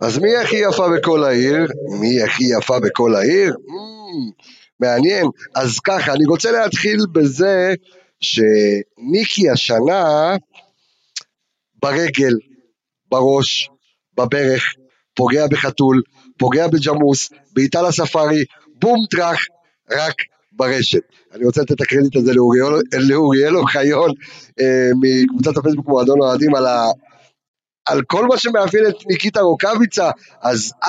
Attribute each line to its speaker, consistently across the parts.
Speaker 1: אז מי הכי יפה בכל העיר? מי הכי יפה בכל העיר? Mm, מעניין. אז ככה, אני רוצה להתחיל בזה שניקי השנה ברגל, בראש, בברך, פוגע בחתול, פוגע בג'מוס, בעיטה לספארי, בום טראח, רק ברשת. אני רוצה לתת את הקרדיט הזה לאוריאל- לאוריאל אוחיון אה, מקבוצת הפייסבוק מועדון אוהדים על, ה, על כל מה שמאפיין את ניקיטה רוקאביצה, אז 4-1,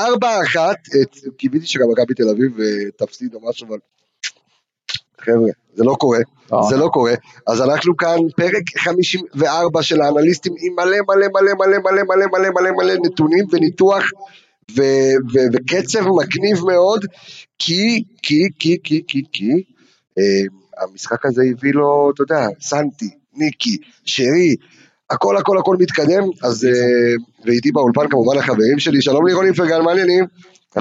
Speaker 1: את- קיוויתי שגם מכבי תל אביב אה, תפסיד או משהו, אבל חבר'ה, זה לא קורה,
Speaker 2: לא.
Speaker 1: זה לא קורה. אז אנחנו כאן, פרק 54 של האנליסטים עם מלא מלא מלא מלא מלא מלא מלא מלא מלא נתונים וניתוח ו- ו- וקצב מגניב מאוד, כי, כי, כי, כי, כי, כי, אה, המשחק הזה הביא לו, אתה יודע, סנטי, ניקי, שרי, הכל הכל הכל מתקדם, אז אה, ואיתי באולפן כמובן החברים שלי, שלום לירון איפרגן, מה העניינים?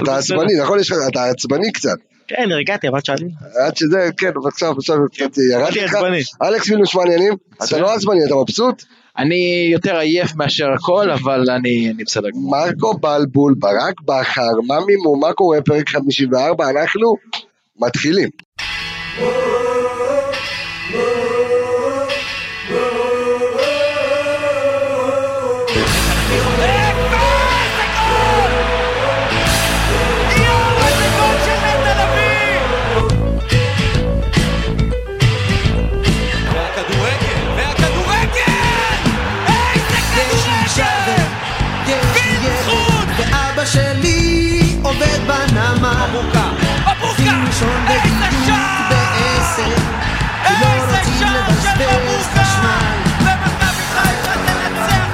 Speaker 1: אתה עצבני, נכון? יש לך- אתה עצבני קצת,
Speaker 3: כן, הרגעתי, אבל שאלתי.
Speaker 1: עד שזה, כן, אבל עכשיו, עכשיו קצת ירד
Speaker 3: הייתי
Speaker 1: לך.
Speaker 3: עצבני.
Speaker 1: אלכס מינוס, מה העניינים? אתה
Speaker 2: מצוין.
Speaker 1: לא עצבני, אתה מבסוט?
Speaker 2: אני יותר עייף מאשר הכל, אבל אני אני בסדר גמור.
Speaker 1: מרקו בלבול, ברק בכר, מה מימו, מה קורה, פרק 54, אנחנו מתחילים.
Speaker 4: פרס הגול! יואו, איזה גול של נטע לביא! והכדורגל! והכדורגל! איזה כדורגל! בזכות!
Speaker 5: ואבא שלי עובד בנמל,
Speaker 4: מבוקה!
Speaker 5: ראשון
Speaker 4: איזה
Speaker 5: בדיוק
Speaker 4: שער!
Speaker 5: בעשר, לא
Speaker 4: איזה
Speaker 5: רוצים
Speaker 4: שער של
Speaker 5: לבזבז
Speaker 4: מבוקה!
Speaker 5: חשמל,
Speaker 4: ומכבי חיפה תנצח את המשחק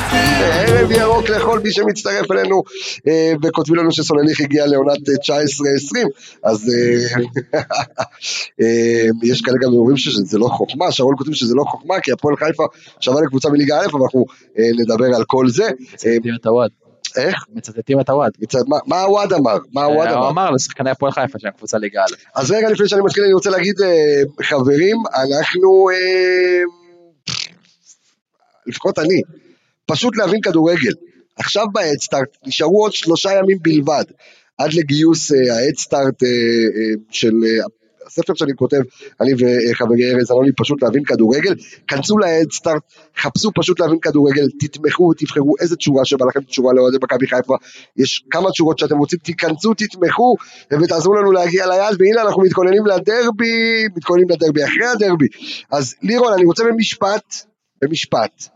Speaker 4: הזה!
Speaker 1: ערב ירוק לכל מי שמצטרף אלינו, אה, וכותבים לנו שסולליך הגיע לעונת אה, 19-20, אז אה, אה, יש כאלה גם אומרים שזה לא חוכמה, שרון כותבים שזה לא חוכמה, כי הפועל חיפה שווה לקבוצה מליגה א', אבל אנחנו אה, נדבר על כל זה. אה,
Speaker 2: מצטטים את הוואד.
Speaker 1: איך?
Speaker 2: מצטטים את הוואד.
Speaker 1: מצד- מה- מה הוואד אמר? מה הוואד
Speaker 2: אה, הוא
Speaker 1: אמר?
Speaker 2: אמר לשחקני הפועל חיפה שהם קבוצה ליגה א'.
Speaker 1: אז רגע לפני שאני מתחיל אני רוצה להגיד, אה, חברים, אנחנו, אה, לפחות אני, פשוט להבין כדורגל. עכשיו בהדסטארט נשארו עוד שלושה ימים בלבד, עד לגיוס אה, ההדסטארט אה, אה, של אה, הספר שאני כותב, אני וחברי ארז אלוני, פשוט להבין כדורגל. כנסו להדסטארט, חפשו פשוט להבין כדורגל, תתמכו, תבחרו איזה תשורה שבא לכם, תשורה לאוהדי מכבי חיפה, יש כמה תשורות שאתם רוצים, תיכנסו, תתמכו, ותעזרו לנו להגיע ליעד, והנה אנחנו מתכוננים לדרבי, מתכוננים לדרבי אחרי הדרבי. אז לירון, אני רוצה במשפט, במשפט,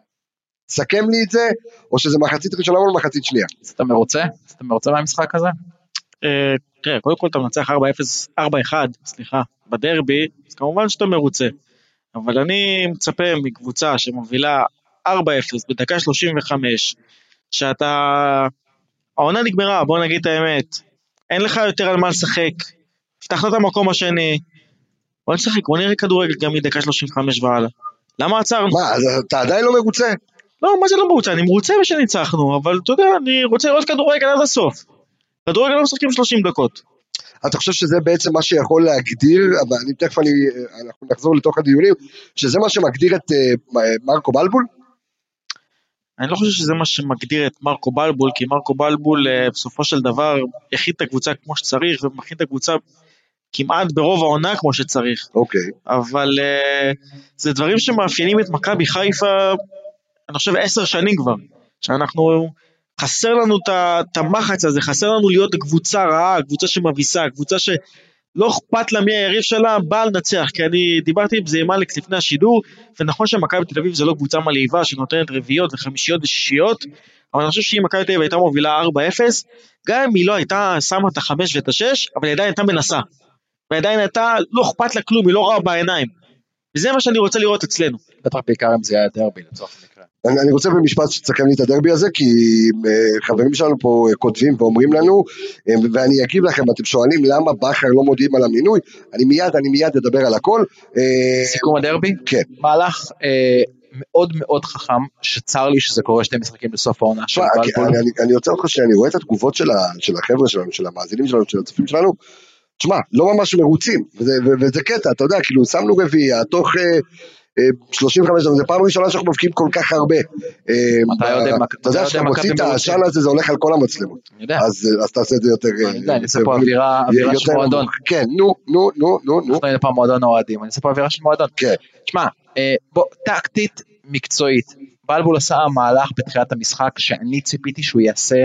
Speaker 1: סכם לי את זה, או שזה מחצית ראשונה מול מחצית שנייה.
Speaker 2: אז אתה מרוצה? אז אתה מרוצה מהמשחק הזה?
Speaker 3: אה, תראה, קודם כל אתה מנצח 4-0, 4-1, סליחה, בדרבי, אז כמובן שאתה מרוצה. אבל אני מצפה מקבוצה שמובילה 4-0 בדקה 35, שאתה... העונה נגמרה, בוא נגיד את האמת. אין לך יותר על מה לשחק. הבטחת את המקום השני. בוא נשחק, בוא נראה כדורגל גם מדקה 35 והלאה. למה עצרנו?
Speaker 1: מה, אז אתה עדיין לא מרוצה?
Speaker 3: לא, מה זה לא מרוצה? אני מרוצה שניצחנו, אבל אתה יודע, אני רוצה לראות כדורגל עד הסוף. כדורגל לא משחקים 30 דקות.
Speaker 1: אתה חושב שזה בעצם מה שיכול להגדיר, אבל אני תכף אני, אנחנו נחזור לתוך הדיונים, שזה מה שמגדיר את אה, מרקו בלבול?
Speaker 3: אני לא חושב שזה מה שמגדיר את מרקו בלבול, כי מרקו בלבול אה, בסופו של דבר הכין את הקבוצה כמו שצריך, ומכין את הקבוצה כמעט ברוב העונה כמו שצריך.
Speaker 1: אוקיי.
Speaker 3: אבל אה, זה דברים שמאפיינים את מכבי חיפה, אני חושב עשר שנים כבר, שאנחנו, חסר לנו את ה- את המחץ הזה, חסר לנו להיות קבוצה רעה, קבוצה שמביסה, קבוצה שלא אכפת לה מי היריב שלה, באה לנצח, כי אני דיברתי עם זה עם אלכס לפני השידור, ונכון שמכבי תל אביב זה לא קבוצה מלהיבה שנותנת רביעיות וחמישיות ושישיות, אבל אני חושב שאם מכבי תל אביב הייתה מובילה 4-0, גם אם היא לא הייתה שמה את החמש ואת השש, אבל היא עדיין הייתה מנסה. ועדיין הייתה, לא אכפת לה כלום, היא לא רעה בעיניים. וזה מה שאני רוצה לראות אצלנו.
Speaker 2: בטח בעיקר אם זה היה דרבי לצורך המקרה.
Speaker 1: אני, אני רוצה במשפט שתסכם לי את הדרבי הזה, כי אה, חברים שלנו פה אה, כותבים ואומרים לנו, אה, ואני אגיב לכם, אתם שואלים למה בכר לא מודיעים על המינוי, אני מיד, אני מיד אדבר על הכל. אה,
Speaker 2: סיכום הדרבי?
Speaker 1: כן.
Speaker 2: מהלך אה, מאוד מאוד חכם, שצר לי שזה קורה שני משחקים לסוף העונה של
Speaker 1: תשמע,
Speaker 2: בלבול.
Speaker 1: אני, אני, אני עוצר אותך שנייה, אני רואה את התגובות של, ה, של החבר'ה שלנו, של המאזינים שלנו, של הצופים שלנו, תשמע, לא ממש מרוצים, וזה, ו, וזה קטע, אתה יודע, כאילו, שמנו רביעייה, תוך אה, אה, 35 דקות, זו פעם ראשונה שאנחנו מבקיעים כל כך הרבה. אה,
Speaker 2: אתה יודע
Speaker 1: ב-
Speaker 2: מה-
Speaker 1: אתה יודע
Speaker 2: אתה
Speaker 1: שאתה
Speaker 2: יודע מה
Speaker 1: מוציא
Speaker 2: מכבי
Speaker 1: את
Speaker 2: מרוצה.
Speaker 1: העשן הזה, זה הולך על כל המצלמות.
Speaker 2: אני יודע,
Speaker 1: אז אז תעשה את זה יותר... אה,
Speaker 2: אני יודע, אני עושה
Speaker 1: יותר-
Speaker 2: פה אווירה
Speaker 1: יהיה
Speaker 2: אווירה של
Speaker 1: יותר
Speaker 2: מועדון.
Speaker 1: נמוך. כן, נו, נו, נו, נו, נו.
Speaker 2: אנחנו היינו פעם מועדון האוהדים, אני עושה פה אווירה של מועדון.
Speaker 1: כן.
Speaker 2: שמע, אה, בוא, טקטית, מקצועית, בלבול עשה מהלך בתחילת המשחק שאני ציפיתי שהוא יעשה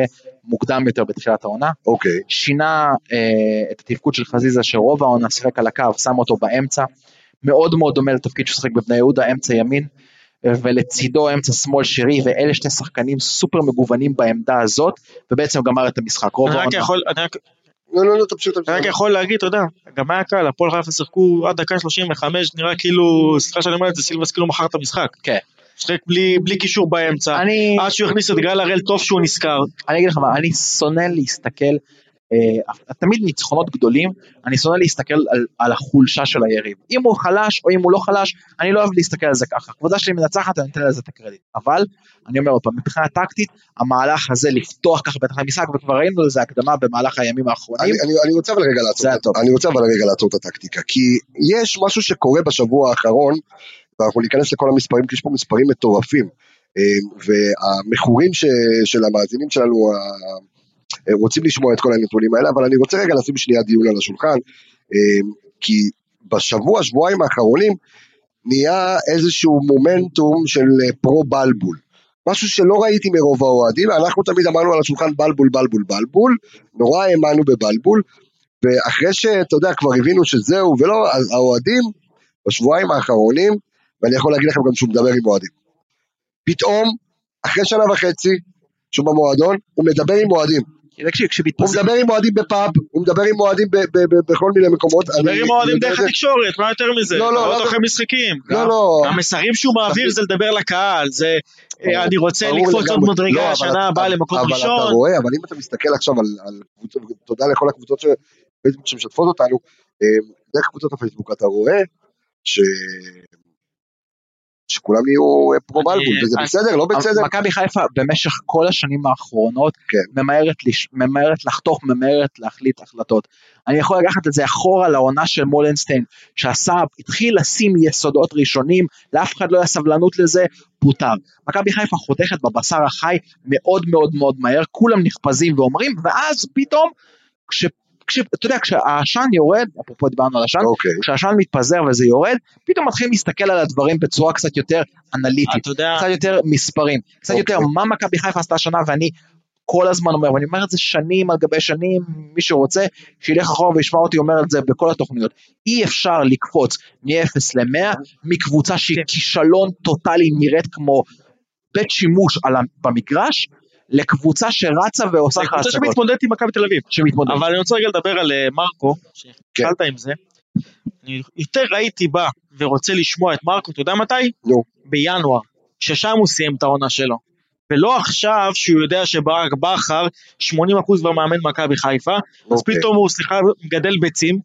Speaker 2: מוקדם יותר בתחילת העונה,
Speaker 1: אוקיי,
Speaker 2: שינה אה, את התפקוד של חזיזה שרוב העונה שיחק על הקו, שם אותו באמצע, מאוד מאוד דומה לתפקיד שהוא שיחק בבני יהודה, אמצע ימין, אה, ולצידו אמצע שמאל שירי, ואלה שני שחקנים סופר מגוונים בעמדה הזאת, ובעצם הוא גמר את המשחק. רוב
Speaker 3: אני רק
Speaker 2: העונה,
Speaker 3: יכול- אני רק-
Speaker 1: לא, לא, לא, תמשיך, תמשיך.
Speaker 3: אני רק יכול להגיד, אתה יודע, גם היה קל, הפועל חיפה שיחקו עד דקה 35, נראה כאילו, סליחה שאני אומר את זה, סילבס כאילו מכר את המשחק.
Speaker 2: כן.
Speaker 3: שיחק בלי בלי קישור באמצע,
Speaker 2: אני...
Speaker 3: עד שהוא הכניס את גל הראל טוב שהוא נזכר.
Speaker 2: אני אגיד לך מה, אני שונא להסתכל, אה, תמיד ניצחונות גדולים, אני שונא להסתכל על, על החולשה של היריב. אם הוא חלש או אם הוא לא חלש, אני לא אוהב להסתכל על זה ככה. הקבוצה שלי מנצחת, אני נותן לזה את הקרדיט. אבל, אני אומר עוד פעם, מבחינה טקטית, המהלך הזה לפתוח ככה בתחילת המשחק, וכבר ראינו לזה הקדמה במהלך הימים
Speaker 1: אני,
Speaker 2: האחרונים,
Speaker 1: אני, אני רוצה אבל רגע לעצור,
Speaker 2: זה
Speaker 1: את- אני רוצה אבל רגע לעצור את הטקטיקה, כי יש משהו שקורה בשבוע האחרון, ואנחנו ניכנס לכל המספרים, כי יש פה מספרים מטורפים, אה, והמכורים ש, של המאזינים שלנו ה- אה, רוצים לשמוע את כל הנתונים האלה, אבל אני רוצה רגע לשים שנייה דיון על השולחן, אה, כי בשבוע, שבועיים האחרונים, נהיה איזשהו מומנטום של אה, פרו בלבול. משהו שלא ראיתי מרוב האוהדים, אנחנו תמיד אמרנו על השולחן בלבול, בלבול, בלבול, נורא האמנו בבלבול, ואחרי שאתה יודע, כבר הבינו שזהו ולא, אז האוהדים בשבועיים האחרונים, ואני יכול להגיד לכם גם שהוא מדבר עם אוהדים. פתאום, אחרי שנה וחצי, שהוא במועדון, הוא מדבר עם אוהדים.
Speaker 2: כי תקשיב,
Speaker 1: הוא
Speaker 2: כשמתפזר,
Speaker 1: מדבר עם אוהדים בפאב, הוא מדבר עם אוהדים ב- ב- ב- בכל מיני מקומות.
Speaker 3: דבר
Speaker 1: אני-
Speaker 3: עם האוהדים
Speaker 1: אני יודע
Speaker 3: דרך
Speaker 1: את זה-
Speaker 3: התקשורת, מה יותר מזה?
Speaker 1: לא, לא,
Speaker 3: לא
Speaker 1: לא.
Speaker 3: אחרי משחקים.
Speaker 1: לא, לא.
Speaker 3: המסרים שהוא מעביר זה לדבר לקהל, זה
Speaker 1: ברור,
Speaker 3: אה, אני רוצה
Speaker 1: ברור
Speaker 3: לקפוץ עוד
Speaker 1: לגמרי.
Speaker 3: מדרגה,
Speaker 1: לא, אבל-
Speaker 3: השנה הבאה למקום
Speaker 1: אבל אתה
Speaker 3: ראשון.
Speaker 1: רואה, אבל אם אתה מסתכל עכשיו על, על קבוצות, תודה לכל הקבוצות שפייסבוק שמשתפות אותנו, אה, דרך קבוצות הפייסבוק אתה רואה ש... שכולם יהיו אה, פרו-בלבול,
Speaker 3: אני-
Speaker 1: וזה
Speaker 3: אני-
Speaker 1: בסדר, לא בסדר.
Speaker 2: אוקיי, מכבי חיפה במשך כל השנים האחרונות
Speaker 1: כן.
Speaker 2: ממהרת, לש... ממהרת לחתוך, ממהרת להחליט החלטות. אני יכול לקחת את זה אחורה לעונה של מולנסטיין, שעשה, התחיל לשים יסודות ראשונים, לאף אחד לא היה סבלנות לזה, פוטר. מכבי חיפה חותכת בבשר החי מאוד מאוד מאוד מהר, כולם נחפזים ואומרים, ואז פתאום, כש... כש... אתה יודע, כשהעשן יורד, אפרופו דיברנו על עשן,
Speaker 1: אוקיי.
Speaker 2: כשהעשן מתפזר וזה יורד, פתאום מתחילים להסתכל על הדברים בצורה קצת יותר אנליטית.
Speaker 3: אתה יודע,
Speaker 2: קצת יותר מספרים, קצת
Speaker 1: אוקיי.
Speaker 2: יותר מה מכבי חיפה עשתה השנה ואני כל הזמן אומר, ואני אומר את זה שנים על גבי שנים, מי שרוצה שילך אחורה וישמע אותי אומר את זה בכל התוכניות. אי אפשר לקפוץ מ-0 ל-100 מקבוצה
Speaker 3: כן.
Speaker 2: שהיא כישלון טוטאלי נראית כמו בית שימוש על ה- במגרש, לקבוצה שרצה ועושה
Speaker 3: זה
Speaker 2: לך
Speaker 3: קבוצה
Speaker 2: הצגות.
Speaker 3: שמתמודדת עם מכבי תל אביב.
Speaker 2: שמתמודדת.
Speaker 3: אבל אני רוצה רגע לדבר על אה, מרקו,
Speaker 1: כן.
Speaker 3: שהתחלת עם זה. אני יותר ראיתי בה ורוצה לשמוע את מרקו, אתה יודע מתי?
Speaker 1: נו.
Speaker 3: בינואר, ששם הוא סיים את העונה שלו. ולא עכשיו שהוא יודע שברק בכר, 80% כבר מאמן מכבי חיפה, אז
Speaker 1: אוקיי.
Speaker 3: פתאום הוא, סליחה, מגדל ביצים,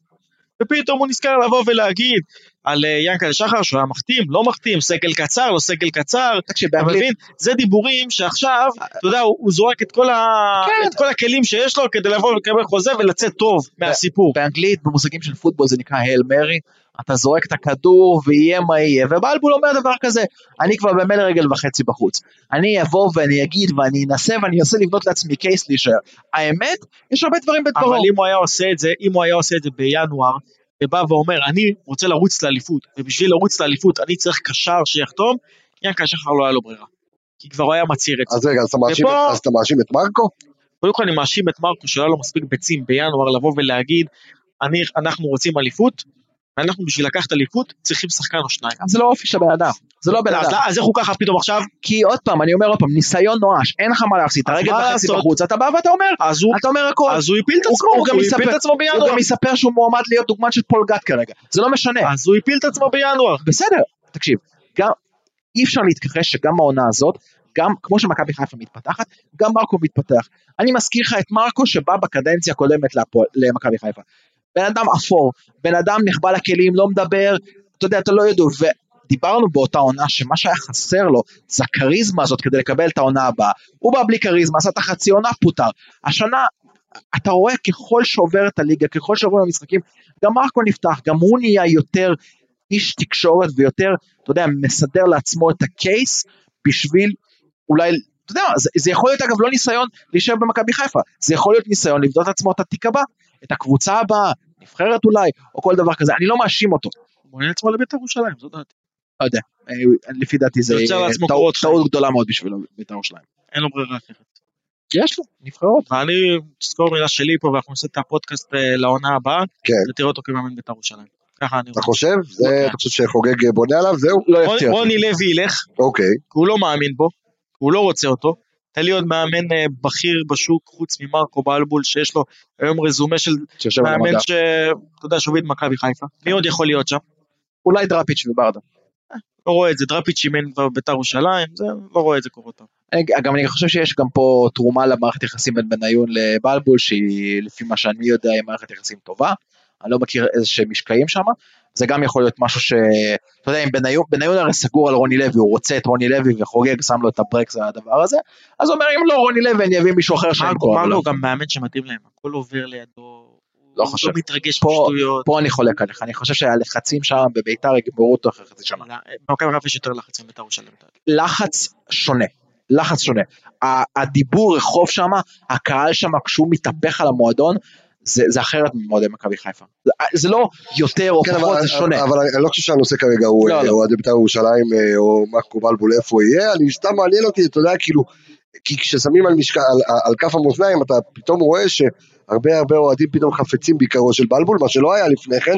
Speaker 3: ופתאום הוא נזכר לבוא ולהגיד על אה, ינקל שחר שהוא היה מחתים, לא מחתים, סגל קצר, לא סגל קצר,
Speaker 2: תקשיב,
Speaker 3: אתה
Speaker 2: באנגלית-
Speaker 3: מבין? זה דיבורים שעכשיו, אתה יודע, הוא הוא זורק את כל ה-
Speaker 2: כן.
Speaker 3: את כל הכלים שיש לו כדי לבוא ולקבל חוזה ולצאת טוב מהסיפור.
Speaker 2: באנגלית, במושגים של פוטבול זה נקרא הייל מרי, אתה זורק את הכדור ויהיה מה יהיה, ובלבול אומר דבר כזה, אני כבר במילא רגל וחצי בחוץ. אני אבוא ואני אגיד ואני אנסה ואני אנסה לבנות לעצמי קייס להישאר. האמת, יש הרבה דברים
Speaker 3: אבל
Speaker 2: בדברו.
Speaker 3: אם הוא היה עושה את זה, אם הוא היה עושה את זה בינואר, ובא ואומר, אני רוצה לרוץ לאליפות, ובשביל לרוץ לאליפות אני צריך קשר שיחתום, ינקל שחר לא היה לו ברירה. כי כבר הוא היה מצהיר את זה.
Speaker 1: אז רגע, אז אתה מאשים
Speaker 3: ופה-
Speaker 1: את- אז אתה מאשים את מרקו?
Speaker 3: קודם כל אני מאשים את מרקו שלא היה לו מספיק ביצים בינואר לבוא ולהגיד, "אני- אנחנו רוצים אליפות, ואנחנו בשביל לקחת אליפות צריכים שחקן או שניים.
Speaker 2: אבל זה לא אופי של בן אדם, זה לא בן
Speaker 3: אז
Speaker 2: אדם.
Speaker 3: אז איך הוא ככה פתאום עכשיו?
Speaker 2: כי עוד פעם, אני אומר עוד פעם, ניסיון נואש, אין לך מה להפסיד, אתה
Speaker 3: אז
Speaker 2: רגל
Speaker 3: מה
Speaker 2: וחצי
Speaker 3: לעשות?
Speaker 2: בחוץ, אתה בא ואתה אומר,
Speaker 3: אז הוא
Speaker 2: אתה אומר הכל.
Speaker 3: אז הוא הפיל את
Speaker 2: נכון. הוא-
Speaker 3: עצמו,
Speaker 2: הוא גם
Speaker 3: הוא הפיל
Speaker 2: מספר-
Speaker 3: את עצמו
Speaker 2: הוא
Speaker 3: בינואר.
Speaker 2: גם יספר שהוא מועמד להיות דוגמן של פול גת כרגע, זה לא משנה.
Speaker 3: אז הוא הפיל את עצמו בינואר.
Speaker 2: בסדר, תקשיב, גם, אי אפשר להתכחש שגם העונה הזאת, גם כמו שמכבי חיפה מתפתחת, גם מרקו מתפתח. אני מזכיר לך את מרקו שבא בקדנציה הקודמת להפועל- למכבי חיפה. בן אדם אפור, בן אדם נחבא לכלים, לא מדבר, אתה יודע, אתה לא ידעו, ודיברנו באותה עונה שמה שהיה חסר לו זה הכריזמה הזאת כדי לקבל את העונה הבאה. הוא בא בלי כריזמה, עשה את החצי עונה, פוטר. השנה, אתה רואה ככל שעובר את הליגה, ככל שעוברים המשחקים, גם מרקו נפתח, גם הוא נהיה יותר איש תקשורת ויותר, אתה יודע, מסדר לעצמו את הקייס בשביל אולי, אתה יודע, מה, זה, זה יכול להיות אגב לא ניסיון להישאר במכבי חיפה, זה יכול להיות ניסיון לבנות לעצמו את התיק הבא, את הקבוצה הבאה, נבחרת אולי, או כל דבר כזה, אני לא מאשים אותו.
Speaker 3: בונה לעצמו לבית"ר ירושלים, זו דעתי.
Speaker 2: לא יודע, אה, לפי דעתי זה
Speaker 3: יוצר
Speaker 2: אה,
Speaker 3: לעצמו
Speaker 2: טעות-
Speaker 3: קורות
Speaker 2: טעות גדולה מאוד בשביל בית"ר ירושלים.
Speaker 3: אין לו ברירה אחרת.
Speaker 2: יש לו, נבחרות.
Speaker 3: ואני, תזכור מילה שלי פה, ואנחנו נעשה את הפודקאסט אה, לעונה הבאה,
Speaker 1: כן.
Speaker 3: ותראה אותו כמאמן בית"ר ירושלים. ככה אני
Speaker 1: אתה
Speaker 3: רואה.
Speaker 1: חושב? זה, אתה חושב שחוגג בונה עליו? זהו?
Speaker 2: לא
Speaker 3: רוני-
Speaker 2: יפתיע אותי.
Speaker 3: רוני לוי ילך,
Speaker 1: אוקיי.
Speaker 3: כי הוא לא מאמין בו, הוא לא רוצה אותו. תן לי עוד מאמן אה, בכיר בשוק, חוץ ממרקו בלבול, שיש לו היום רזומה של
Speaker 2: שיושב על
Speaker 3: מאמן
Speaker 2: המדע.
Speaker 3: ש... אתה יודע, שהוביל את מכבי חיפה. מי עוד יכול להיות שם?
Speaker 2: אולי דראפיץ' וברדה.
Speaker 3: לא רואה את זה. דראפיץ' אימן כבר בביתר ירושלים, זה, לא רואה את זה קורה טוב.
Speaker 2: אני- גם אני חושב שיש גם פה תרומה למערכת יחסים בין בניון לבלבול, שהיא לפי מה שאני יודע היא מערכת יחסים טובה, אני לא מכיר איזה שהם משקעים שם, זה גם יכול להיות משהו ש... אתה יודע, אם בניון, בניון הרי סגור על רוני לוי, הוא רוצה את רוני לוי וחוגג, שם לו את הברקס על הדבר הזה, אז הוא אומר, אם לא רוני לוי אני אביא מישהו אחר שאני
Speaker 3: מרקו
Speaker 2: קורא
Speaker 3: מרקו
Speaker 2: לו.
Speaker 3: הוא גם מאמן שמתאים להם, הכל עובר לידו.
Speaker 2: לא
Speaker 3: הוא
Speaker 2: חושב.
Speaker 3: לא מתרגש
Speaker 2: פה-
Speaker 3: בשטויות.
Speaker 2: פה אני חולק עליך, אני חושב שהלחצים שם בביתר יגמרו אותו אחרי חצי שנה.
Speaker 3: לא, במכבי חיפה יש יותר לחץ מביתר ירושלים.
Speaker 2: לחץ שונה, לחץ שונה. ה- הדיבור רחוב שם, הקהל שם, כשהוא מתהפך על המועדון, זה, זה אחרת ממועדי מכבי חיפה. זה, זה לא יותר או
Speaker 1: כן,
Speaker 2: פחות,
Speaker 1: אבל,
Speaker 2: זה שונה.
Speaker 1: אבל אני לא חושב שהנושא כרגע הוא
Speaker 2: לא,
Speaker 1: אה,
Speaker 2: לא.
Speaker 1: אוהדי בית"ר ירושלים אה, או מרקו בלבול איפה הוא יהיה, אני סתם מעניין אותי, אתה יודע, כאילו, כי כששמים על, משק... על, על כף המאזניים אתה פתאום רואה שהרבה הרבה אוהדים פתאום חפצים בעיקרו של בלבול, מה שלא היה לפני כן,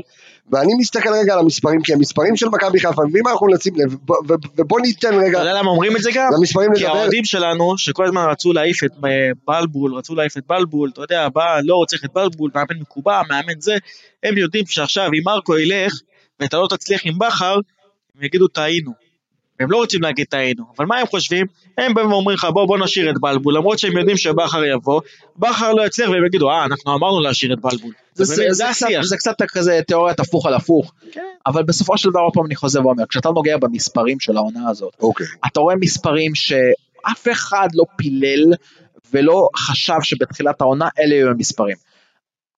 Speaker 1: ואני מסתכל רגע על המספרים, כי המספרים של מכבי חיפה, ואם אנחנו נשים לב, ו- ו- ובוא ניתן
Speaker 3: אתה
Speaker 1: רגע
Speaker 2: אה,
Speaker 3: יודע למה אומרים את זה גם?
Speaker 1: למספרים
Speaker 3: כי
Speaker 1: לדבר,
Speaker 3: האוהדים שלנו, שכל הזמן רצו להעיף את אה, בלבול, רצו להעיף את בלבול, אתה יודע, בא, לא צריך את בלבול, מאמן מקובע, מאמן זה, הם יודעים שעכשיו אם מרקו ילך, ואתה לא תצליח עם בכר, הם יגידו טעינו. הם לא רוצים להגיד טעינו, אבל מה הם חושבים? הם באים ואומרים לך בוא בוא נשאיר את בלבול, למרות שהם יודעים שבכר יבוא, בכר לא יצליח והם יגידו אה אנחנו אמרנו להשאיר את בלבול.
Speaker 2: זה,
Speaker 3: זה
Speaker 2: זה,
Speaker 3: באמת,
Speaker 2: זה,
Speaker 3: זה
Speaker 2: קצת,
Speaker 3: השיח.
Speaker 2: זה קצת כזה תיאוריית הפוך על הפוך,
Speaker 3: כן.
Speaker 2: אבל בסופו של דבר, עוד פעם אני חוזר ואומר, כשאתה נוגע במספרים של העונה הזאת,
Speaker 1: אוקיי,
Speaker 2: אתה רואה מספרים שאף אחד לא פילל ולא חשב שבתחילת העונה אלה יהיו המספרים.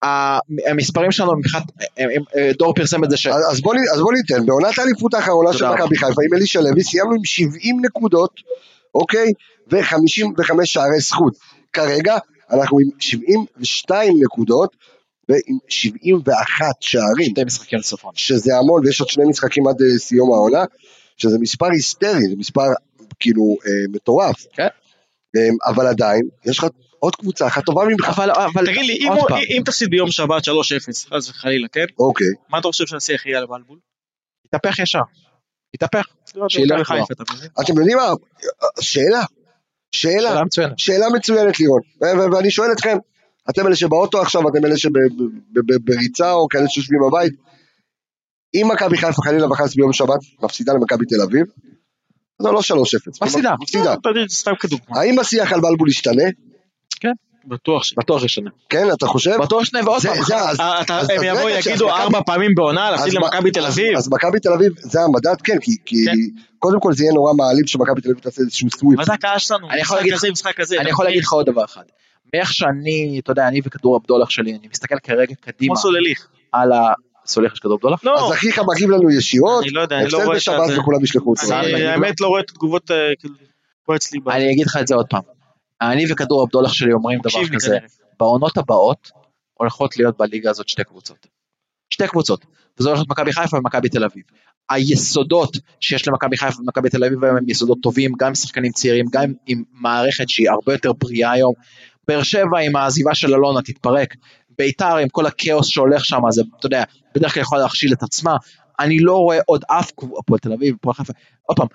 Speaker 2: ה- המספרים שלנו מבחינת, הם- הם- הם- דור פרסם את זה ש...
Speaker 1: אז, אז בוא נ- אז בוא ניתן, בעונת האליפות האחרונה של
Speaker 2: כן. תודה רבה.
Speaker 1: מכבי חיפה עם אלישע לוי, סיימנו עם 70 נקודות, אוקיי? ו-55 שערי זכות. כרגע אנחנו עם 72 נקודות ועם 71 שערים,
Speaker 2: שתי משחקים לסוף העונה.
Speaker 1: שזה המון, ויש עוד שני משחקים עד אה, סיום העונה, שזה מספר היסטרי, זה מספר כאילו אה, מטורף.
Speaker 2: כן.
Speaker 1: אה, אבל עדיין, יש לך עוד קבוצה אחת טובה ממך.
Speaker 2: אבל, אבל
Speaker 3: תגיד לי, אה- אם
Speaker 2: עוד
Speaker 3: הוא-
Speaker 2: פעם,
Speaker 3: אם תפסיד ביום שבת 3-0, חס וחלילה, כן?
Speaker 1: אוקיי,
Speaker 3: מה אתה חושב שהשיח יהיה על בלבול?
Speaker 2: התהפך ישר. התהפך. שילך
Speaker 3: מכבי
Speaker 2: כבר.
Speaker 3: חיפה, אתה מבין?
Speaker 1: אתם יודעים מה? אה, שאלה,
Speaker 3: לא.
Speaker 1: שאלה,
Speaker 2: שאלה מצוינת.
Speaker 1: שאלה מצוינת לירון, ו- ו- ואני שואל אתכם, אתם אלה שבאוטו עכשיו, אתם אלה שבריצה או כאלה שיושבים בבית, אם מכבי חיפה חלילה וחס ביום שבת מפסידה למכבי תל אביב, זה לא 3-0.
Speaker 2: מפסידה.
Speaker 1: מפסידה.
Speaker 3: כן, אתה יודע, סתם כדוגמה.
Speaker 1: האם השיח על בלבול ישתנה?
Speaker 3: בטוח ש...
Speaker 2: בטוח ישנה.
Speaker 1: כן, אתה חושב?
Speaker 3: לא.
Speaker 2: בטוח ישנה ועוד
Speaker 1: זה-
Speaker 2: פעם.
Speaker 1: זה- אז-
Speaker 3: אה, אתה-
Speaker 1: אז-
Speaker 3: הם
Speaker 1: אז
Speaker 3: יבואו
Speaker 1: רגע,
Speaker 3: יגידו
Speaker 1: שהמכבי-
Speaker 3: ארבע פעמים בעונה להפסיד
Speaker 1: אז
Speaker 3: למכבי
Speaker 1: מה-
Speaker 3: תל
Speaker 1: אז-
Speaker 3: אביב.
Speaker 1: אז מכבי תל אביב זה המדד, כן, כי- כי
Speaker 3: כן.
Speaker 1: קודם כל זה יהיה נורא מעליב שמכבי תל אביב תעשה איזשהו סוויפ.
Speaker 3: מה זה הקהל שלנו?
Speaker 2: אני יכול
Speaker 3: משחק
Speaker 2: להגיד-
Speaker 3: כזה, משחק כזה.
Speaker 2: אני יכול להגיד לך עוד דבר אחד. מאיך שאני, אתה יודע, אני וכדור הבדולח שלי, אני מסתכל כרגע קדימה
Speaker 3: כמו סולליך.
Speaker 2: על ה... סולח יש כדור הבדולח?
Speaker 3: לא,
Speaker 1: אז אחיך מגיב לנו ישירות,
Speaker 3: אני לא יודע, אני לא
Speaker 1: הפסד
Speaker 3: רואה
Speaker 1: בשבת
Speaker 3: שזה-
Speaker 1: וכולם ישלחו אותו.
Speaker 2: סער
Speaker 3: אני
Speaker 2: מגיב לו?
Speaker 3: האמת לא רואה את התגובות אה, כאילו, פה אצלי. ב-
Speaker 2: אני אגיד לך את זה עוד פעם. אני וכדור הבדולח שלי אומרים דבר
Speaker 3: מקשיב לי
Speaker 2: כזה,
Speaker 3: כנראה.
Speaker 2: בעונות הבאות הולכות להיות בליגה הזאת שתי קבוצות. שתי קבוצות, וזה הולך להיות מכבי חיפה ומכבי תל אביב. היסודות שיש למכבי חיפה ומכבי תל אביב היום הם יסודות טובים, גם עם שחקנים צעירים, גם עם מערכת שהיא הרבה יותר בריאה היום. באר שבע עם העזיבה של אלונה תתפרק, ביתר עם כל הכאוס שהולך שם, זה, אתה יודע, בדרך כלל יכולה להכשיל את עצמה. אני לא רואה עוד אף קבוצה, הפועל תל אביב, הפועל חיפה, עוד פעם,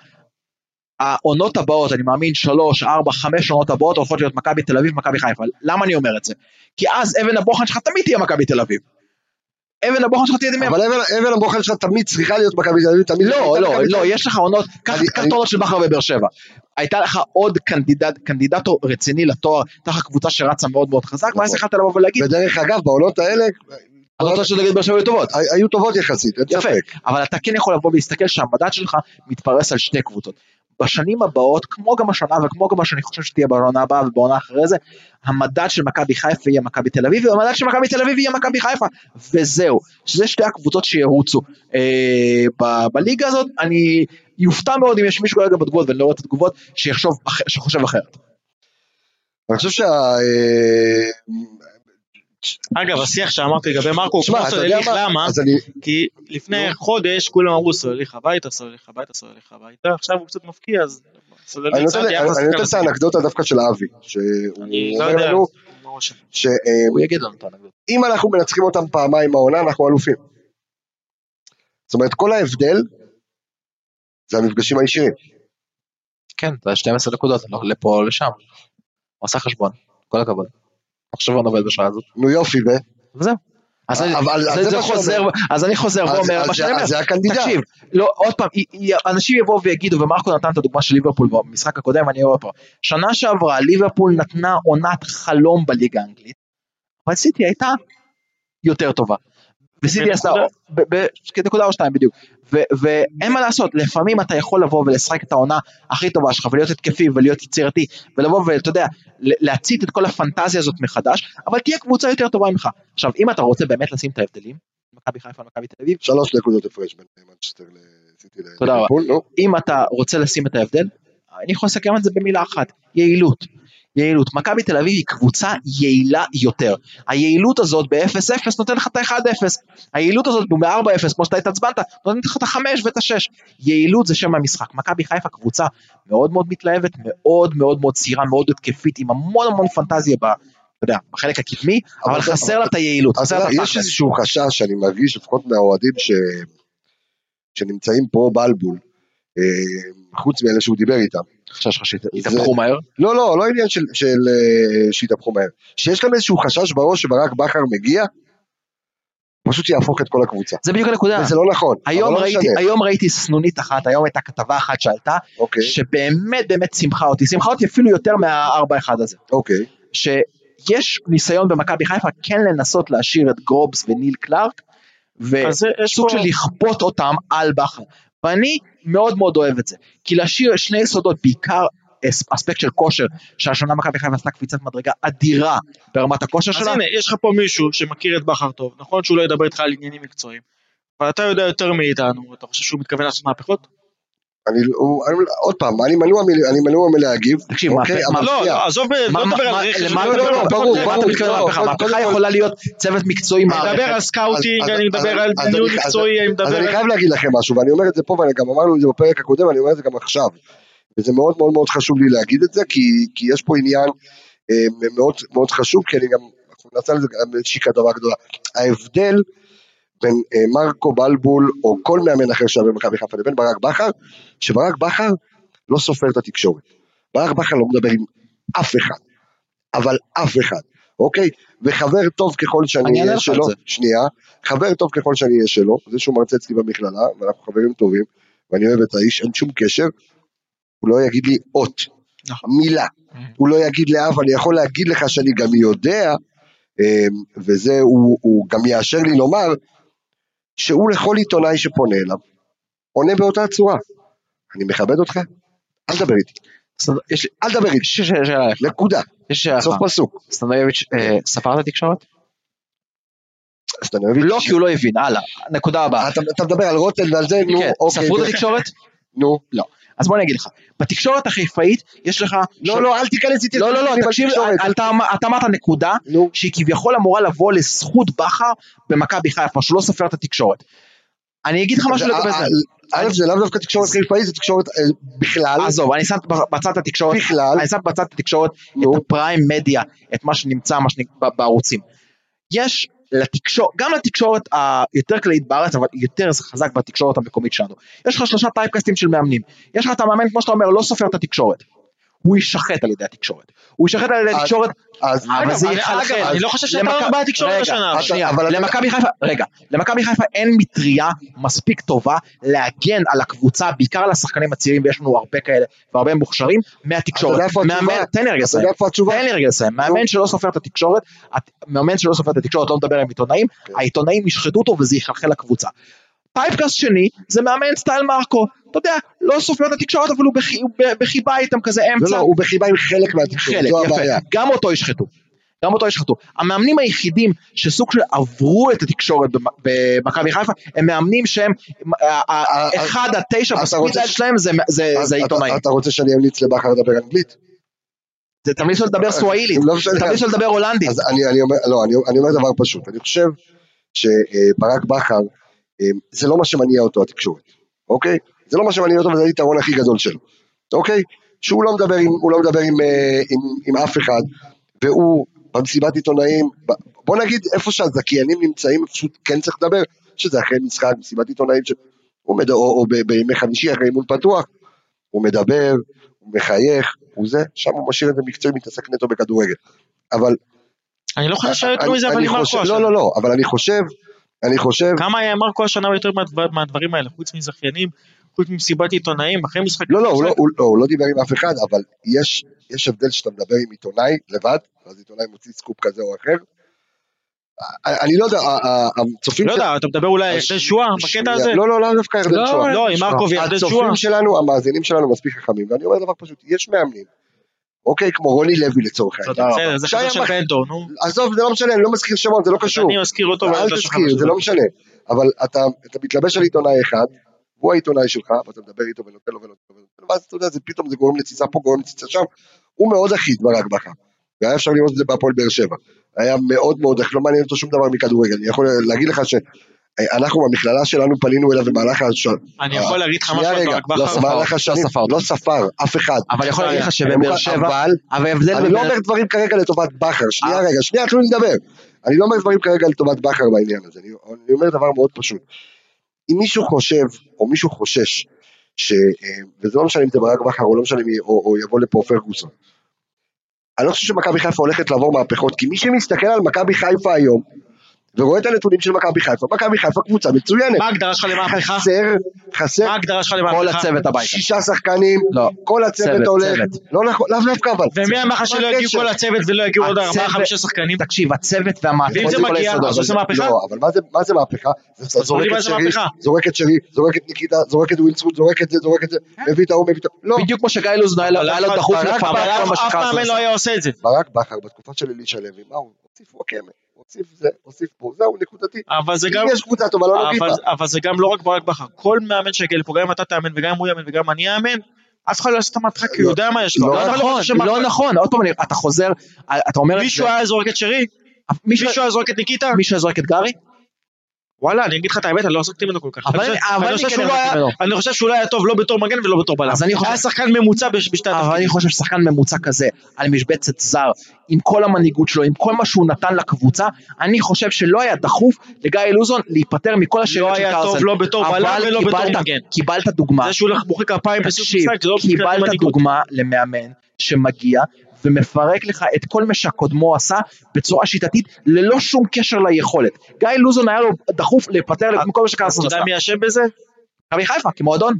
Speaker 2: העונות הבאות, אני מאמין שלוש, ארבע, חמש עונות הבאות הולכות להיות מכבי תל אביב, מכבי חיפה. למה אני אומר את זה? כי אז אבן הבוחן שלך תמיד תהיה מכבי תל אביב. אבן הבוחן שלך תהיה תמיד...
Speaker 1: אבל אבן- אבן הבוחן שלך תמיד צריכה להיות מכבי תל אביב, תמיד
Speaker 2: לא,
Speaker 1: הייתה
Speaker 2: לא,
Speaker 1: מכבי תל
Speaker 2: לא,
Speaker 1: אביב.
Speaker 2: יש לך עונות, קח
Speaker 1: אני-
Speaker 2: קח
Speaker 1: אני-
Speaker 2: את העונות של בכר ובאר שבע. הייתה לך עוד קנדידט, קנדידטור רציני לתואר, הייתה לך קבוצה שרצה מאוד מאוד חזק, ואז
Speaker 1: נכון.
Speaker 2: יכלת לבוא ולהגיד,
Speaker 1: ודרך אגב, בעונות האלה
Speaker 2: העונות של נגד באר שבע היו טובות.
Speaker 1: הי- היו טובות יחסית, אין
Speaker 2: יפה,
Speaker 1: ספק.
Speaker 2: אבל אתה כן יכול לבוא ולהסתכל שהמדד שלך מתפרס על שתי קבוצות. בשנים הבאות, כמו גם השנה וכמו גם מה שאני חושב שתהיה בעונה הבאה ובעונה אחרי זה, המדד של מכבי חיפה יהיה מכבי תל אביב, והמדד של מכבי תל אביב יהיה מכבי חיפה, וזהו. שזה שתי הקבוצות שירוצו אה, ב- בליגה הזאת. אני יופתע מאוד אם יש מישהו כרגע בתגובות, ואני לא רואה את התגובות, שיחשוב, אח- שחושב אחרת.
Speaker 1: אני חושב שה... אה,
Speaker 3: אגב, השיח שאמרתי לגבי מרקו, הוא
Speaker 1: שמע,
Speaker 3: כמו
Speaker 1: אתה יודע
Speaker 3: סולליך,
Speaker 1: מה?
Speaker 3: למה?
Speaker 1: אז אני...
Speaker 3: כי לפני חודש כולם אמרו סולליך הביתה, סולליך הביתה, סולליך הביתה, עכשיו הוא קצת מפקיע, אז... סולליך
Speaker 1: אני נותן
Speaker 3: קצת
Speaker 1: אני-
Speaker 3: יחס
Speaker 1: אני נותן את
Speaker 3: כזה.
Speaker 1: האנקדוטה דווקא של אבי,
Speaker 3: אני
Speaker 1: שהוא
Speaker 3: לא
Speaker 1: אומר
Speaker 3: יודע,
Speaker 1: לנו
Speaker 3: לא רושם.
Speaker 1: שהם
Speaker 2: הוא יגיד לנו את האנקדוטה.
Speaker 1: אם אנחנו מנצחים אותם פעמיים העונה, אנחנו אלופים. זאת אומרת, כל ההבדל זה המפגשים הישירים.
Speaker 2: כן, זה 12 נקודות, לא- לפה או לשם. הוא עשה חשבון, כל הכבוד. עכשיו הוא נובד בשעה הזאת.
Speaker 1: נו יופי, ו...
Speaker 2: וזהו. אז אני-
Speaker 1: אבל-
Speaker 2: אז
Speaker 1: אז
Speaker 2: אני
Speaker 1: זה מה
Speaker 2: חוזר-
Speaker 1: שאומר.
Speaker 2: אז אני חוזר
Speaker 1: אז-
Speaker 2: ואומר
Speaker 1: אז
Speaker 2: מה
Speaker 1: זה-
Speaker 2: שאני אומר.
Speaker 1: אז זה הקנדידט.
Speaker 2: תקשיב, לא, עוד פעם, היא- היא- אנשים יבואו ויגידו, ומרקו נתן את הדוגמה של ליברפול במשחק הקודם, אני רואה פה. שנה שעברה ליברפול נתנה עונת חלום בליגה האנגלית, אבל סיטי הייתה יותר טובה. וסיטי
Speaker 3: בנקודה.
Speaker 2: עשתה, ב- ב- כנקודה או שתיים בדיוק. ו- ואין מה לעשות, לפעמים אתה יכול לבוא ולשחק את העונה הכי טובה שלך, ולהיות התקפי ולהיות יצירתי, ולבוא ואתה יודע, ל- להצית את כל הפנטזיה הזאת מחדש, אבל תהיה קבוצה יותר טובה ממך. עכשיו, אם אתה רוצה באמת לשים את ההבדלים, מכבי חיפה ומכבי תל אביב,
Speaker 1: שלוש נקודות הפרש בין מנצ'סטר לסיטי
Speaker 2: תודה רבה.
Speaker 1: לליברפול, נו.
Speaker 2: אם אתה רוצה לשים את ההבדל, אני יכול לסכם את זה במילה אחת, יעילות. יעילות. מכבי תל אביב היא קבוצה יעילה יותר. היעילות הזאת ב-0-0 נותן לך את ה-1-0. היעילות הזאת ב-4-0, כמו שאתה התעצבנת, נותנת לך את ה-5 ואת ה-6. יעילות זה שם המשחק. מכבי חיפה קבוצה מאוד מאוד מתלהבת, מאוד מאוד מאוד צעירה, מאוד התקפית, עם המון המון פנטזיה ב... אתה יודע, בחלק הקדמי, אבל
Speaker 1: אבל-
Speaker 2: חסר לה את היעילות,
Speaker 1: אז
Speaker 2: חסר לה את
Speaker 1: יש
Speaker 2: התכלס.
Speaker 1: איזשהו חשש שאני מרגיש, לפחות מהאוהדים ש... שנמצאים פה בלבול, אה, חוץ מאלה שהוא דיבר איתם.
Speaker 2: חשש לך שהתהפכו מהר?
Speaker 1: לא, לא, לא עניין של, של אה, שיתהפכו מהר. שיש להם איזשהו חשש בראש שברק בכר מגיע, פשוט יהפוך את כל הקבוצה.
Speaker 2: זה בדיוק הנקודה.
Speaker 1: וזה לא נכון,
Speaker 2: היום
Speaker 1: אבל לא
Speaker 2: ראיתי,
Speaker 1: משנה.
Speaker 2: היום ראיתי סנונית אחת, היום הייתה כתבה אחת שעלתה,
Speaker 1: אוקיי,
Speaker 2: שבאמת באמת שמחה אותי, שמחה אותי אפילו יותר מה-4-1 הזה.
Speaker 1: אוקיי.
Speaker 2: שיש ניסיון במכבי חיפה כן לנסות להשאיר את גרובס וניל קלארק,
Speaker 3: אז זה- יש
Speaker 2: וסוג
Speaker 3: פה-
Speaker 2: של לכפות אותם על בכר. ואני מאוד מאוד אוהב את זה, כי להשאיר שני יסודות, בעיקר אס- אספקט של כושר, שהשנה מכבי חיפה עשתה קפיצת מדרגה אדירה ברמת הכושר
Speaker 3: אז
Speaker 2: שלה,
Speaker 3: הנה, יש לך פה מישהו שמכיר את בכר טוב, נכון שהוא לא ידבר איתך על עניינים מקצועיים, אבל אתה יודע יותר מאיתנו, אתה חושב שהוא מתכוון לעשות מהפכות?
Speaker 1: אני, הוא, אני, עוד פעם, אני מנוע, מ- אני מנוע מלהגיב.
Speaker 2: תקשיב,
Speaker 1: אוקיי,
Speaker 2: מהפך-
Speaker 1: אבל
Speaker 2: מה-
Speaker 3: לא,
Speaker 1: שנייה.
Speaker 3: לא, עזוב, לא
Speaker 2: מה-
Speaker 3: נדבר
Speaker 2: מה-
Speaker 3: על רכש,
Speaker 2: למה
Speaker 1: לא,
Speaker 2: אתה
Speaker 1: לא,
Speaker 2: מתכוון
Speaker 1: ברור,
Speaker 2: למה אתה
Speaker 1: ברור,
Speaker 2: מתכוון
Speaker 1: לא,
Speaker 2: למהפכה?
Speaker 1: קודם-
Speaker 2: מהפכה
Speaker 1: קודם-
Speaker 2: יכולה להיות צוות מקצועי
Speaker 3: אני
Speaker 2: מערכת.
Speaker 3: מדבר על סקאוטינג,
Speaker 1: אז- אז-
Speaker 3: אני מדבר על
Speaker 1: אז-
Speaker 3: ניהול
Speaker 1: אז-
Speaker 3: מקצועי, אני
Speaker 1: אז
Speaker 3: מדבר
Speaker 1: אני
Speaker 3: על...
Speaker 1: חייב להגיד לכם משהו, ואני אומר את זה פה, ואני גם אמרנו את זה בפרק הקודם, אני אומר את זה גם עכשיו. וזה מאוד מאוד מאוד חשוב לי להגיד את זה, כי, כי יש פה עניין אה, מאוד מאוד חשוב, כי אני גם, אנחנו נעשה לזה גם איזושהי כתבה גדולה. ההבדל בין אה, מרקו בלבול, או כל מאמן אחר שהיה במכבי חיפה, לבין ברק בכר, שברק בכר לא סופר את התקשורת. ברק בכר לא מדבר עם אף אחד, אבל אף אחד, אוקיי? וחבר טוב ככל
Speaker 2: אני
Speaker 1: שאני
Speaker 2: אענה
Speaker 1: אהיה
Speaker 2: לך על
Speaker 1: שלו,
Speaker 2: זה.
Speaker 1: שנייה, חבר טוב ככל שאני אהיה שלו, זה שהוא מרצה אצלי במכללה, ואנחנו חברים טובים, ואני אוהב את האיש, אין שום קשר, הוא לא יגיד לי אות,
Speaker 3: נכון.
Speaker 1: מילה.
Speaker 2: Mm-hmm.
Speaker 1: הוא לא יגיד לאב, אני יכול להגיד לך שאני גם יודע, אמ, וזה הוא, הוא גם יאשר לי לומר, שהוא לכל עיתונאי שפונה אליו, עונה באותה הצורה. אני מכבד אותך, אל תדבר איתי,
Speaker 2: סטנד- יש לי-
Speaker 1: אל תדבר איתי,
Speaker 2: יש לי שאלה- שאלה אליך.
Speaker 1: נקודה,
Speaker 2: יש שאלה
Speaker 1: סוף
Speaker 2: אחת.
Speaker 1: פסוק.
Speaker 2: סטנדרביץ' אה, ספר את התקשורת?
Speaker 1: אז אתה מבין?
Speaker 2: לא, כי הוא לא הבין, הלאה. נקודה הבאה.
Speaker 1: אתה, אתה מדבר על רוטל ועל זה, אה, נו,
Speaker 2: כן,
Speaker 1: אוקיי.
Speaker 2: ספרו
Speaker 1: נו,
Speaker 2: את התקשורת?
Speaker 1: נו.
Speaker 2: אז בוא אני אגיד לך. בתקשורת החיפאית יש לך...
Speaker 1: לא, לא, אל תיכנס איתי.
Speaker 2: לא, לא, לא,
Speaker 1: אני
Speaker 2: תקשיב,
Speaker 1: בתקשורת.
Speaker 2: אתה אמר- אתה אמרת נקודה
Speaker 1: נו,
Speaker 2: שהיא כביכול אמורה לבוא לזכות בכר במכבי חיפה, שהוא לא סופר את התקשורת. אני אגיד לך משהו
Speaker 1: זה-
Speaker 2: לגבי
Speaker 1: א-
Speaker 2: זה.
Speaker 1: א- א', זה לאו דווקא תקשורת חיפאית, זה תקשורת אה, בכלל,
Speaker 2: עזוב, אני שם בצד את התקשורת,
Speaker 1: בכלל.
Speaker 2: אני שם בצד את התקשורת,
Speaker 1: נו.
Speaker 2: את הפריים מדיה, את מה שנמצא מה שנקרא, בערוצים. יש לתקשורת, גם לתקשורת היותר כללית בארץ, אבל יותר זה חזק בתקשורת המקומית שלנו. יש לך שלושה טייפקסטים של מאמנים. יש לך את המאמן, כמו שאתה אומר, לא סופר את התקשורת. הוא יישחט על ידי התקשורת. הוא יישחט על ידי
Speaker 1: אז-
Speaker 2: התקשורת,
Speaker 1: אז
Speaker 2: אבל זה
Speaker 3: אגב,
Speaker 2: יחלחל.
Speaker 3: אגב, אני לא חושב שהייתה
Speaker 2: למכ-
Speaker 3: הרבה התקשורת
Speaker 2: רגע,
Speaker 3: השנה,
Speaker 1: אבל-
Speaker 2: שנייה,
Speaker 1: אבל-
Speaker 2: למכבי חיפה, רגע, למכבי חיפה אין מטריה מספיק טובה להגן על הקבוצה, בעיקר על השחקנים הצעירים, ויש לנו הרבה כאלה והרבה מוכשרים, מהתקשורת.
Speaker 1: אתה יודע איפה
Speaker 2: מאמן-
Speaker 1: התשובה?
Speaker 2: תן לי רגע
Speaker 1: אתה
Speaker 2: לסיים.
Speaker 1: יודע איפה התשובה?
Speaker 2: תן לי רגע לסיים. מאמן שלא סופר את התקשורת,
Speaker 1: כן.
Speaker 2: את- מאמן שלא סופר את התקשורת לא מדבר עם עיתונאים, העיתונאים ישחטו אותו וזה יחלחל לקבוצה. פייפקאסט שני זה מאמן סטייל מרקו, אתה יודע, לא סופר את התקשורת אבל הוא בח- הוא ב- בחיבה איתם כזה
Speaker 1: לא,
Speaker 2: אמצע,
Speaker 1: לא, הוא בחיבה עם חלק מהתקשורת,
Speaker 2: חלק,
Speaker 1: זו הבעיה.
Speaker 2: יפה, גם אותו ישחטו. גם אותו ישחטו. המאמנים היחידים שסוג של עברו את התקשורת במ- במכבי חיפה, הם מאמנים שהם, ה- ה-
Speaker 1: אה,
Speaker 2: אחד עד תשע
Speaker 1: אתה
Speaker 2: בספיד
Speaker 1: רוצה
Speaker 2: ליין
Speaker 1: ש-
Speaker 2: שלהם זה- זה-
Speaker 1: אז
Speaker 2: זה
Speaker 1: אתה-
Speaker 2: עיתונאים.
Speaker 1: אתה רוצה שאני אמליץ לבכר לדבר אנגלית?
Speaker 2: זה תמליץ לו לדבר סוואילית,
Speaker 1: לא משנה.
Speaker 2: זה תמליץ לו לדבר הולנדית.
Speaker 1: אז אני, אני, אומר, לא, אני, אני אומר דבר פשוט, אני חושב שברק בכר, אה, זה לא מה שמניע אותו התקשורת, אוקיי? זה לא מה שמניע אותו וזה היתרון הכי גדול שלו, אוקיי? שהוא לא מדבר עם, הוא לא מדבר עם, אה, עם, עם אף אחד, והוא במסיבת עיתונאים, ב- בוא נגיד איפה שהזכיינים נמצאים, איפה שהוא כן צריך לדבר, שזה אחרי משחק, מסיבת עיתונאים, ש... הוא מד... או, או ב, בימי חמישי אחרי אימון פתוח, הוא מדבר, הוא מחייך, הוא זה, שם הוא משאיר את זה מקצועי, מתעסק נטו בכדורגל. אבל
Speaker 3: אני לא חושב שהיה יותר
Speaker 1: אני-
Speaker 3: מזה, אבל
Speaker 1: אני
Speaker 3: עם
Speaker 1: חושב-
Speaker 3: מרקו השנה.
Speaker 1: לא, לא, לא, אבל אני חושב, אני חושב,
Speaker 3: כמה היה מרקו השנה יותר מהדבר- מהדברים האלה, חוץ מזכיינים, חוץ ממסיבת עיתונאים, אחרי משחק...
Speaker 1: לא, לא, הוא לא, הוא לא, הוא לא דיבר עם אף אחד, אבל יש, יש הבדל שאתה מדבר עם עיתונאי לבד, ואז עיתונאי מוציא סקופ כזה או אחר. אני- אני לא יודע, ה- ה- הצופים...
Speaker 3: לא
Speaker 1: של-
Speaker 3: יודע, אתה מדבר אולי על
Speaker 1: הש-
Speaker 3: ירדן שואה, בקטע
Speaker 1: שנייה,
Speaker 3: הזה?
Speaker 1: לא, לא, לא דווקא ירדן
Speaker 3: לא,
Speaker 1: שואה.
Speaker 3: לא, עם מרקו וירדן שואה.
Speaker 1: הצופים שלנו, המאזינים שלנו מספיק חכמים, ואני אומר דבר פשוט, יש מאמנים, אוקיי, כמו רוני לוי לצורך העניין.
Speaker 3: בסדר, זה חבר
Speaker 1: שהיה
Speaker 3: של
Speaker 1: מח-
Speaker 3: פנטו, נו.
Speaker 1: עזוב, זה לא משנה, אני לא מזכיר שמות, זה לא קשור.
Speaker 3: אני מזכיר אותו.
Speaker 1: אל
Speaker 3: בעמדה שלך,
Speaker 1: תזכיר, זה
Speaker 3: אבל-
Speaker 1: לא משנה. אבל אתה, אתה מתלבש על עיתונאי אחד, הוא העיתונאי שלך, ואתה מדבר איתו ונותן לו ונותן לו ונותן לו, ואז אתה יודע, זה פתאום זה גורם לתסיסה פה, גורם לתסיסה שם. הוא מאוד אחיד ברק בכר, והיה אפשר לראות את זה בהפועל באר שבע. היה מאוד מאוד, אך לא מעניין אותו שום דבר מכדורגל. אני יכול להגיד לך שאנחנו במכללה שלנו פנינו אליו במהלך השנים.
Speaker 3: אני יכול להגיד לך משהו
Speaker 1: שנייה
Speaker 3: על
Speaker 1: רגע,
Speaker 3: ברק בכר?
Speaker 1: לא, במהלך השנים,
Speaker 2: ספר אותו.
Speaker 1: לא ספר, אף אחד.
Speaker 2: אבל יכול להגיד לך שבבאר שבע,
Speaker 1: אבל
Speaker 2: אבל ההבדל
Speaker 1: אני לא
Speaker 2: בבאר-
Speaker 1: אומר דברים כרגע לטובת בכר, שנייה
Speaker 2: אה.
Speaker 1: רגע, שנייה תנו לי לדבר. אני לא אומר דברים כרגע לטובת בכר בעניין הזה, אני, אני אומר דבר מאוד פשוט. אם מישהו חושב, או מישהו חושש, ש, אה, וזה לא משנה אם זה ברק בכר, או לא משנה אם יהיה- או, או יבוא לפה פרגוסון, אני לא חושב שמכבי חיפה הולכת לעבור מהפכות, כי מי שמסתכל על מכבי חיפה היום, ורואה את הנתונים של מכבי חיפה, מכבי חיפה קבוצה מצוינת.
Speaker 3: מה ההגדרה שלך למהפכה?
Speaker 1: חסר, חסר
Speaker 3: מה ההגדרה שלך למהפכה?
Speaker 2: כל הצוות הביתה.
Speaker 1: שישה שחקנים,
Speaker 2: לא,
Speaker 1: כל הצוות
Speaker 2: צוות,
Speaker 1: הולך,
Speaker 2: צוות.
Speaker 1: לא נכון, לאו דווקא אבל.
Speaker 3: ומי אמר לך שלא
Speaker 1: מה
Speaker 3: יגיעו
Speaker 1: הקשר?
Speaker 3: כל הצוות ולא יגיעו עוד ארבעה
Speaker 2: הצוות-
Speaker 3: חמישה שחקנים?
Speaker 2: תקשיב, הצוות והמעטפות,
Speaker 3: ואם זה
Speaker 2: כל
Speaker 3: מגיע,
Speaker 2: היסודות.
Speaker 3: אז עושה מהפכה?
Speaker 1: לא, אבל מה זה- מה זה מהפכה? זה קצת
Speaker 3: תסביר לי
Speaker 1: זורק
Speaker 3: מה
Speaker 1: את
Speaker 3: זה
Speaker 1: שרי,
Speaker 3: מהפכה.
Speaker 1: זורק את שרי, זורק את ניקיטה, זורק את ווילסרוט, זורק את זה, זורק את זה,
Speaker 3: אה?
Speaker 1: מביא את ההוא, מביא את ה... לא,
Speaker 2: בדיוק כמו שגיא לוז היה לו היה לו
Speaker 3: אבל
Speaker 2: דחוף
Speaker 3: ברק
Speaker 2: לפעמים
Speaker 3: בכר,
Speaker 2: כל מה
Speaker 3: אף
Speaker 2: שקרה.
Speaker 3: מאמן לא היה עושה את זה.
Speaker 1: ברק בכר בתקופה של אלישע לוי, מה הוא? הוסיף וואקמה, הוסיף זה, הוסיף פה, זהו, נקודתי.
Speaker 3: אבל זה גם...
Speaker 1: אם יש קבוצה טובה, לא נוגעים
Speaker 3: אבל-
Speaker 1: בה.
Speaker 3: אבל זה גם לא רק ברק בכר, כל מאמן שיגיע לפה, גם אם אתה תאמן וגם אם הוא יאמן וגם אני אאמן, אף אחד לא יעשה את המטחק, כי הוא
Speaker 1: לא,
Speaker 3: יודע מה יש לו.
Speaker 1: לא
Speaker 3: אבל אני
Speaker 2: לא נכון,
Speaker 3: חושב
Speaker 2: לא
Speaker 3: שמהפכה-
Speaker 2: נכון, עוד פעם, אני- אתה חוזר, אתה אומר, את זה.
Speaker 3: מישהו היה זורק את שרי?
Speaker 2: מישהו-
Speaker 3: מישהו היה זורק את ניקיטה?
Speaker 2: מישהו היה זורק את גארי?
Speaker 3: וואלה, אני אגיד לך את האמת, אני לא עסקתי ממנו כל כך.
Speaker 2: אבל-
Speaker 3: אני חושב-
Speaker 2: אבל
Speaker 3: אני
Speaker 2: אני
Speaker 3: חושב
Speaker 2: כן
Speaker 3: שהוא לא
Speaker 2: עסקתי
Speaker 3: היה-
Speaker 2: ממנו.
Speaker 3: אני חושב שהוא לא היה טוב לא בתור מגן ולא בתור בלם.
Speaker 2: אז אני חושב-
Speaker 3: היה שחקן ממוצע בש- בשתי
Speaker 2: אבל
Speaker 3: התפקידים.
Speaker 2: אני חושב ששחקן ממוצע כזה על משבצת זר, עם כל המנהיגות שלו, עם כל מה שהוא נתן לקבוצה, אני חושב שלא היה דחוף לגיא לוזון להיפטר מכל השאלות
Speaker 3: לא
Speaker 2: של
Speaker 3: היה
Speaker 2: קרסן.
Speaker 3: טוב לא בתור בלם
Speaker 2: אבל
Speaker 3: ולא בתור
Speaker 2: קיבלת-
Speaker 3: מגן.
Speaker 2: קיבלת דוגמה,
Speaker 3: זה שהוא הולך מוחא כפיים בסוף
Speaker 2: תקשיב,
Speaker 3: משחק, זה לא מבחינת
Speaker 2: קיבלת
Speaker 3: מנהיגות.
Speaker 2: דוגמה למאמן שמגיע ומפרק לך את כל מה שהקודמו עשה בצורה שיטתית, ללא שום קשר ליכולת. גיא לוזון היה לו דחוף להיפטר מכל מה
Speaker 3: אז
Speaker 2: שקרסן
Speaker 3: אתה
Speaker 2: עשה.
Speaker 3: יודע אה, מי אשם בזה?
Speaker 2: מכבי חיפה, כמועדון.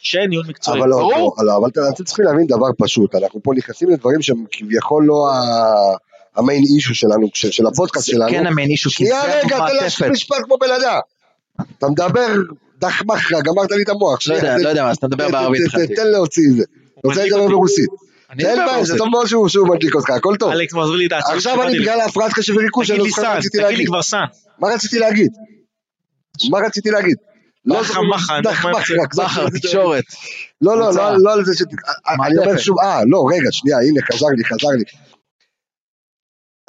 Speaker 3: שאין ניהול מקצועי.
Speaker 1: אבל לא,
Speaker 2: ברור.
Speaker 1: לא, לא, אבל אתה- אתם צריכים להבין דבר פשוט, אנחנו פה נכנסים לדברים שהם כביכול לא ה- המיין אישו שלנו, של- של הפודקאסט שלנו.
Speaker 2: כן המעין אישו, כי
Speaker 1: שנייה
Speaker 2: זה היה
Speaker 1: רגע, תן
Speaker 2: מעטפת.
Speaker 1: להשחיל משפט כמו בן אדם. אתה מדבר דחמחרה, גמרת לי את המוח.
Speaker 2: לא
Speaker 1: שנייה,
Speaker 2: יודע,
Speaker 1: תן-
Speaker 2: לא יודע מה, אז אתה מדבר
Speaker 1: ת-
Speaker 2: בערבית.
Speaker 1: ת- ת-
Speaker 2: חצי.
Speaker 1: תן להוציא את זה. אתה רוצה
Speaker 3: מדליק
Speaker 1: לדבר
Speaker 3: אותי.
Speaker 1: ברוסית.
Speaker 2: אני
Speaker 1: אין
Speaker 2: מדבר
Speaker 1: בעיה, זה
Speaker 2: ברוסית.
Speaker 1: טוב מאוד שהוא שהוא מדליק אותך, הכל טוב.
Speaker 3: אלכס מחזיר לי את העצמי.
Speaker 1: עכשיו אני בגלל ההפרעת קשב וריכוז,
Speaker 3: תגיד
Speaker 1: שאני לא
Speaker 3: לי
Speaker 1: זוכר מה
Speaker 3: סאן,
Speaker 1: רציתי
Speaker 3: תגיד לי
Speaker 1: להגיד.
Speaker 3: כבר סאן.
Speaker 1: מה רציתי להגיד? מה רציתי להגיד? לא
Speaker 3: בכר,
Speaker 1: זוכר,
Speaker 3: מכר,
Speaker 1: דחמחרה, קצת רציתי
Speaker 2: בכר,
Speaker 1: להגיד.
Speaker 2: תקשורת.
Speaker 1: לא, לא,
Speaker 2: הוצאה.
Speaker 1: לא, לא על זה ש... אני אומר
Speaker 2: מעטפת.
Speaker 1: שוב, אה, לא, רגע, שנייה, הנה, חזר לי, חזר לי.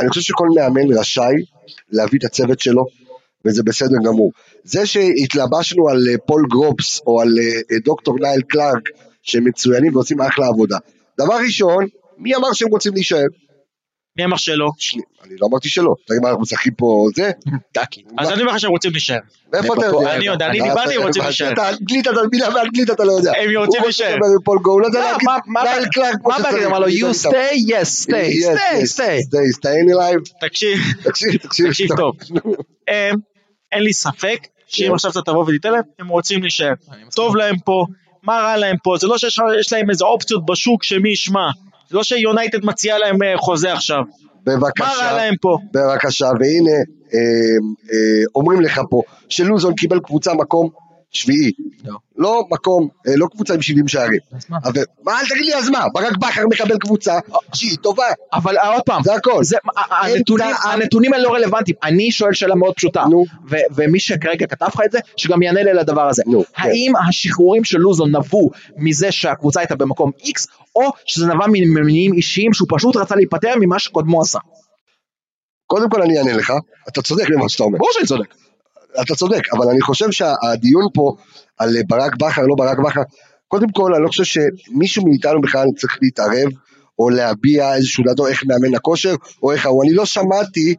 Speaker 1: אני חושב שכל מאמן רשאי להביא את הצוות שלו, וזה בסדר גמור. זה שהתלבשנו על אה, פול גרופס, או על אה, אה, דוקטור נייל קלארק, שהם מצוינים ועושים אחלה עבודה. דבר ראשון, מי אמר שהם רוצים להישאר?
Speaker 3: מי אמר שלא?
Speaker 1: שני, אני לא אמרתי שלא. תגיד מה, אנחנו משחקים פה זה?
Speaker 2: דקי.
Speaker 3: אז אני אומר לך שהם רוצים להישאר.
Speaker 1: מאיפה אתה
Speaker 2: בטוח,
Speaker 1: יודע?
Speaker 3: אני יודע, אני
Speaker 1: אתה-
Speaker 3: דיברתי, הם
Speaker 1: אתה-
Speaker 3: רוצים
Speaker 1: אתה-
Speaker 3: להישאר.
Speaker 1: אתה אנגלית, אתה מילה באנגלית אתה לא יודע.
Speaker 3: הם רוצים להישאר.
Speaker 1: הוא רוצה לדבר עם פול גו, הוא לא יודע
Speaker 2: לא,
Speaker 1: להגיד
Speaker 2: מה- מה-
Speaker 1: נייל קלארק כמו
Speaker 2: מה
Speaker 1: שצריך.
Speaker 2: בעצם אמר לו,
Speaker 1: אני לא
Speaker 2: you
Speaker 1: איתם.
Speaker 2: stay, yes, stay,
Speaker 1: Yes,
Speaker 2: stay,
Speaker 1: yes,
Speaker 2: stay.
Speaker 1: stay, staying alive.
Speaker 3: תקשיב,
Speaker 1: תקשיב, תקשיב.
Speaker 3: תקשיב טוב. הם, אין לי ספק שאם
Speaker 1: כן.
Speaker 3: עכשיו אתה תבוא ותיתן להם, הם רוצים להישאר. טוב להם פה, מה רע להם פה, זה לא שיש יש להם איזה אופציות בשוק שמי ישמע. זה לא שיונייטד מציעה להם אה, חוזה עכשיו. מה רע
Speaker 1: בבקשה, אמ,
Speaker 3: להם פה?
Speaker 1: בבקשה, והנה אה, אה, אומרים לך פה שלוזון קיבל קבוצה מקום שביעי.
Speaker 2: לא.
Speaker 1: לא מקום, אה, לא קבוצה עם 70 שערים.
Speaker 2: אז מה?
Speaker 1: אבל, מה, אל תגיד לי אז מה, ברק בכר מקבל קבוצה שהיא טובה,
Speaker 2: אבל אה, עוד פעם,
Speaker 1: זה הכל.
Speaker 2: זה- ה- ה- הנתונים-
Speaker 1: טעם.
Speaker 2: הנתונים האלה לא רלוונטיים. אני שואל שאלה מאוד פשוטה,
Speaker 1: נו.
Speaker 2: ו- ומי שכרגע כתב לך את זה, שגם יענה לי על הדבר הזה.
Speaker 1: נו, כן.
Speaker 2: האם השחרורים של לוזון נבעו מזה שהקבוצה הייתה במקום X, או שזה נבע ממניעים אישיים שהוא פשוט רצה להיפטר ממה שקודמו עשה?
Speaker 1: קודם כל אני אענה לך, אתה צודק במה שאתה אומר.
Speaker 2: ברור שאני צודק.
Speaker 1: אתה צודק, אבל אני חושב שהדיון פה על ברק בכר, לא ברק בכר, קודם כל אני לא חושב שמישהו מאיתנו בכלל צריך להתערב או להביע איזשהו דעתו איך מאמן הכושר או איך ההוא. אני לא שמעתי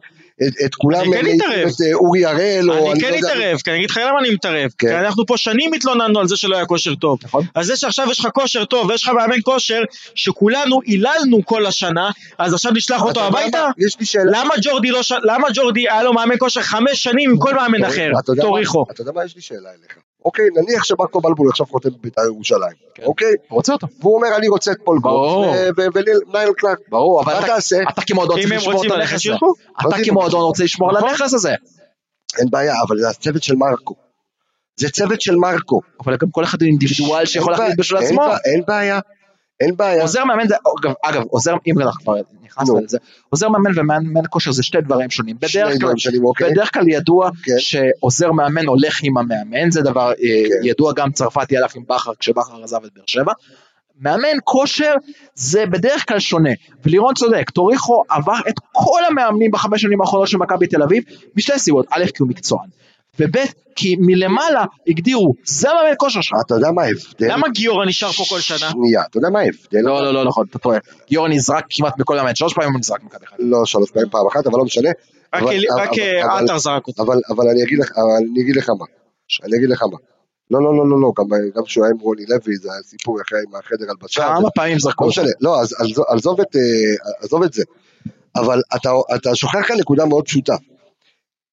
Speaker 1: את, את כולם,
Speaker 3: אני כן
Speaker 1: אה,
Speaker 3: אתערב.
Speaker 1: את אה, אורי הראל, או
Speaker 3: אני
Speaker 1: לא
Speaker 3: כן
Speaker 1: יודע-
Speaker 3: אתערב, כי אני אגיד לך למה אני מתערב.
Speaker 1: כן.
Speaker 3: כי אנחנו פה שנים התלוננו על זה שלא היה כושר טוב.
Speaker 2: נכון.
Speaker 3: אז זה שעכשיו יש לך כושר טוב ויש לך מאמן כושר, שכולנו היללנו כל השנה, אז עכשיו נשלח
Speaker 1: אתה
Speaker 3: אותו
Speaker 1: יודע
Speaker 3: הביתה?
Speaker 1: מה? יש לי שאלה.
Speaker 3: למה ג'ורדי לא ש... למה ג'ורדי היה לו מאמן כושר חמש שנים עם כל מאמן אחר?
Speaker 1: אתה יודע מה?
Speaker 3: תוריחו.
Speaker 1: אתה יודע מה? יש לי שאלה אליך. אוקיי, נניח שמרקו בלבול עכשיו חותם בבית"ר ירושלים,
Speaker 3: כן.
Speaker 1: אוקיי?
Speaker 2: רוצה אותו.
Speaker 1: והוא אומר אני רוצה את פול
Speaker 2: ברור.
Speaker 1: גוט וליל קלאק.
Speaker 2: ברור, אבל
Speaker 1: מה
Speaker 2: אתה-
Speaker 1: תעשה?
Speaker 2: אתה כמועדון
Speaker 3: אם
Speaker 2: צריך
Speaker 3: הם
Speaker 2: לשמור
Speaker 3: רוצים
Speaker 2: את
Speaker 3: ללכת
Speaker 2: הנכס הזה.
Speaker 3: שילכו. נכון.
Speaker 1: אז
Speaker 2: אתה
Speaker 1: אם-
Speaker 2: כמועדון רוצה לשמור על הנכס הזה.
Speaker 1: אין בעיה, אבל זה הצוות של מרקו. זה צוות של מרקו.
Speaker 2: אבל גם כל אחד הוא אינדיבידואל שיכול
Speaker 1: אין
Speaker 2: להחליט
Speaker 1: בעיה,
Speaker 2: בשביל
Speaker 1: אין
Speaker 2: עצמו.
Speaker 1: בעיה, אין בעיה, אין בעיה.
Speaker 2: עוזר מאמן זה, אגב, אגב עוזר, אם אנחנו כבר נכנסנו
Speaker 1: נו.
Speaker 2: לזה, עוזר מאמן ומאמן כושר זה שני דברים שונים.
Speaker 1: שני
Speaker 2: בדרך כלל,
Speaker 1: דברים שונים, אוקיי.
Speaker 2: בדרך כלל ידוע
Speaker 1: כן.
Speaker 2: שעוזר מאמן הולך עם המאמן, זה דבר אה, ידוע, גם צרפתי הלך עם בכר כשבכר עזב את באר שבע. מאמן כושר זה בדרך כלל שונה, ולירון צודק, טוריחו עבר את כל המאמנים בחמש שנים האחרונות של מכבי תל אביב, משתי סיבות, א' כי הוא מקצוען, וב' כי מלמעלה הגדירו, זה מאמן כושר שלך.
Speaker 1: אתה יודע מה ההבדל?
Speaker 3: למה גיורא נשאר פה כל שנה?
Speaker 1: שנייה, אתה יודע מה ההבדל?
Speaker 2: לא, לא, לא, נכון, אתה טועה. גיורא נזרק כמעט בכל המאמן, שלוש פעמים הוא נזרק מכבי חיפה.
Speaker 1: לא שלוש פעמים פעם אחת, אבל לא משנה.
Speaker 3: רק
Speaker 1: אבל-
Speaker 3: אל-
Speaker 1: אבל-
Speaker 3: רק
Speaker 1: אבל-
Speaker 3: אה,
Speaker 1: אבל-
Speaker 3: עטר זרק אותו.
Speaker 1: אבל אבל אני אגיד לך- אבל אני אגיד לך מה. אני אגיד לך מה. לא, לא, לא, לא, לא, גם- גם כשהוא היה עם רוני לוי, זה היה סיפור אחרי עם החדר הלבשה.
Speaker 2: כמה פעמים
Speaker 1: לא
Speaker 2: זרקו אותו?
Speaker 1: משנה, לא, אז אז- עזוב את, אה, עזוב את זה. אבל אתה, אתה שוכח כאן נקודה מאוד פשוטה.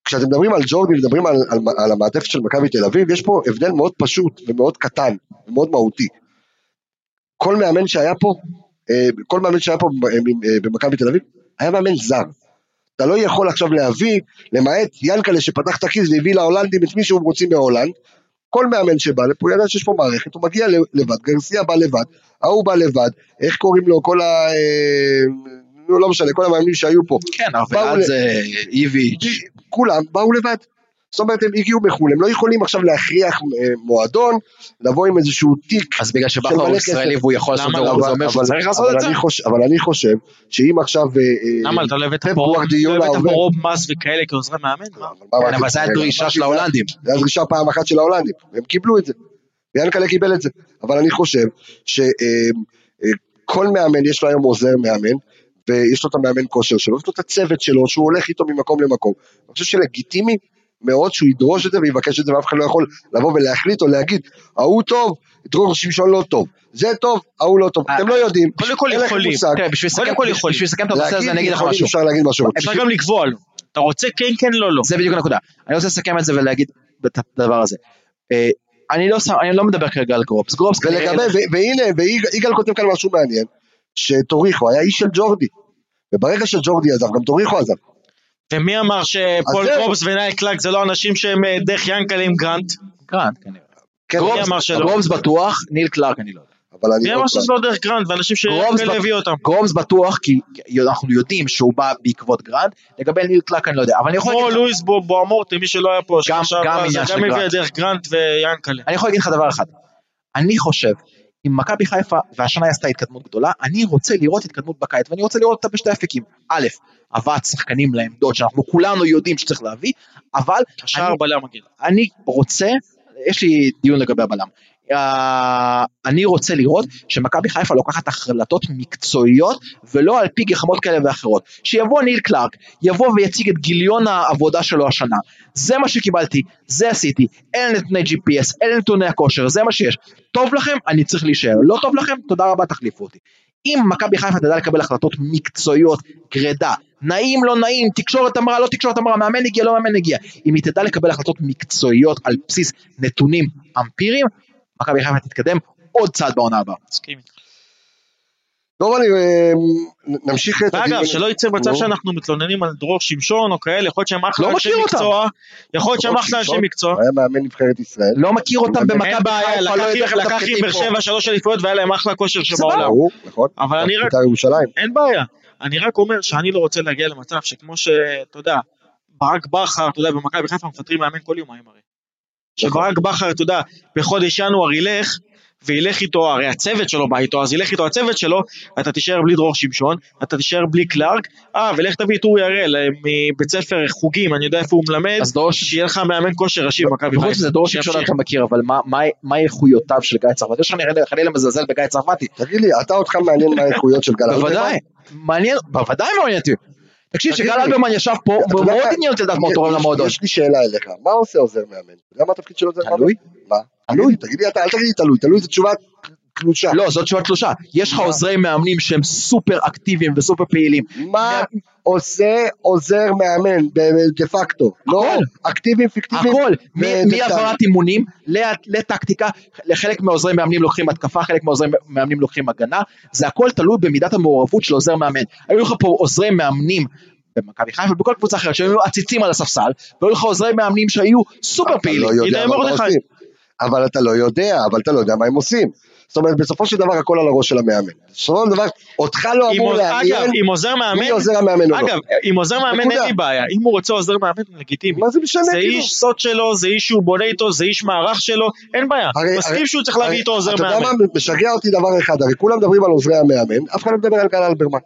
Speaker 1: כשאתם מדברים על ג'ורדי ומדברים על, על, על המעטפת של מכבי תל אביב, יש פה הבדל מאוד פשוט ומאוד קטן ומאוד מהותי. כל מאמן שהיה פה, אה, כל מאמן שהיה פה אה, אה, במכבי תל אביב, היה מאמן זר. אתה לא יכול עכשיו להביא, למעט ינקלה שפתח את הכיס והביא להולנדים את מי שהם רוצים מההולנד, כל מאמן שבא לפה, הוא ידע שיש פה מערכת, הוא מגיע לבד, גרסיה בא לבד, ההוא בא לבד, איך קוראים לו, כל ה... אה, נו, לא משנה, כל המאמנים שהיו פה,
Speaker 2: כן,
Speaker 1: באו
Speaker 2: אבל
Speaker 1: ל-
Speaker 2: זה איביץ'.
Speaker 1: כולם באו לבד. זאת אומרת, הם הגיעו מחו"ל, הם לא יכולים עכשיו להכריח אה, מועדון, לבוא עם איזשהו תיק
Speaker 2: אז בגלל שבכר
Speaker 1: של מלא
Speaker 2: הוא ישראלי והוא יכול לעשות את
Speaker 3: למה
Speaker 2: זה,
Speaker 3: לא?
Speaker 2: הוא זה אומר שהוא צריך לעשות
Speaker 1: אבל
Speaker 2: את זה?
Speaker 1: אני חושב- אבל אני חושב שאם עכשיו... אה, אה,
Speaker 3: למה אתה לא הבאת
Speaker 1: פפ
Speaker 3: פה רוב-
Speaker 1: גוורדיולה
Speaker 3: לא הבאת פה
Speaker 1: עובד.
Speaker 3: רוב מס וכאלה כעוזרי מאמן? מה?
Speaker 1: אבל מה
Speaker 2: כן,
Speaker 1: אמרתי?
Speaker 2: אבל כן, זו הייתה
Speaker 1: רגע,
Speaker 2: דרישה
Speaker 1: אמרתי,
Speaker 2: של ההולנדים.
Speaker 1: זה היה דרישה פעם אחת של ההולנדים, הם קיבלו את זה. ויאנקל'ה קיבל את זה. אבל אני חושב שכל מאמן יש לו היום עוזר מאמן, ויש לו את המאמן כושר שלו, יש לו את הצוות שלו, שהוא הולך איתו ממקום למקום. אני חושב שלגיטימי מאוד שהוא ידרוש את זה ויבקש את זה, ואף אחד לא יכול לבוא ולהחליט או להגיד, ההוא טוב, דרור שמשון לא טוב, זה טוב, ההוא לא טוב. אתם לא יודעים.
Speaker 3: קודם כל
Speaker 1: אין לכם
Speaker 3: יכולים.
Speaker 1: מושג.
Speaker 2: תראה, כן, בשביל לסכם-
Speaker 3: קודם כל
Speaker 2: בשביל
Speaker 3: יכולים.
Speaker 2: לסכם את הנושא הזה,
Speaker 1: להגיד
Speaker 2: אני אגיד לך
Speaker 1: יכולים,
Speaker 2: משהו.
Speaker 1: אפשר להגיד מה שרוצים.
Speaker 3: אפשר גם לקבוע לו. אתה רוצה כן, כן, לא, לא.
Speaker 2: זה בדיוק הנקודה. אני רוצה לסכם את זה ולהגיד את הדבר הזה. אה, אני לא שם, אני לא מדבר כרגע על גרובס. גרובס כנראה- אה,
Speaker 1: ולגבי, ו- והנה, ויגאל כותב כאן משהו מעניין, שטוריחו היה איש של ג'ורדי, וברגע שג'ורדי עזב, גם טוריחו עזב.
Speaker 3: ומי אמר שפול
Speaker 1: אז זהו.
Speaker 3: קרובס ונייל קלאק זה לא אנשים שהם אה, דרך ינקלה עם גרנט?
Speaker 2: גרנט כנראה.
Speaker 1: כן,
Speaker 3: מי
Speaker 1: אבל-
Speaker 3: אמר שלא?
Speaker 2: גרובס בטוח, ניל קלארק אני לא יודע.
Speaker 1: אבל אני
Speaker 3: מי
Speaker 1: עוד
Speaker 3: אמר שזה
Speaker 1: פעם,
Speaker 3: לא דרך גרנט ואנשים
Speaker 2: גרובס
Speaker 3: שיאנקלה
Speaker 2: בק-
Speaker 3: הביא אותם?
Speaker 2: גרובס בטוח כי כי אנחנו יודעים שהוא בא בעקבות גרנט, לגבי ניל קלארק אני לא יודע. אבל אני יכול להגיד
Speaker 3: כמו
Speaker 2: לך-
Speaker 3: לואיס בו- בואמורטי, מי שלא היה פה,
Speaker 2: גם-
Speaker 3: שעכשיו
Speaker 2: גם
Speaker 3: אז
Speaker 2: עניין של
Speaker 3: גם הביא
Speaker 2: גרנט.
Speaker 3: את דרך גרנט ויאנקלה.
Speaker 2: אני יכול להגיד לך דבר אחד, אני חושב, אם מכבי חיפה, והשנה היא עשתה התקדמות גדולה, אני רוצה לראות התקדמות בקיץ, ואני רוצה לראות אותה בשתי אפיקים. א', הבאת שחקנים לעמדות שאנחנו כולנו יודעים שצריך להביא, אבל
Speaker 3: השער
Speaker 2: אני-
Speaker 3: בלם מגיע.
Speaker 2: אני רוצה, יש לי דיון לגבי הבלם. אה, אני רוצה לראות שמכבי חיפה לוקחת החלטות מקצועיות ולא על פי גחמות כאלה ואחרות. שיבוא ניל קלארק, יבוא ויציג את גיליון העבודה שלו השנה. זה מה שקיבלתי, זה עשיתי. אלה נתוני GPS, אלה נתוני הכושר, זה מה שיש. טוב לכם, אני צריך להישאר. לא טוב לכם, תודה רבה, תחליפו אותי. אם מכבי חיפה תדע לקבל החלטות מקצועיות, גרידא, נעים, לא נעים, תקשורת אמרה, לא תקשורת אמרה, מאמן הגיע, לא מאמן הגיע, אם היא תדע לקבל החלטות מקצועיות על בסיס נתונים אמפיריים, מכבי חיפה תתקדם עוד צעד בעונה הבאה.
Speaker 3: מסכים איתך.
Speaker 1: טוב, אני... אה, נמשיך את...
Speaker 3: ואגב, שלא יצא מצב
Speaker 1: נו.
Speaker 3: שאנחנו מתלוננים על דרור שמשון או כאלה, יכול להיות שהם אחלה
Speaker 2: לא
Speaker 3: אנשי
Speaker 2: מכיר אותם.
Speaker 3: מקצוע, יכול להיות שהם
Speaker 1: דרור
Speaker 3: אחלה אנשי
Speaker 1: שמשון?
Speaker 3: מקצוע.
Speaker 1: היה מאמן נבחרת ישראל.
Speaker 2: לא מכיר אותם
Speaker 3: אין
Speaker 2: במכבי
Speaker 3: בעיה,
Speaker 2: חיפה, לא
Speaker 3: לקח
Speaker 2: יודע איך
Speaker 3: עם- לקח עם
Speaker 2: מתפקדים
Speaker 3: באר
Speaker 2: פה.
Speaker 3: שבע שלוש אליפויות והיה להם אחלה כושר שבעולם.
Speaker 1: ברור, נכון.
Speaker 3: אבל אני רק-
Speaker 1: בית"ר ירושלים.
Speaker 3: אין בעיה. אני רק אומר שאני לא רוצה להגיע למצב שכמו שאתה יודע, ברק בכר, אתה יודע, במכבי חיפה מפטרים מאמן כל יומיים הרי. שברק בכר, אתה יודע, בחודש ינואר ילך, וילך איתו, הרי הצוות שלו בא איתו, אז ילך איתו הצוות שלו, אתה תישאר בלי דרור שמשון, אתה תישאר בלי קלארק, אה, ולך תביא את אורי הראל אה, מבית ספר חוגים, אני יודע איפה הוא מלמד,
Speaker 2: אז דור ש-
Speaker 3: שיהיה לך מאמן כושר ראשי במכבי
Speaker 2: וחוץ מזה,
Speaker 3: חיפה.
Speaker 2: דור שמשון
Speaker 3: שימשיך.
Speaker 2: אתה מכיר, אבל מה- מה- מה איכויותיו של גיא צרפתי? יש לך נראה חלילה מזלזל בגיא צרפתי.
Speaker 1: תגיד לי, אתה אותך מעניין מה האיכויות של גל אלברמן?
Speaker 2: בוודאי, מעניין, בוודאי מעניין אותי. תקשיב,
Speaker 1: תגיד
Speaker 2: שגל
Speaker 1: לי,
Speaker 2: אלברמן ישב פה,
Speaker 1: אתה יודע
Speaker 2: והוא מאוד
Speaker 1: מה?
Speaker 2: עניין אותי לדעת מה הוא תורם
Speaker 1: כן, יש-
Speaker 2: למועדון.
Speaker 1: יש לי שאלה אליך, מה עושה עוזר מאמן? אתה יודע מה התפקיד של עוזר מאמן?
Speaker 2: תלוי.
Speaker 1: מה?
Speaker 2: תלוי.
Speaker 1: תגיד לי, אתה- אל תגיד לי תלוי, תלוי זו תשובה קלושה.
Speaker 2: לא, זאת תשובה תלושה. יש לך עוזרי מאמנים שהם סופר אקטיביים וסופר פעילים. אה,
Speaker 1: מה עושה עוזר מאמן ב- דה פקטו? לא
Speaker 2: הכל.
Speaker 1: אקטיביים, פיקטיביים?
Speaker 2: הכל, מ-
Speaker 1: ודטאלים.
Speaker 2: מהעברת אימונים לת- לטקטיקה, לחלק מעוזרי מאמנים לוקחים התקפה, חלק מעוזרי מאמנים לוקחים הגנה, זה הכל תלוי במידת המעורבות של עוזר מאמן. היו לך פה עוזרי מאמנים במכבי חיפה, בכל קבוצה אחרת, שהיו עציצים על הספסל, והיו לך עוזרי מאמנים שהיו סופר
Speaker 1: אתה
Speaker 2: פעילים.
Speaker 1: לא יודע
Speaker 3: הנה,
Speaker 1: מה
Speaker 3: מרדכי.
Speaker 1: עושים. אבל אתה לא יודע, אבל אתה לא יודע מה הם עושים. זאת אומרת, בסופו של דבר הכל על הראש של המאמן. בסופו של דבר, אותך לא
Speaker 3: עם
Speaker 1: אמור
Speaker 3: עוז- אגב,
Speaker 1: לעניין
Speaker 3: עם עוזר מאמן,
Speaker 1: מי עוזר המאמן או לא.
Speaker 3: אגב, עם עוזר מאמן אין
Speaker 1: נקודה.
Speaker 3: לי בעיה, אם הוא רוצה עוזר מאמן, לגיטימי.
Speaker 1: מה זה משנה?
Speaker 3: זה
Speaker 1: כאילו?
Speaker 3: איש סוד שלו, זה איש שהוא בונה איתו, זה איש מערך שלו, אין בעיה.
Speaker 1: הרי-
Speaker 3: מסכים
Speaker 1: הרי-
Speaker 3: שהוא צריך להביא
Speaker 1: הרי-
Speaker 3: איתו עוזר
Speaker 1: אתה יודע
Speaker 3: מאמן.
Speaker 1: מה משגע אותי דבר אחד, הרי כולם מדברים על עוזרי המאמן, אף אחד לא מדבר על גל אלברמן.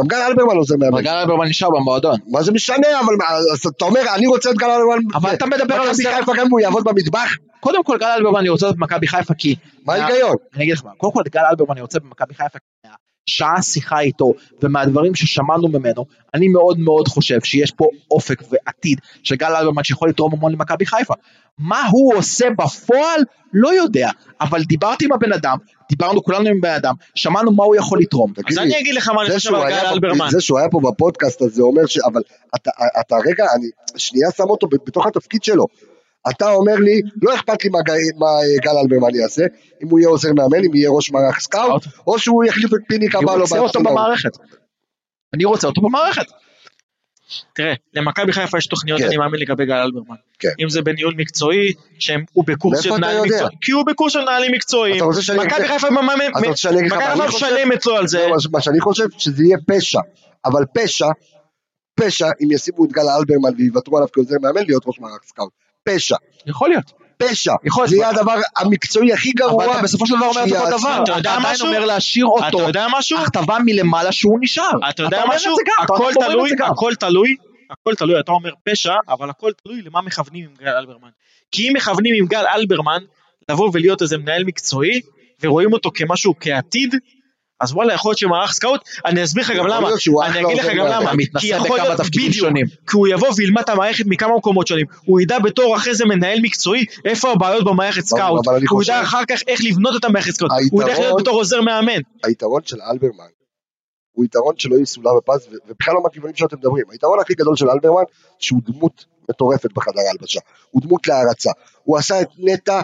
Speaker 1: גם גל אלברמן עוזר מאמן.
Speaker 2: אבל גל אלברמן נשאר במועדון.
Speaker 1: מה זה משנה, אבל מה, אז אתה אומר, אני רוצה את גל אלברמן.
Speaker 2: אבל אתה מדבר על
Speaker 1: כן. מכבי
Speaker 2: עוזר-
Speaker 1: חיפה גם אם הוא יעבוד במטבח?
Speaker 2: קודם כל גל אלברמן אני רוצה להיות במכבי חיפה כי...
Speaker 1: מה
Speaker 3: אה,
Speaker 1: ההיגיון?
Speaker 2: אני אגיד לך מה, קודם כל את גל אלברמן אני רוצה במכבי חיפה כי מהשעה שיחה איתו ומהדברים ששמענו ממנו, אני מאוד מאוד חושב שיש פה אופק ועתיד של גל אלברמן שיכול לתרום המון למכבי חיפה. מה הוא עושה בפועל? לא יודע, אבל דיברתי עם הבן אדם, דיברנו כולנו עם הבן אדם, שמענו מה הוא יכול לתרום.
Speaker 1: תגיד
Speaker 3: אז
Speaker 1: לי,
Speaker 3: אני אגיד לך מה אני
Speaker 1: זה
Speaker 3: חושב
Speaker 1: שהוא
Speaker 3: על גל
Speaker 1: היה
Speaker 3: אלברמן.
Speaker 1: פה- זה שהוא היה פה בפודקאסט הזה אומר ש... אבל אתה- אתה רגע, אני שנייה שם אותו ב- בתוך התפקיד שלו. אתה אומר לי, לא אכפת לי מה גיא- מה אה, גל אלברמן יעשה, אם הוא יהיה עוזר מאמן, אם יהיה ראש מערך סקאוט, או שהוא יחליף את פיני
Speaker 2: אני
Speaker 1: קבלו.
Speaker 2: רוצה אותו
Speaker 1: בארסנל.
Speaker 2: במערכת. אני רוצה אותו במערכת.
Speaker 3: תראה, למכבי חיפה יש תוכניות,
Speaker 1: כן.
Speaker 3: אני מאמין לגבי גל אלברמן.
Speaker 1: כן.
Speaker 3: אם זה בניהול מקצועי, שהוא בקורס
Speaker 1: מאיפה
Speaker 3: של
Speaker 1: אתה
Speaker 3: מנהלים
Speaker 1: יודע?
Speaker 3: מקצועיים. כי הוא בקורס של מנהלים מקצועיים.
Speaker 1: אתה רוצה שאני
Speaker 3: מכבי
Speaker 1: אגיד-
Speaker 3: חיפה מממן-
Speaker 1: אתה רוצה שאני אגיד לך
Speaker 3: מכבי
Speaker 1: מה
Speaker 3: חיפה
Speaker 1: אני חושב?
Speaker 3: משלמת לו על זה.
Speaker 1: זה מה ש- מה שאני חושב, שזה יהיה פשע. אבל פשע, פשע אם ישימו את גל אלברמן ויוותרו עליו כעוזר מאמן להיות ראש מערך סקאוט. פשע.
Speaker 2: יכול להיות.
Speaker 1: פשע.
Speaker 2: יכול להיות.
Speaker 1: זה יהיה הדבר המקצועי הכי גרוע.
Speaker 2: אבל אתה בסופו של דבר אומר את אותו
Speaker 1: שיעשו.
Speaker 2: דבר,
Speaker 3: אתה יודע
Speaker 2: אתה עדיין
Speaker 3: משהו?
Speaker 2: אומר להשאיר
Speaker 1: לא
Speaker 3: אתה
Speaker 2: אותו,
Speaker 3: יודע משהו?
Speaker 2: הכתבה מלמעלה שהוא נשאר.
Speaker 3: אתה יודע
Speaker 2: אומר את
Speaker 3: משהו?
Speaker 2: זה גם, אתה-
Speaker 3: הכל
Speaker 2: אנחנו אומרים
Speaker 3: תלוי,
Speaker 2: את זה גם.
Speaker 3: הכל תלוי, הכל תלוי, אתה אומר פשע, אבל הכל תלוי למה מכוונים עם גל אלברמן. כי אם מכוונים עם גל אלברמן לבוא ולהיות איזה מנהל מקצועי, ורואים אותו כמשהו כעתיד, אז וואלה, יכול להיות שמערך סקאוט, אני אסביר לך גם
Speaker 1: יכול
Speaker 3: למה,
Speaker 1: להיות שהוא
Speaker 3: אני
Speaker 1: אחלה
Speaker 3: אגיד לך
Speaker 1: עוזר
Speaker 3: גם
Speaker 1: מאמן.
Speaker 3: למה,
Speaker 2: מתנסה
Speaker 3: כי יכול
Speaker 2: בכמה
Speaker 3: להיות,
Speaker 2: תפקידים
Speaker 3: בדיוק,
Speaker 2: שונים.
Speaker 3: כי הוא יבוא וילמד את המערכת מכמה מקומות שונים, הוא ידע בתור אחרי זה מנהל מקצועי, איפה הבעיות במערכת
Speaker 1: ברור,
Speaker 3: סקאוט,
Speaker 1: אבל אני
Speaker 3: הוא
Speaker 1: חושב-
Speaker 3: ידע אחר כך איך לבנות את המערכת סקאוט, הוא ידע איך
Speaker 1: היתרון-
Speaker 3: להיות בתור עוזר מאמן,
Speaker 1: היתרון של אלברמן הוא יתרון שלא יסולא בפז, ו- ובכלל לא מהכיוונים שאתם מדברים. היתרון הכי גדול של אלברמן, שהוא דמות מטורפת בחדר ההלבשה. הוא דמות להערצה. הוא עשה את נטע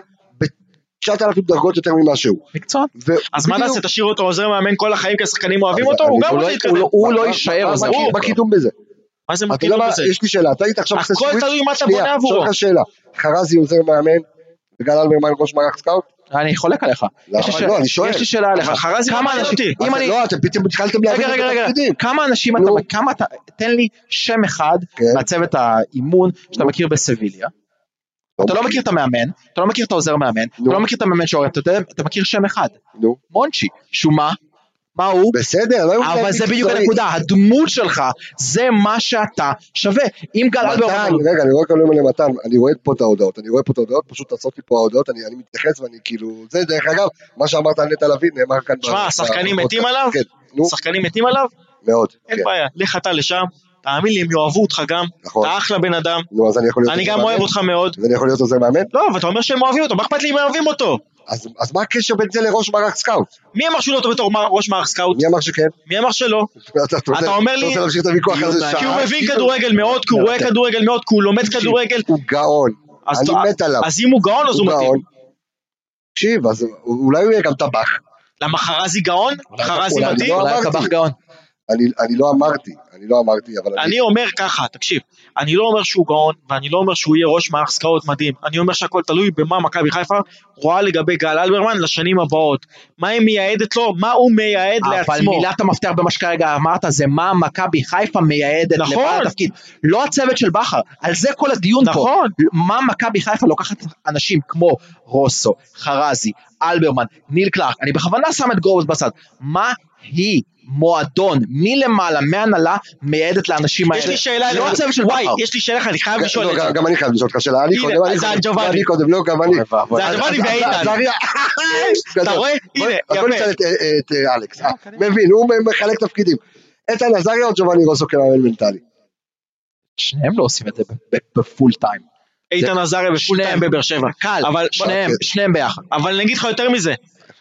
Speaker 1: ב-9,000 דרגות יותר ממה שהוא.
Speaker 2: מקצוען.
Speaker 1: והוא-
Speaker 3: אז מה
Speaker 1: בדיוק.
Speaker 3: נעשה, תשאיר אותו עוזר מאמן כל החיים כי השחקנים אוהבים
Speaker 1: אבל
Speaker 3: אותו,
Speaker 1: אני-
Speaker 3: הוא גם
Speaker 2: הוא
Speaker 3: רוצה
Speaker 2: לא-
Speaker 3: להתקדם.
Speaker 2: הוא לא- הוא לא
Speaker 1: מה-
Speaker 2: יישאר,
Speaker 1: מה-
Speaker 2: זה
Speaker 1: מה-
Speaker 2: ברור.
Speaker 1: מה קידום בזה?
Speaker 3: מה
Speaker 1: אתה
Speaker 3: זה
Speaker 1: יודע
Speaker 3: מקידום
Speaker 1: מה,
Speaker 3: בזה?
Speaker 1: יש לי שאלה, אתה היית עכשיו עושה
Speaker 3: הכל תלוי מה אתה
Speaker 1: שנייה,
Speaker 3: בונה
Speaker 1: עכשיו
Speaker 3: עבורו.
Speaker 1: לך שאלה, חרזי עוזר מאמן, וגל אלברמן ראש מערך סקאוט?
Speaker 2: אני חולק עליך.
Speaker 1: למה?
Speaker 2: יש לי
Speaker 1: לא,
Speaker 2: שאלה-
Speaker 1: אני שואל. אה,
Speaker 2: יש לי שאלה עליך.
Speaker 3: אבל חרזי
Speaker 2: כמה
Speaker 3: לא מעניין
Speaker 2: אנשים-
Speaker 3: אותי.
Speaker 2: אם
Speaker 1: אתם-
Speaker 2: אני-
Speaker 1: לא, אתם פתאום התחלתם
Speaker 2: רגע,
Speaker 1: להבין את
Speaker 2: רגע, רגע,
Speaker 1: התפקידים.
Speaker 2: כמה אנשים
Speaker 1: נו.
Speaker 2: אתה, כמה אתה, תן לי שם אחד
Speaker 1: כן.
Speaker 2: מהצוות האימון שאתה מכיר בסביליה.
Speaker 1: לא
Speaker 2: אתה לא מכיר את המאמן, אתה לא מכיר את העוזר מאמן,
Speaker 1: נו.
Speaker 2: אתה לא מכיר את המאמן שאורן, אתה יודע- אתה מכיר שם אחד,
Speaker 1: נו,
Speaker 2: מונצ'י. שהוא מה? מה הוא?
Speaker 1: בסדר, לא
Speaker 2: אבל זה בדיוק
Speaker 1: מקצועי.
Speaker 2: הנקודה, הדמות שלך זה מה שאתה שווה. אם גל אלברמן...
Speaker 1: מתן, רגע, אני רואה כאן לא מלא מתן, אני רואה פה את ההודעות, אני רואה פה את ההודעות, פשוט תעשות לי פה ההודעות, אני אני מתייחס ואני כאילו... זה, דרך אגב, מה שאמרת על נטע לביא נאמר כאן...
Speaker 3: תשמע,
Speaker 1: ב-
Speaker 3: השחקנים
Speaker 1: בפודקאסט.
Speaker 3: מתים עליו?
Speaker 1: כן, נו,
Speaker 3: שחקנים מתים עליו?
Speaker 1: מאוד.
Speaker 3: אין
Speaker 1: כן,
Speaker 3: בעיה, לך אתה לשם, תאמין לי, הם יאהבו אותך גם,
Speaker 1: נכון.
Speaker 3: אתה אחלה בן אדם,
Speaker 1: נו, אז אני יכול להיות...
Speaker 3: אה? אני
Speaker 1: עוזר
Speaker 3: גם
Speaker 1: מאמן?
Speaker 3: אוהב אותך מאוד.
Speaker 1: אז אני יכול להיות עוזר מאמן?
Speaker 3: לא, אבל אתה אומר שהם אוהבים אותו, מה אכפת לי אם אוהבים אותו?
Speaker 1: אז- אז מה הקשר בין זה לראש מערך סקאוט?
Speaker 3: מי אמר שהוא לא טוב בתור מע- ראש מערך סקאוט?
Speaker 1: מי אמר שכן?
Speaker 3: מי אמר שלא?
Speaker 1: אתה רוצה-
Speaker 3: אתה אומר לי-
Speaker 1: אתה רוצה להמשיך את הוויכוח הזה אה, שעה?
Speaker 3: כי הוא מבין כדורגל מאוד, כי הוא רואה כדורגל מאוד, כי הוא לומד כדורגל.
Speaker 1: אוקיי. הוא גאון.
Speaker 3: אז
Speaker 1: לא, כן. אני
Speaker 3: אתה-
Speaker 1: מת עליו.
Speaker 3: אז אם הוא גאון אז הוא
Speaker 1: הוא
Speaker 3: מתאים.
Speaker 1: גאון. תקשיב, אז אולי הוא יהיה גם טבח.
Speaker 3: למה חרזי גאון? חרזי
Speaker 1: אולי
Speaker 3: מתאים?
Speaker 1: לא
Speaker 2: אולי
Speaker 1: אמרתי.
Speaker 2: קבח גאון.
Speaker 1: אני, אני לא אמרתי, אני לא אמרתי, אבל אני...
Speaker 3: אני אומר ככה, תקשיב, אני לא אומר שהוא גאון, ואני לא אומר שהוא יהיה ראש מערך סקאוט מדהים, אני אומר שהכל תלוי במה מכבי חיפה רואה לגבי גל אלברמן לשנים הבאות. מה היא מייעדת לו, מה הוא מייעד
Speaker 2: אבל
Speaker 3: לעצמו.
Speaker 2: מילת המפתח במה שכרגע אמרת זה מה מכבי חיפה מייעדת
Speaker 3: נכון.
Speaker 2: לבעל התפקיד. לא הצוות של בכר, על זה כל הדיון פה.
Speaker 3: נכון.
Speaker 2: מה מכבי חיפה לוקחת אנשים כמו רוסו, חרזי, אלברמן, ניל קלארק, אני בכוונה שם את גורבס בצד. מה היא? מועדון מלמעלה מהנהלה מייעדת לאנשים האלה.
Speaker 3: יש לי שאלה
Speaker 2: לא
Speaker 3: אליך,
Speaker 2: הצוות של
Speaker 3: וואי,
Speaker 2: בכר.
Speaker 3: יש לי שאלה, אני חייב
Speaker 1: גם-
Speaker 3: לשאול
Speaker 1: לא,
Speaker 3: את זה.
Speaker 1: גם- גם אני חייב לשאול אותך שאלה, אני
Speaker 3: הנה,
Speaker 1: קודם, אני
Speaker 3: אז זה על
Speaker 1: קודם,
Speaker 3: ג'ובאני.
Speaker 1: אני קודם, לא, גם אני.
Speaker 2: אוי ואבוי.
Speaker 3: זה הג'ובאני
Speaker 1: אז- אז-
Speaker 3: ואיתן.
Speaker 1: אז אריה-
Speaker 3: אתה
Speaker 1: גדול.
Speaker 3: רואה?
Speaker 1: לא, בוא-
Speaker 3: הנה,
Speaker 1: אז בוא
Speaker 3: יפה.
Speaker 1: נשאל את- אה, את אה, אלכס, אה, מבין, הוא מחלק תפקידים. איתן עזריה או ג'ובאני רוסו כמאמן מנטלי?
Speaker 2: שניהם לא עושים את זה ב- ב- בפול טיים.
Speaker 3: איתן עזריה ושניים בבאר שבע.
Speaker 2: קל,
Speaker 3: אבל-
Speaker 2: שניהם,
Speaker 1: אוקיי.
Speaker 2: שניהם ביחד.
Speaker 3: אבל אני אגיד לך יותר מזה,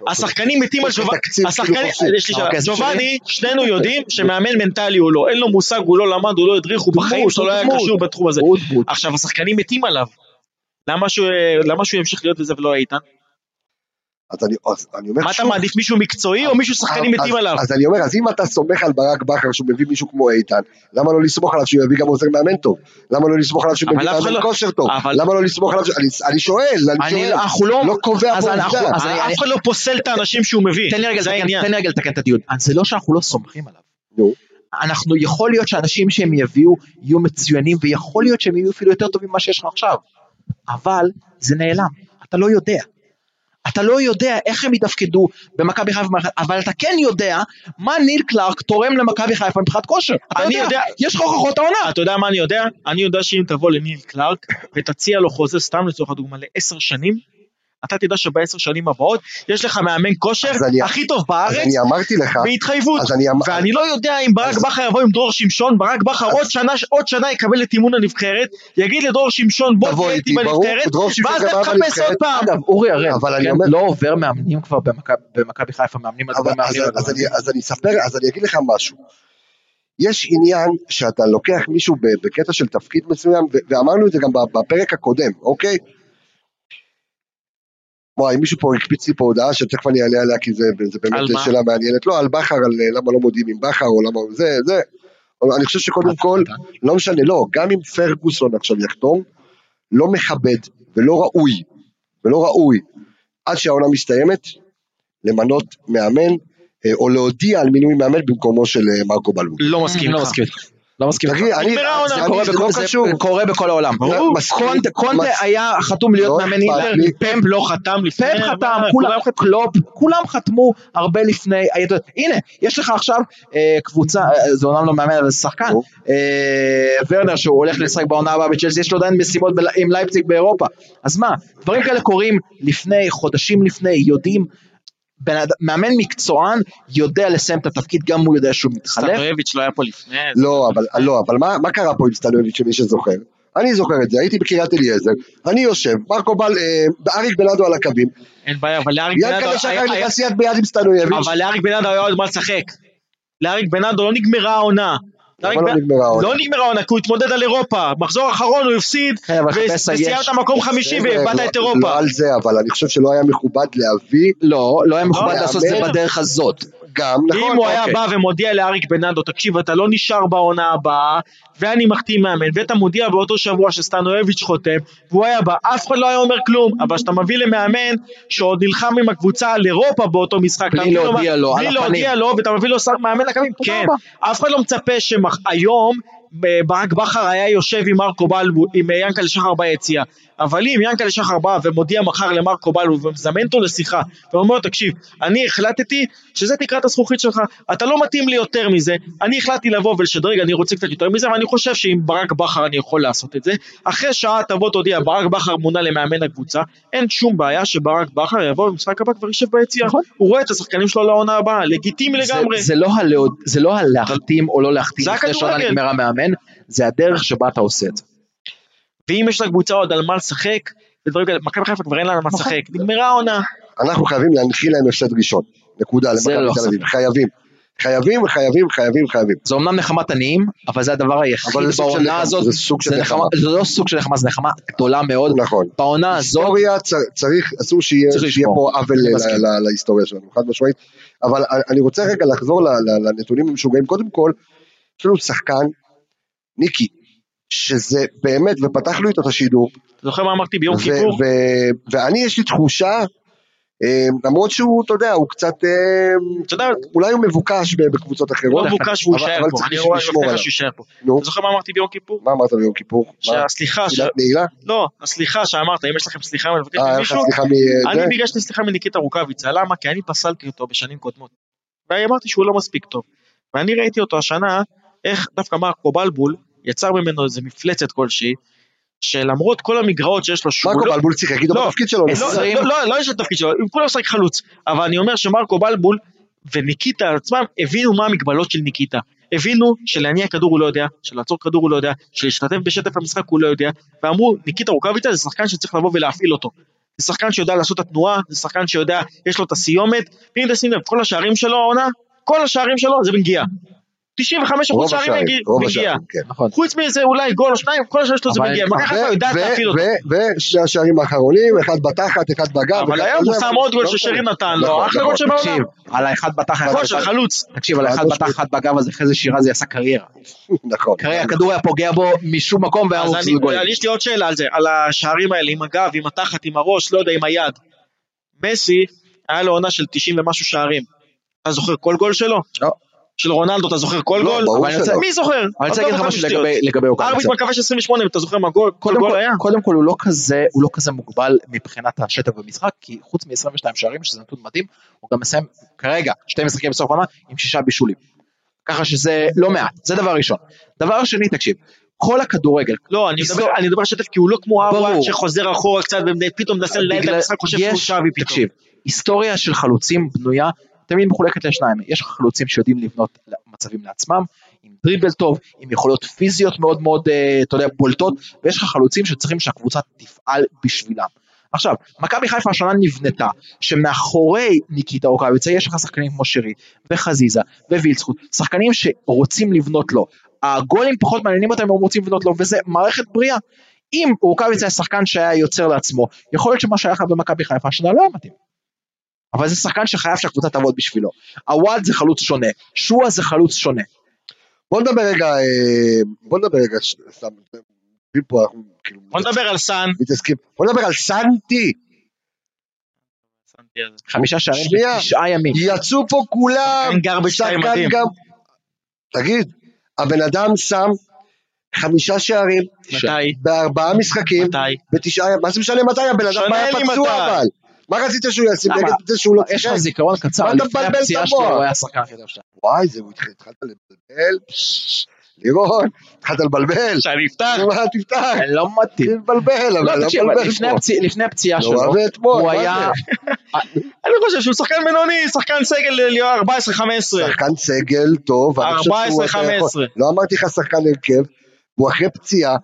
Speaker 3: השחקנים מתים על
Speaker 1: יש לי
Speaker 3: ג'ובאני,
Speaker 1: תקציב כאילו
Speaker 3: השחקנים,
Speaker 1: חופשי.
Speaker 3: יש לי שאלה,
Speaker 2: אוקיי, אז
Speaker 3: ג'ובאני, שנינו יודעים שמאמן מנטלי הוא לא, אין לו מושג, הוא לא למד, הוא לא הדריך, הוא בחיים שלו לא היה
Speaker 2: דמות.
Speaker 3: קשור בתחום הזה.
Speaker 2: בוט, בוט.
Speaker 3: עכשיו השחקנים מתים עליו. למה שהוא, למה שהוא ימשיך להיות בזה ולא איתן?
Speaker 1: אז אני- אז אני אומר
Speaker 3: מה אתה
Speaker 1: שוב,
Speaker 3: מעדיף מישהו מקצועי או מישהו שחקנים
Speaker 1: אז-
Speaker 3: מתים עליו?
Speaker 1: אז אני אומר, אז אם אתה סומך על ברק בכר שהוא מביא מישהו כמו איתן, למה לא לסמוך עליו שהוא יביא גם עוזר מאמן טוב? למה לא לסמוך עליו שהוא
Speaker 3: אבל
Speaker 1: מביא
Speaker 3: אף אחד
Speaker 1: מאמן
Speaker 3: לא-
Speaker 1: כושר טוב?
Speaker 3: אבל-
Speaker 1: למה לא לסמוך עליו? ש- אני- אני שואל, אני
Speaker 2: אני-
Speaker 1: שואל.
Speaker 2: אנחנו לא...
Speaker 1: לא קובע
Speaker 2: אז
Speaker 1: פה
Speaker 2: אנחנו-
Speaker 1: עובדה.
Speaker 2: אז אני-
Speaker 3: אף אחד לא פוסל את האנשים שהוא מביא.
Speaker 2: תן לי רגע
Speaker 3: זה
Speaker 2: לתקן-
Speaker 3: העניין.
Speaker 2: תן לי רגע לתקן את הדיון. אז זה לא שאנחנו לא סומכים עליו.
Speaker 1: נו.
Speaker 2: אנחנו, יכול להיות שאנשים שהם יביאו יהיו מצוינים, ויכול להיות שהם יהיו אפילו יותר טובים ממה שיש לך עכשיו. אבל זה נעלם, אתה לא יודע. אתה לא יודע איך הם יתפקדו במכבי חיפה, אבל אתה כן יודע מה ניל קלארק תורם למכבי חיפה מבחינת כושר. אתה
Speaker 3: אני יודע. אה,
Speaker 2: יש לך הוכחות העונה.
Speaker 3: אתה יודע מה אני יודע? אני יודע שאם תבוא לניל קלארק ותציע לו חוזה סתם לצורך הדוגמה לעשר שנים, אתה תדע שבעשר שנים הבאות יש לך מאמן כושר
Speaker 1: אז אני-
Speaker 3: הכי טוב
Speaker 1: אז
Speaker 3: בארץ
Speaker 1: אני אמרתי לך,
Speaker 3: בהתחייבות.
Speaker 1: אז אני אמ- אמרתי...
Speaker 3: ואני לא יודע אם ברק
Speaker 1: אז-
Speaker 3: בכר יבוא עם דרור שמשון, ברק בכר עוד שנה, עוד שנה יקבל את אימון הנבחרת, יגיד לדרור שמשון בוא
Speaker 1: תבוא
Speaker 3: תהיה
Speaker 1: איתי,
Speaker 3: איתי
Speaker 1: ברור,
Speaker 3: בנבחרת,
Speaker 1: דרור שמשון
Speaker 3: ואז
Speaker 1: גם
Speaker 3: לך
Speaker 1: היה
Speaker 3: תחפש
Speaker 1: בנבחרת.
Speaker 3: עוד פעם.
Speaker 2: אגב, אורי הראל,
Speaker 1: אבל אני
Speaker 2: כן,
Speaker 1: אומר-
Speaker 2: לא עובר מאמנים כבר במכב- במכבי חיפה, מאמנים על גבי
Speaker 1: אבל- אז-
Speaker 2: מאמנים לא על גבי
Speaker 1: אז
Speaker 2: מאמנים.
Speaker 1: אני- אז אני אספר, אז אני אגיד לך משהו. יש עניין שאתה לוקח מישהו ב- בקטע של תפקיד מסוים, ו- ואמרנו את זה גם בפרק הקודם, אוקיי? וואי, מישהו פה הקפיץ לי פה הודעה שתכף אני אעלה עליה, כי זה, זה
Speaker 3: על
Speaker 1: באמת
Speaker 3: מה?
Speaker 1: שאלה מעניינת. לא, על בכר, על אה, למה לא מודיעים עם בכר, או למה זה, זה. אבל אני חושב שקודם כל, לא משנה, לא, גם אם פרגוסון עכשיו יחתום, לא מכבד ולא ראוי, ולא ראוי, עד שהעונה מסתיימת, למנות מאמן, אה, או להודיע על מינוי מאמן במקומו של אה, מרקו בלבול.
Speaker 3: לא מסכים
Speaker 2: לא
Speaker 3: איתך.
Speaker 2: מסכים איתך. לא מסכים איתך.
Speaker 1: תגיד, אני,
Speaker 3: נגמרה העונה,
Speaker 1: אני-
Speaker 2: זה קורה
Speaker 1: זה
Speaker 2: בכל-
Speaker 1: לא
Speaker 2: זה
Speaker 1: קשור.
Speaker 2: קורה בכל העולם.
Speaker 1: ברור.
Speaker 2: קונטה- קונטה
Speaker 1: מס-
Speaker 2: היה חתום להיות
Speaker 1: לא
Speaker 2: מאמן
Speaker 1: אכפת
Speaker 2: אינטר,
Speaker 1: לי. אה,
Speaker 2: פמפ
Speaker 3: לא חתם לפני,
Speaker 2: פפ חתם,
Speaker 3: מה,
Speaker 2: כולם קלופ, כולם חתמו הרבה לפני, הידוע- הנה, יש לך עכשיו אה, קבוצה, אה, זה אומנם לא מאמן, אבל זה שחקן,
Speaker 1: נו.
Speaker 2: אה, ורנר שהוא הולך לשחק בעונה הבאה בצ'לסי, יש לו עדיין משימות בל- עם לייפציג באירופה, אז מה, דברים כאלה קורים לפני, חודשים לפני, יודעים, בן אד- מאמן מקצוען יודע לסיים את התפקיד גם אם הוא יודע שהוא מתחלף,
Speaker 3: סטנדויביץ' לא היה פה לפני.
Speaker 1: לא, אבל, לא, אבל מה, מה קרה פה עם סטנוביץ' שמי שזוכר? אני זוכר את זה, הייתי בקריית אליעזר, אני יושב, מרקו בל, אה, אריק בלאדו על הקווים,
Speaker 3: אין בעיה, אבל לאריק בנאדו
Speaker 1: ינקלה
Speaker 3: היה-
Speaker 1: שחר
Speaker 3: היה-
Speaker 1: נכנס יד ביד עם סטנוביץ',
Speaker 3: אה, אבל לאריק בנאדו היה עוד מה לשחק. לאריק בנאדו לא נגמרה העונה. לאריק
Speaker 1: לא
Speaker 3: בנ-
Speaker 1: נגמרה העונה?
Speaker 3: לא נגמרה העונה, כי הוא התמודד על אירופה. מחזור אחרון הוא הפסיד,
Speaker 2: כן, אבל
Speaker 3: ו-
Speaker 2: חפש
Speaker 3: וסיימת
Speaker 2: היש.
Speaker 3: מקום חמישי והבאת
Speaker 1: לא-
Speaker 3: את אירופה.
Speaker 1: לא על זה, אבל אני חושב שלא היה מכובד להביא
Speaker 2: לא, לא היה מכובד
Speaker 1: מאמן.
Speaker 2: לעשות את זה בדרך הזאת.
Speaker 1: גם, נכון?
Speaker 3: אם הוא היה
Speaker 1: אוקיי.
Speaker 3: בא ומודיע לאריק בנאדו, תקשיב, אתה לא נשאר בעונה הבאה, ואני מחתים מאמן, ואתה מודיע באותו שבוע שסטנואביץ' חותם, והוא היה בא, אף אחד לא היה אומר כלום, אבל כשאתה מביא למאמן שעוד נלחם עם הקבוצה על אירופה באותו משחק, אתה
Speaker 2: בלי
Speaker 3: מביא
Speaker 2: להודיע לו, על
Speaker 3: בלי להודיע
Speaker 2: הפנים.
Speaker 3: לו, ואתה מביא לו שר מאמן לקווים, כן, אף אחד לא מצפה שהיום ברק בכר היה יושב עם מרקו בלבו, עם ינקלה שחר ביציאה. אבל אם ינקלה שחר בא ומודיע מחר למרקו בלבו ומזמן אותו לשיחה, ואומר לו תקשיב, אני החלטתי שזה תקרת הזכוכית שלך, אתה לא מתאים לי יותר מזה, אני החלטתי לבוא ולשדרג, אני רוצה קצת יותר מזה, ואני חושב שעם ברק בכר אני יכול לעשות את זה. אחרי שעה תבוא תודיע, ברק בכר מונה למאמן הקבוצה, אין שום בעיה שברק בכר יבוא במשחק הבא כבר יישב ביציאה.
Speaker 2: נכון.
Speaker 3: הוא רואה את השחקנים שלו לעונה הבאה, לגיטימי
Speaker 2: זה-
Speaker 3: לגמרי.
Speaker 2: זה לא הלהוד- זה לא הלהחתים או לא להחתים
Speaker 3: זה
Speaker 2: לפני שעונה
Speaker 3: הכדורגל.
Speaker 2: נגמר המאמן, זה הדרך שבה אתה עושה את זה.
Speaker 3: ואם יש לקבוצה עוד על מה לשחק, ודברים כאלה, מכבי חיפה כבר אין לה על מה לשחק, נגמרה העונה.
Speaker 1: אנחנו חייבים להנחיל להם הפסד ראשון. נקודה
Speaker 2: זה
Speaker 1: למכבי
Speaker 2: לא
Speaker 1: תל אביב,
Speaker 2: ספק.
Speaker 1: חייבים. חייבים, חייבים, חייבים, חייבים.
Speaker 2: זה אומנם נחמת עניים, אבל זה הדבר היחיד
Speaker 1: אבל זה סוג של
Speaker 2: בעונה
Speaker 1: נחמה,
Speaker 2: הזאת.
Speaker 1: זה סוג של
Speaker 2: זה
Speaker 1: נחמה.
Speaker 2: נחמה- זה לא סוג של נחמה, זה נחמה גדולה מאוד.
Speaker 1: נכון.
Speaker 3: אה,
Speaker 2: בעונה הזאת,
Speaker 1: היסטוריה צ- צריך, אסור שיהיה
Speaker 2: צריך
Speaker 1: שיהיה
Speaker 2: לשמור.
Speaker 1: פה עוול
Speaker 2: אני
Speaker 1: ל-
Speaker 2: מסכים.
Speaker 1: ל- ל- להיסטוריה שלנו, חד משמעית. אבל א- אני רוצה רגע לחזור ל- ל- לנתונים המשוגעים. קודם כל, יש לנו שחקן, ניקי, שזה באמת, ופתחנו איתו את השידור,
Speaker 3: אתה זוכר מה אמרתי ביום
Speaker 1: ו-
Speaker 3: כיפור?
Speaker 1: ו- ואני יש לי תחושה, אה, למרות שהוא, אתה יודע, הוא קצת, אה,
Speaker 3: אתה יודע,
Speaker 1: אולי הוא מבוקש ב- בקבוצות אחרות.
Speaker 3: לא מבוקש שהוא
Speaker 1: אבל-
Speaker 3: יישאר
Speaker 1: אבל
Speaker 3: פה,
Speaker 1: צריך
Speaker 3: אני רואה אני
Speaker 1: לשמור
Speaker 3: מבטיח לך
Speaker 1: עליו.
Speaker 3: שהוא יישאר פה.
Speaker 1: נו,
Speaker 3: אתה זוכר מה אמרתי ביום כיפור?
Speaker 1: מה אמרת ביום כיפור? מה?
Speaker 3: שהסליחה, ש-
Speaker 1: תפילת נעילה?
Speaker 3: לא, הסליחה שאמרת, אם יש לכם סליחה אני מבקש
Speaker 1: אה, היה לך
Speaker 3: ממישהו,
Speaker 1: סליחה אה, מזה?
Speaker 3: אני ביקשתי סליחה מניקיטה רוקאביצה, למה? כי אני פסלתי אותו בשנים קודמות. ואמרתי שהוא לא מספיק טוב. ואני ראיתי אותו השנה, איך דווקא מרקו בלבול יצר ממנו איזה מפלצת כלשהי, שלמרות כל המגרעות שיש לו, שהוא
Speaker 1: מרקו
Speaker 3: לא...
Speaker 1: בלבול שיחק איתו
Speaker 3: לא,
Speaker 1: בתפקיד שלו.
Speaker 3: לא,
Speaker 1: נכון?
Speaker 3: לא, לא, לא יש לו תפקיד שלו, הוא כולו משחק חלוץ, אבל אני אומר שמרקו בלבול וניקיטה עצמם הבינו מה המגבלות של ניקיטה. הבינו שלהניע כדור הוא לא יודע, שלעצור כדור הוא לא יודע, שלהשתתף בשטף המשחק הוא לא יודע, ואמרו ניקיטה רוקאביצה זה שחקן שצריך לבוא ולהפעיל אותו. זה שחקן שיודע לעשות את התנועה, זה שחקן שיודע, יש לו את הסיומת, ואם תשים לב, כל השערים שלו העונה, כל השערים שלו זה בנגיעה. 95%
Speaker 1: רוב
Speaker 3: שערים
Speaker 1: השערים,
Speaker 3: בנגיע-
Speaker 1: רוב
Speaker 3: בנגיעה.
Speaker 1: השערים, כן.
Speaker 2: נכון.
Speaker 3: חוץ מזה אולי גול או שניים, כל השערים שלו זה
Speaker 2: אבל-
Speaker 3: בנגיעה. מכבי חיפה
Speaker 1: ו-
Speaker 3: יודעת
Speaker 1: ו-
Speaker 3: להפעיל אותו.
Speaker 1: ו- ושני השערים האחרונים, אחד בתחת, אחד בגב.
Speaker 3: אבל
Speaker 1: אחד-
Speaker 3: היום הוא
Speaker 1: לא
Speaker 3: שם
Speaker 1: משנה,
Speaker 3: עוד גול
Speaker 1: לא
Speaker 3: ששרי
Speaker 1: משנה.
Speaker 3: נתן
Speaker 1: נכון,
Speaker 3: לו, אחלה
Speaker 1: נכון.
Speaker 3: גול שבעולם.
Speaker 2: לא, תקשיב, על האחד בתח, האחד
Speaker 3: גול של
Speaker 2: בתח-
Speaker 3: חלוץ.
Speaker 2: תקשיב, על האחד
Speaker 1: חד
Speaker 2: בתח,
Speaker 1: משמעית.
Speaker 2: אחד בגב, אז אחרי זה שירה זה עשה קריירה.
Speaker 1: נכון.
Speaker 2: קריירה, הכדור היה פוגע בו משום מקום והיה
Speaker 3: אז
Speaker 2: מוציא גול.
Speaker 3: אני- אני- יש לי עוד שאלה על זה, על השערים האלה, עם הגב, עם התחת, עם הראש, לא יודע, עם היד. מסי, היה לו עונה של 90 ומשהו שערים. אתה זוכר כל גול שלו?
Speaker 2: לא.
Speaker 3: של רונלדו, אתה זוכר כל
Speaker 1: לא,
Speaker 3: גול?
Speaker 1: ברור
Speaker 3: אבל אני רוצה-
Speaker 1: שלא.
Speaker 3: מי זוכר?
Speaker 2: אבל אני רוצה להגיד לך
Speaker 3: אותו
Speaker 2: משהו
Speaker 3: בחמש שניות.
Speaker 2: לגבי- לגבי
Speaker 3: ארביץ'
Speaker 2: אוקאביצה.
Speaker 3: כבר כבש 28, אתה זוכר מה גול? כל
Speaker 2: קודם
Speaker 3: גול
Speaker 2: כל,
Speaker 3: היה?
Speaker 2: קודם כל הוא לא כזה, הוא לא כזה מוגבל מבחינת השטח במשחק, כי חוץ מ-22 שערים, שזה נתון מדהים, הוא גם מסיים כרגע שתי משחקים בסוף העונה עם שישה בישולים. ככה שזה לא מעט, זה דבר ראשון. דבר שני, תקשיב, כל הכדוררגל,
Speaker 3: לא, אני
Speaker 2: לזכור-
Speaker 3: מדבר- אני מדבר שטף כי הוא לא כמו אבואט
Speaker 2: ברור.
Speaker 3: שחוזר אחורה קצת ופתאום מנסה לנהל את
Speaker 2: בגלל-
Speaker 3: המשחק, חושב שהוא
Speaker 2: יש-
Speaker 3: שווי פתאום.
Speaker 2: תקשיב, היסטוריה של חלוצים בנויה תמיד מחולקת לשניים. יש חלוצים שיודעים לבנות מצבים לעצמם, עם דריבל טוב, עם יכולות פיזיות מאוד מאוד, אה, אתה יודע, בולטות, ויש לך חלוצים שצריכים שהקבוצה תפעל בשבילם. עכשיו, מכבי חיפה השנה נבנתה, שמאחורי ניקיטה רוקאביצה יש לך שחקנים כמו שרי, וחזיזה, ווילצחוט, שחקנים שרוצים לבנות לו. הגולים פחות מעניינים אותם, הם רוצים לבנות לו, וזה מערכת בריאה. אם רוקאביצה היה שחקן שהיה יוצר לעצמו, יכול להיות שמה שהיה לך במכבי חיפה השנה לא היה מתאים. אבל זה שחקן שחייב שהקבוצה תעבוד בשבילו. הוואד זה חלוץ שונה, שועה זה חלוץ שונה.
Speaker 1: בוא נדבר רגע, אה, בוא נדבר רגע, ש- סתם, יושבים פה, אנחנו כאילו
Speaker 3: בוא נדבר על סאן.
Speaker 1: מתעסקים, בוא נדבר על סנטי,
Speaker 2: חמישה שערים
Speaker 1: שנייה.
Speaker 2: בתשעה ימים.
Speaker 1: יצאו פה כולם,
Speaker 3: שחקן גר בשתיים
Speaker 1: שחקן
Speaker 3: מדהים.
Speaker 1: גם, תגיד, הבן אדם שם חמישה שערים,
Speaker 3: מתי?
Speaker 1: בארבעה משחקים,
Speaker 3: מתי?
Speaker 1: בתשעה, מה זה משנה מתי הבן אדם
Speaker 3: שונה
Speaker 1: היה
Speaker 3: לי מתי.
Speaker 1: פצוע אבל, מה רצית שהוא יעשה
Speaker 2: למה?
Speaker 1: נגד זה שהוא לא
Speaker 2: יש לך
Speaker 1: שיחק?
Speaker 2: זיכרון קצר,
Speaker 1: מה אתה
Speaker 2: לפני
Speaker 1: מבלבל את
Speaker 2: הפציעה
Speaker 1: המוח?
Speaker 2: שלו הוא היה השחקן הכי טוב שלנו.
Speaker 1: וואי, זהו, התחלת לבלבל, לירון, התחלת לבלבל,
Speaker 3: שאני אפתח?
Speaker 1: מה תפתח,
Speaker 2: לא מתאים.
Speaker 1: תתבלבל, אבל
Speaker 2: לא,
Speaker 1: לא
Speaker 2: תקשיב,
Speaker 1: מבלבל
Speaker 2: לפני
Speaker 1: פה.
Speaker 2: הפציע- לפני הפציעה שלו,
Speaker 1: נורא ואתמול,
Speaker 2: הוא
Speaker 1: מה
Speaker 2: היה...
Speaker 3: אני חושב שהוא שחקן בינוני, שחקן סגל ליאור 14-15.
Speaker 1: שחקן סגל טוב, ואני חושב שהוא-
Speaker 3: 14-15.
Speaker 1: לא אמרתי לך שחקן הרכב, הוא אחרי פציעה,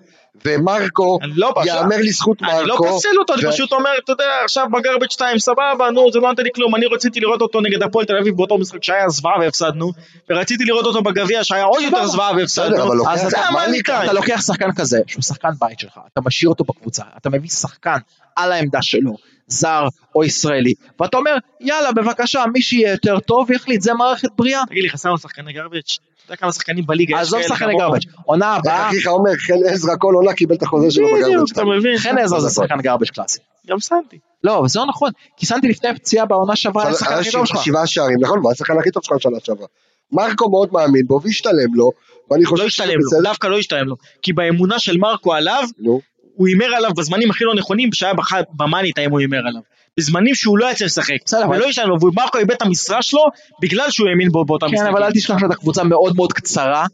Speaker 1: ומרקו,
Speaker 3: אני לא פסל-
Speaker 1: יאמר לזכות
Speaker 3: אני לא
Speaker 1: מרקו,
Speaker 3: פוסל אותו, אני
Speaker 1: ו-
Speaker 3: פשוט אומר, אתה יודע, עכשיו בגרבג' 2, סבבה, נו, זה לא נותן לי כלום, אני רציתי לראות אותו נגד הפועל תל אביב באותו משחק שהיה זוועה והפסדנו, ורציתי לראות אותו בגביע שהיה עוד יותר זוועה
Speaker 1: בסדר, אבל לא-
Speaker 3: והפסדנו,
Speaker 1: לוקח
Speaker 2: אז
Speaker 1: את
Speaker 3: אתה
Speaker 1: הזמן
Speaker 3: מה לי
Speaker 1: לקראת.
Speaker 3: כאן?
Speaker 2: אתה לוקח שחקן כזה, שהוא שחקן בית שלך, אתה משאיר אותו בקבוצה, אתה מביא שחקן על העמדה שלו, זר או ישראלי, ואתה אומר, יאללה, בבקשה, מי שיהיה יותר טוב יחליט, זה מערכת בריאה.
Speaker 3: תגיד לי, חסרנו שחקני גרבג'? אתה יודע כמה שחקנים בליגה יש
Speaker 2: עזוב
Speaker 3: כאלה
Speaker 2: שחקני
Speaker 3: כמוך?
Speaker 2: גרבג', עונה
Speaker 1: איך
Speaker 2: הבאה,
Speaker 1: אחיך אומר, חן עזרא כל עונה קיבל את החוזה שלו לא בגרבג'
Speaker 3: בדיוק, אתה
Speaker 1: שלך.
Speaker 3: מבין?
Speaker 2: חן עזרא זה שחקן גרבג' קלאסי.
Speaker 3: גם סנטי.
Speaker 2: לא, אבל זה לא נכון, כי שמתי לפני הפציעה בעונה שעברה, היה
Speaker 1: אבל
Speaker 2: השחקן
Speaker 1: היה
Speaker 2: הכי טוב
Speaker 1: שבע-
Speaker 2: שלך.
Speaker 1: שבעה שערים, נכון, והוא השחקן הכי טוב שלך בשנה שעברה. מרקו מאוד מאמין בו, והשתלם לו, ואני חושב
Speaker 3: לא
Speaker 1: שזה
Speaker 3: השתלם לו,
Speaker 1: בסדר.
Speaker 3: דווקא לא השתלם לו, כי באמונה של מרקו עליו,
Speaker 1: נו,
Speaker 3: הוא הימר עליו בזמנים הכי לא נכונים, שהיה בח- במאני טיים הוא הימר עליו. בזמנים שהוא לא היה צריך לשחק.
Speaker 2: בסדר, אבל-
Speaker 3: ולא ישן לו, ומרקו איבד את המשרה שלו בגלל שהוא האמין בו באותה
Speaker 2: כן,
Speaker 3: משחקים.
Speaker 2: אבל אל תשכח שאת הקבוצה מאוד מאוד קצרה,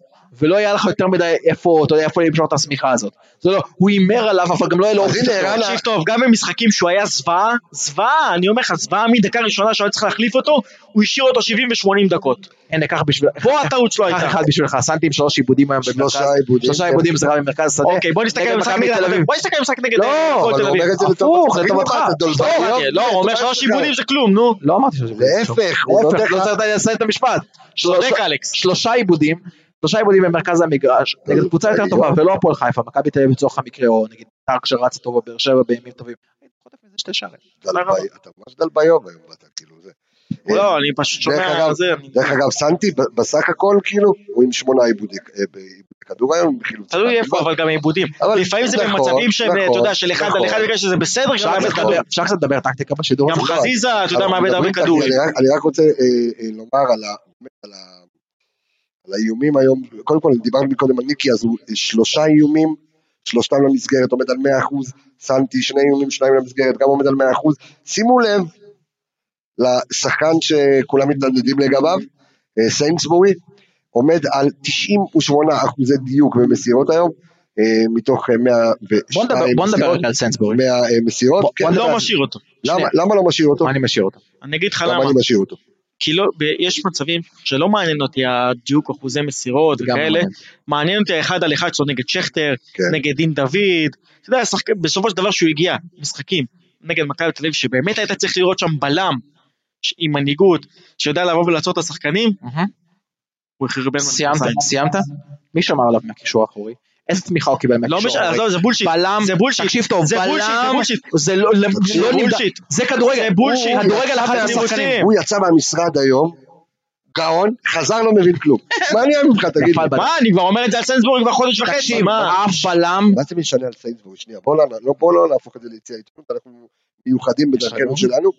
Speaker 2: ולא היה לך יותר מדי איפה, אתה יודע, איפה למשוך את השמיכה הזאת. זה לא, הוא הימר עליו, אבל גם לא היה לו
Speaker 1: אז
Speaker 2: אופציה.
Speaker 1: הנה, ערן,
Speaker 3: תקשיב טוב, גם במשחקים שהוא היה זוועה, זוועה, אני אומר לך, זוועה מדקה ראשונה שהוא היה צריך להחליף אותו, הוא השאיר אותו 70 ו-80 דקות.
Speaker 2: הנה, קח בשביל...
Speaker 3: פה הטעות שלו
Speaker 2: קח
Speaker 3: הייתה.
Speaker 2: אחד בשבילך, סנטים שלוש עיבודים היום במרכז.
Speaker 1: שלושה עיבודים. כן,
Speaker 2: שלושה עיבודים זה רע במרכז שדה.
Speaker 3: אוקיי, בוא נסתכל
Speaker 2: נגד
Speaker 3: על משחק
Speaker 2: מכבי
Speaker 3: נגד
Speaker 2: תל אביב.
Speaker 3: בוא נסתכל על משחק נגד
Speaker 2: לא,
Speaker 3: אה,
Speaker 1: אבל
Speaker 3: הפועל
Speaker 1: הוא
Speaker 3: תל אביב.
Speaker 1: אומר את זה לטובה.
Speaker 2: הפוך, לטובתך.
Speaker 1: זה
Speaker 3: לא,
Speaker 1: דולברג.
Speaker 3: חכה, לא, הוא אומר שלוש עיבודים זה כלום, נו.
Speaker 2: לא אמרתי שלושה עיבודים.
Speaker 1: להפך, הוא נותן
Speaker 2: להפך,
Speaker 1: לך-
Speaker 2: לא צריך לסיים את המשפט.
Speaker 3: צודק אלכס.
Speaker 2: שלושה עיבודים, שלושה עיבודים במרכז המגרש, נגד קבוצה יותר טובה, ולא הפועל חיפה, מכבי תל אביב לצורך המקרה, או נגיד טארק שרץ טוב בבאר שבע בימים טובים. היית חוטף מזה שתי שערים.
Speaker 1: דלבי- אתה ממש דלביוב היום, אתה כאילו זה.
Speaker 3: לא, אני פשוט
Speaker 1: דרך
Speaker 3: שומע
Speaker 1: אגב,
Speaker 3: זה. אני-
Speaker 2: לא,
Speaker 1: דרך אגב, סנטי ב- בסך הכל, כאילו, הוא עם שמונה עיבודי אה, בעיבודי כדור היום, כאילו,
Speaker 3: תלוי איפה, אבל גם העיבודים.
Speaker 2: לא,
Speaker 1: אבל-
Speaker 3: לפעמים זה
Speaker 1: נכון,
Speaker 3: במצבים שהם, אתה
Speaker 1: נכון,
Speaker 3: יודע, של אחד
Speaker 1: נכון.
Speaker 3: על אחד, בגלל שזה בסדר, גם
Speaker 2: אפשר
Speaker 3: לאבד
Speaker 2: קצת
Speaker 1: נכון.
Speaker 3: כדור.
Speaker 2: לדבר- אפשר קצת לדבר טקטיקה בשידור
Speaker 3: גם
Speaker 2: הזה?
Speaker 3: חזיזה, אתה יודע,
Speaker 1: אבל
Speaker 3: מאבד הרבה
Speaker 1: לא מדברים-
Speaker 3: כדורים.
Speaker 1: אני רק- אני רק רוצה אה, אה, לומר על ה- באמת על ה- על האיומים היום, קודם כל דיברנו קודם על ניקי, אז הוא אה, שלושה איומים, שלושתם למסגרת, עומד על 100%, סנטי שני איומים, שניים למסגרת, גם עומד על 100%. שימו לב לשחקן שכולם מתנדנדים לגביו, אה, סיינסבורי, עומד על 98 אחוזי דיוק במסירות היום, אה, מתוך אה, 102
Speaker 2: בוא נדבר- בוא נדבר
Speaker 1: מסירות,
Speaker 2: רגע על סנסבורי.
Speaker 1: 100 אה, מסירות, כן,
Speaker 3: לא
Speaker 1: אבל-
Speaker 3: משאיר אותו.
Speaker 1: למה
Speaker 3: שנייה.
Speaker 1: למה לא משאיר אותו?
Speaker 2: מה אני משאיר אותו?
Speaker 3: אני אגיד לך
Speaker 1: למה
Speaker 3: למה.
Speaker 1: אני משאיר אותו?
Speaker 3: כי לא, ב- יש מצבים שלא מעניין אותי הדיוק אחוזי מסירות
Speaker 2: גם
Speaker 3: וכאלה,
Speaker 2: מעניין.
Speaker 3: מעניין אותי האחד על אחד שלו נגד שכטר,
Speaker 1: כן.
Speaker 3: נגד דין דוד, אתה יודע, השחק... בסופו של דבר שהוא הגיע, משחקים נגד מכבי תל אביב, שבאמת היית צריך לראות שם בלם ש... עם מנהיגות, שיודע לבוא ולעצור את השחקנים,
Speaker 2: מהמם.
Speaker 3: הוא החרבן
Speaker 2: סיימת?
Speaker 3: במכנסיים.
Speaker 2: סיימת? מי שמר עליו מהקישור האחורי? איזה תמיכה הוא קיבל
Speaker 3: לא
Speaker 2: מהקישור
Speaker 3: משנה,
Speaker 2: האחורי?
Speaker 3: עזוב, זה בולשיט,
Speaker 2: בלם,
Speaker 3: זה בולשיט,
Speaker 2: תקשיב טוב,
Speaker 3: זה בולשיט, זה
Speaker 2: בלם,
Speaker 3: בולשיט.
Speaker 2: זה לא
Speaker 1: תקשיב,
Speaker 2: לא
Speaker 3: זה
Speaker 2: נמדד,
Speaker 3: בולשיט.
Speaker 2: זה כדורגל,
Speaker 3: זה בולשיט.
Speaker 2: הוא כדורגל אחד מהשחקנים,
Speaker 3: תירוצים.
Speaker 1: הוא יצא מהמשרד היום, גאון, חזר לא מבין כלום. מה אני אוהב ממך, תגיד
Speaker 2: נפל
Speaker 1: לי?
Speaker 2: בלם.
Speaker 3: מה, אני כבר אומר את זה על סנסבורג כבר חודש וחצי,
Speaker 2: תקשיב,
Speaker 3: מה?
Speaker 2: אף בלם,
Speaker 1: מה זה משנה על סיינסבורג? שנייה, בואו לא- לא- בואו לא נהפוך את זה ליציאה עיתונות, אנחנו מיוחדים בדרכנו
Speaker 2: שלום.
Speaker 1: שלנו,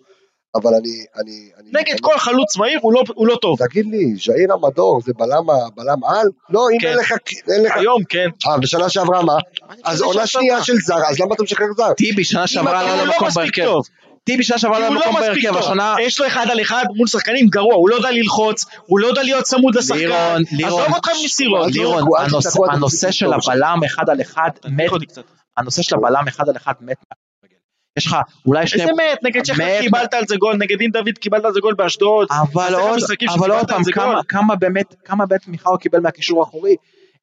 Speaker 1: אבל אני... אני- אני-
Speaker 3: נגד
Speaker 1: אני-
Speaker 3: כל חלוץ מהיר הוא לא- הוא לא טוב.
Speaker 1: תגיד לי, ז'איר המדור זה בלם ה- בלם על? לא, אם
Speaker 3: כן.
Speaker 1: אין לך... אין לך-
Speaker 3: היום כן.
Speaker 1: אה, בשנה שעברה מה? אז עונה שנייה של זר, אז למה אתה משחרר זר?
Speaker 2: טיבי שנה שעברה
Speaker 3: הוא
Speaker 2: עלה
Speaker 3: לא
Speaker 2: למקום
Speaker 3: מספיק
Speaker 2: בהרכב,
Speaker 3: טוב.
Speaker 2: טיבי שנה שעברה עלה
Speaker 3: הוא
Speaker 2: למקום
Speaker 3: לא מספיק
Speaker 2: בהרכב,
Speaker 3: טוב.
Speaker 2: השנה,
Speaker 3: יש לו אחד על אחד מול שחקנים גרוע, הוא לא יודע ללחוץ, הוא לא יודע להיות צמוד לשחקן.
Speaker 2: לירון, לירון,
Speaker 3: עזוב אותך עם מסירות.
Speaker 1: לירון,
Speaker 2: לירון,
Speaker 1: תקוע,
Speaker 2: הנושא-
Speaker 1: תקוע,
Speaker 2: הנושא
Speaker 1: תקוע.
Speaker 2: של הבלם אחד על אחד מת,
Speaker 3: תניח אותי קצת.
Speaker 2: הנושא של הבלם אחד על אחד מת, מהכדורגל. יש לך אולי שני,
Speaker 3: איזה מת, נגד שכטר
Speaker 2: מת.
Speaker 3: קיבלת על זה גול, נגד דין דוד קיבלת על זה גול באשדוד.
Speaker 2: אבל
Speaker 3: עשרה
Speaker 2: עוד,
Speaker 3: משחקים
Speaker 2: אבל עוד
Speaker 3: שקיבלת
Speaker 2: פעם,
Speaker 3: על זה
Speaker 2: כמה-
Speaker 3: גול.
Speaker 2: כמה באמת, כמה באמת תמיכה הוא קיבל מהקישור האחורי,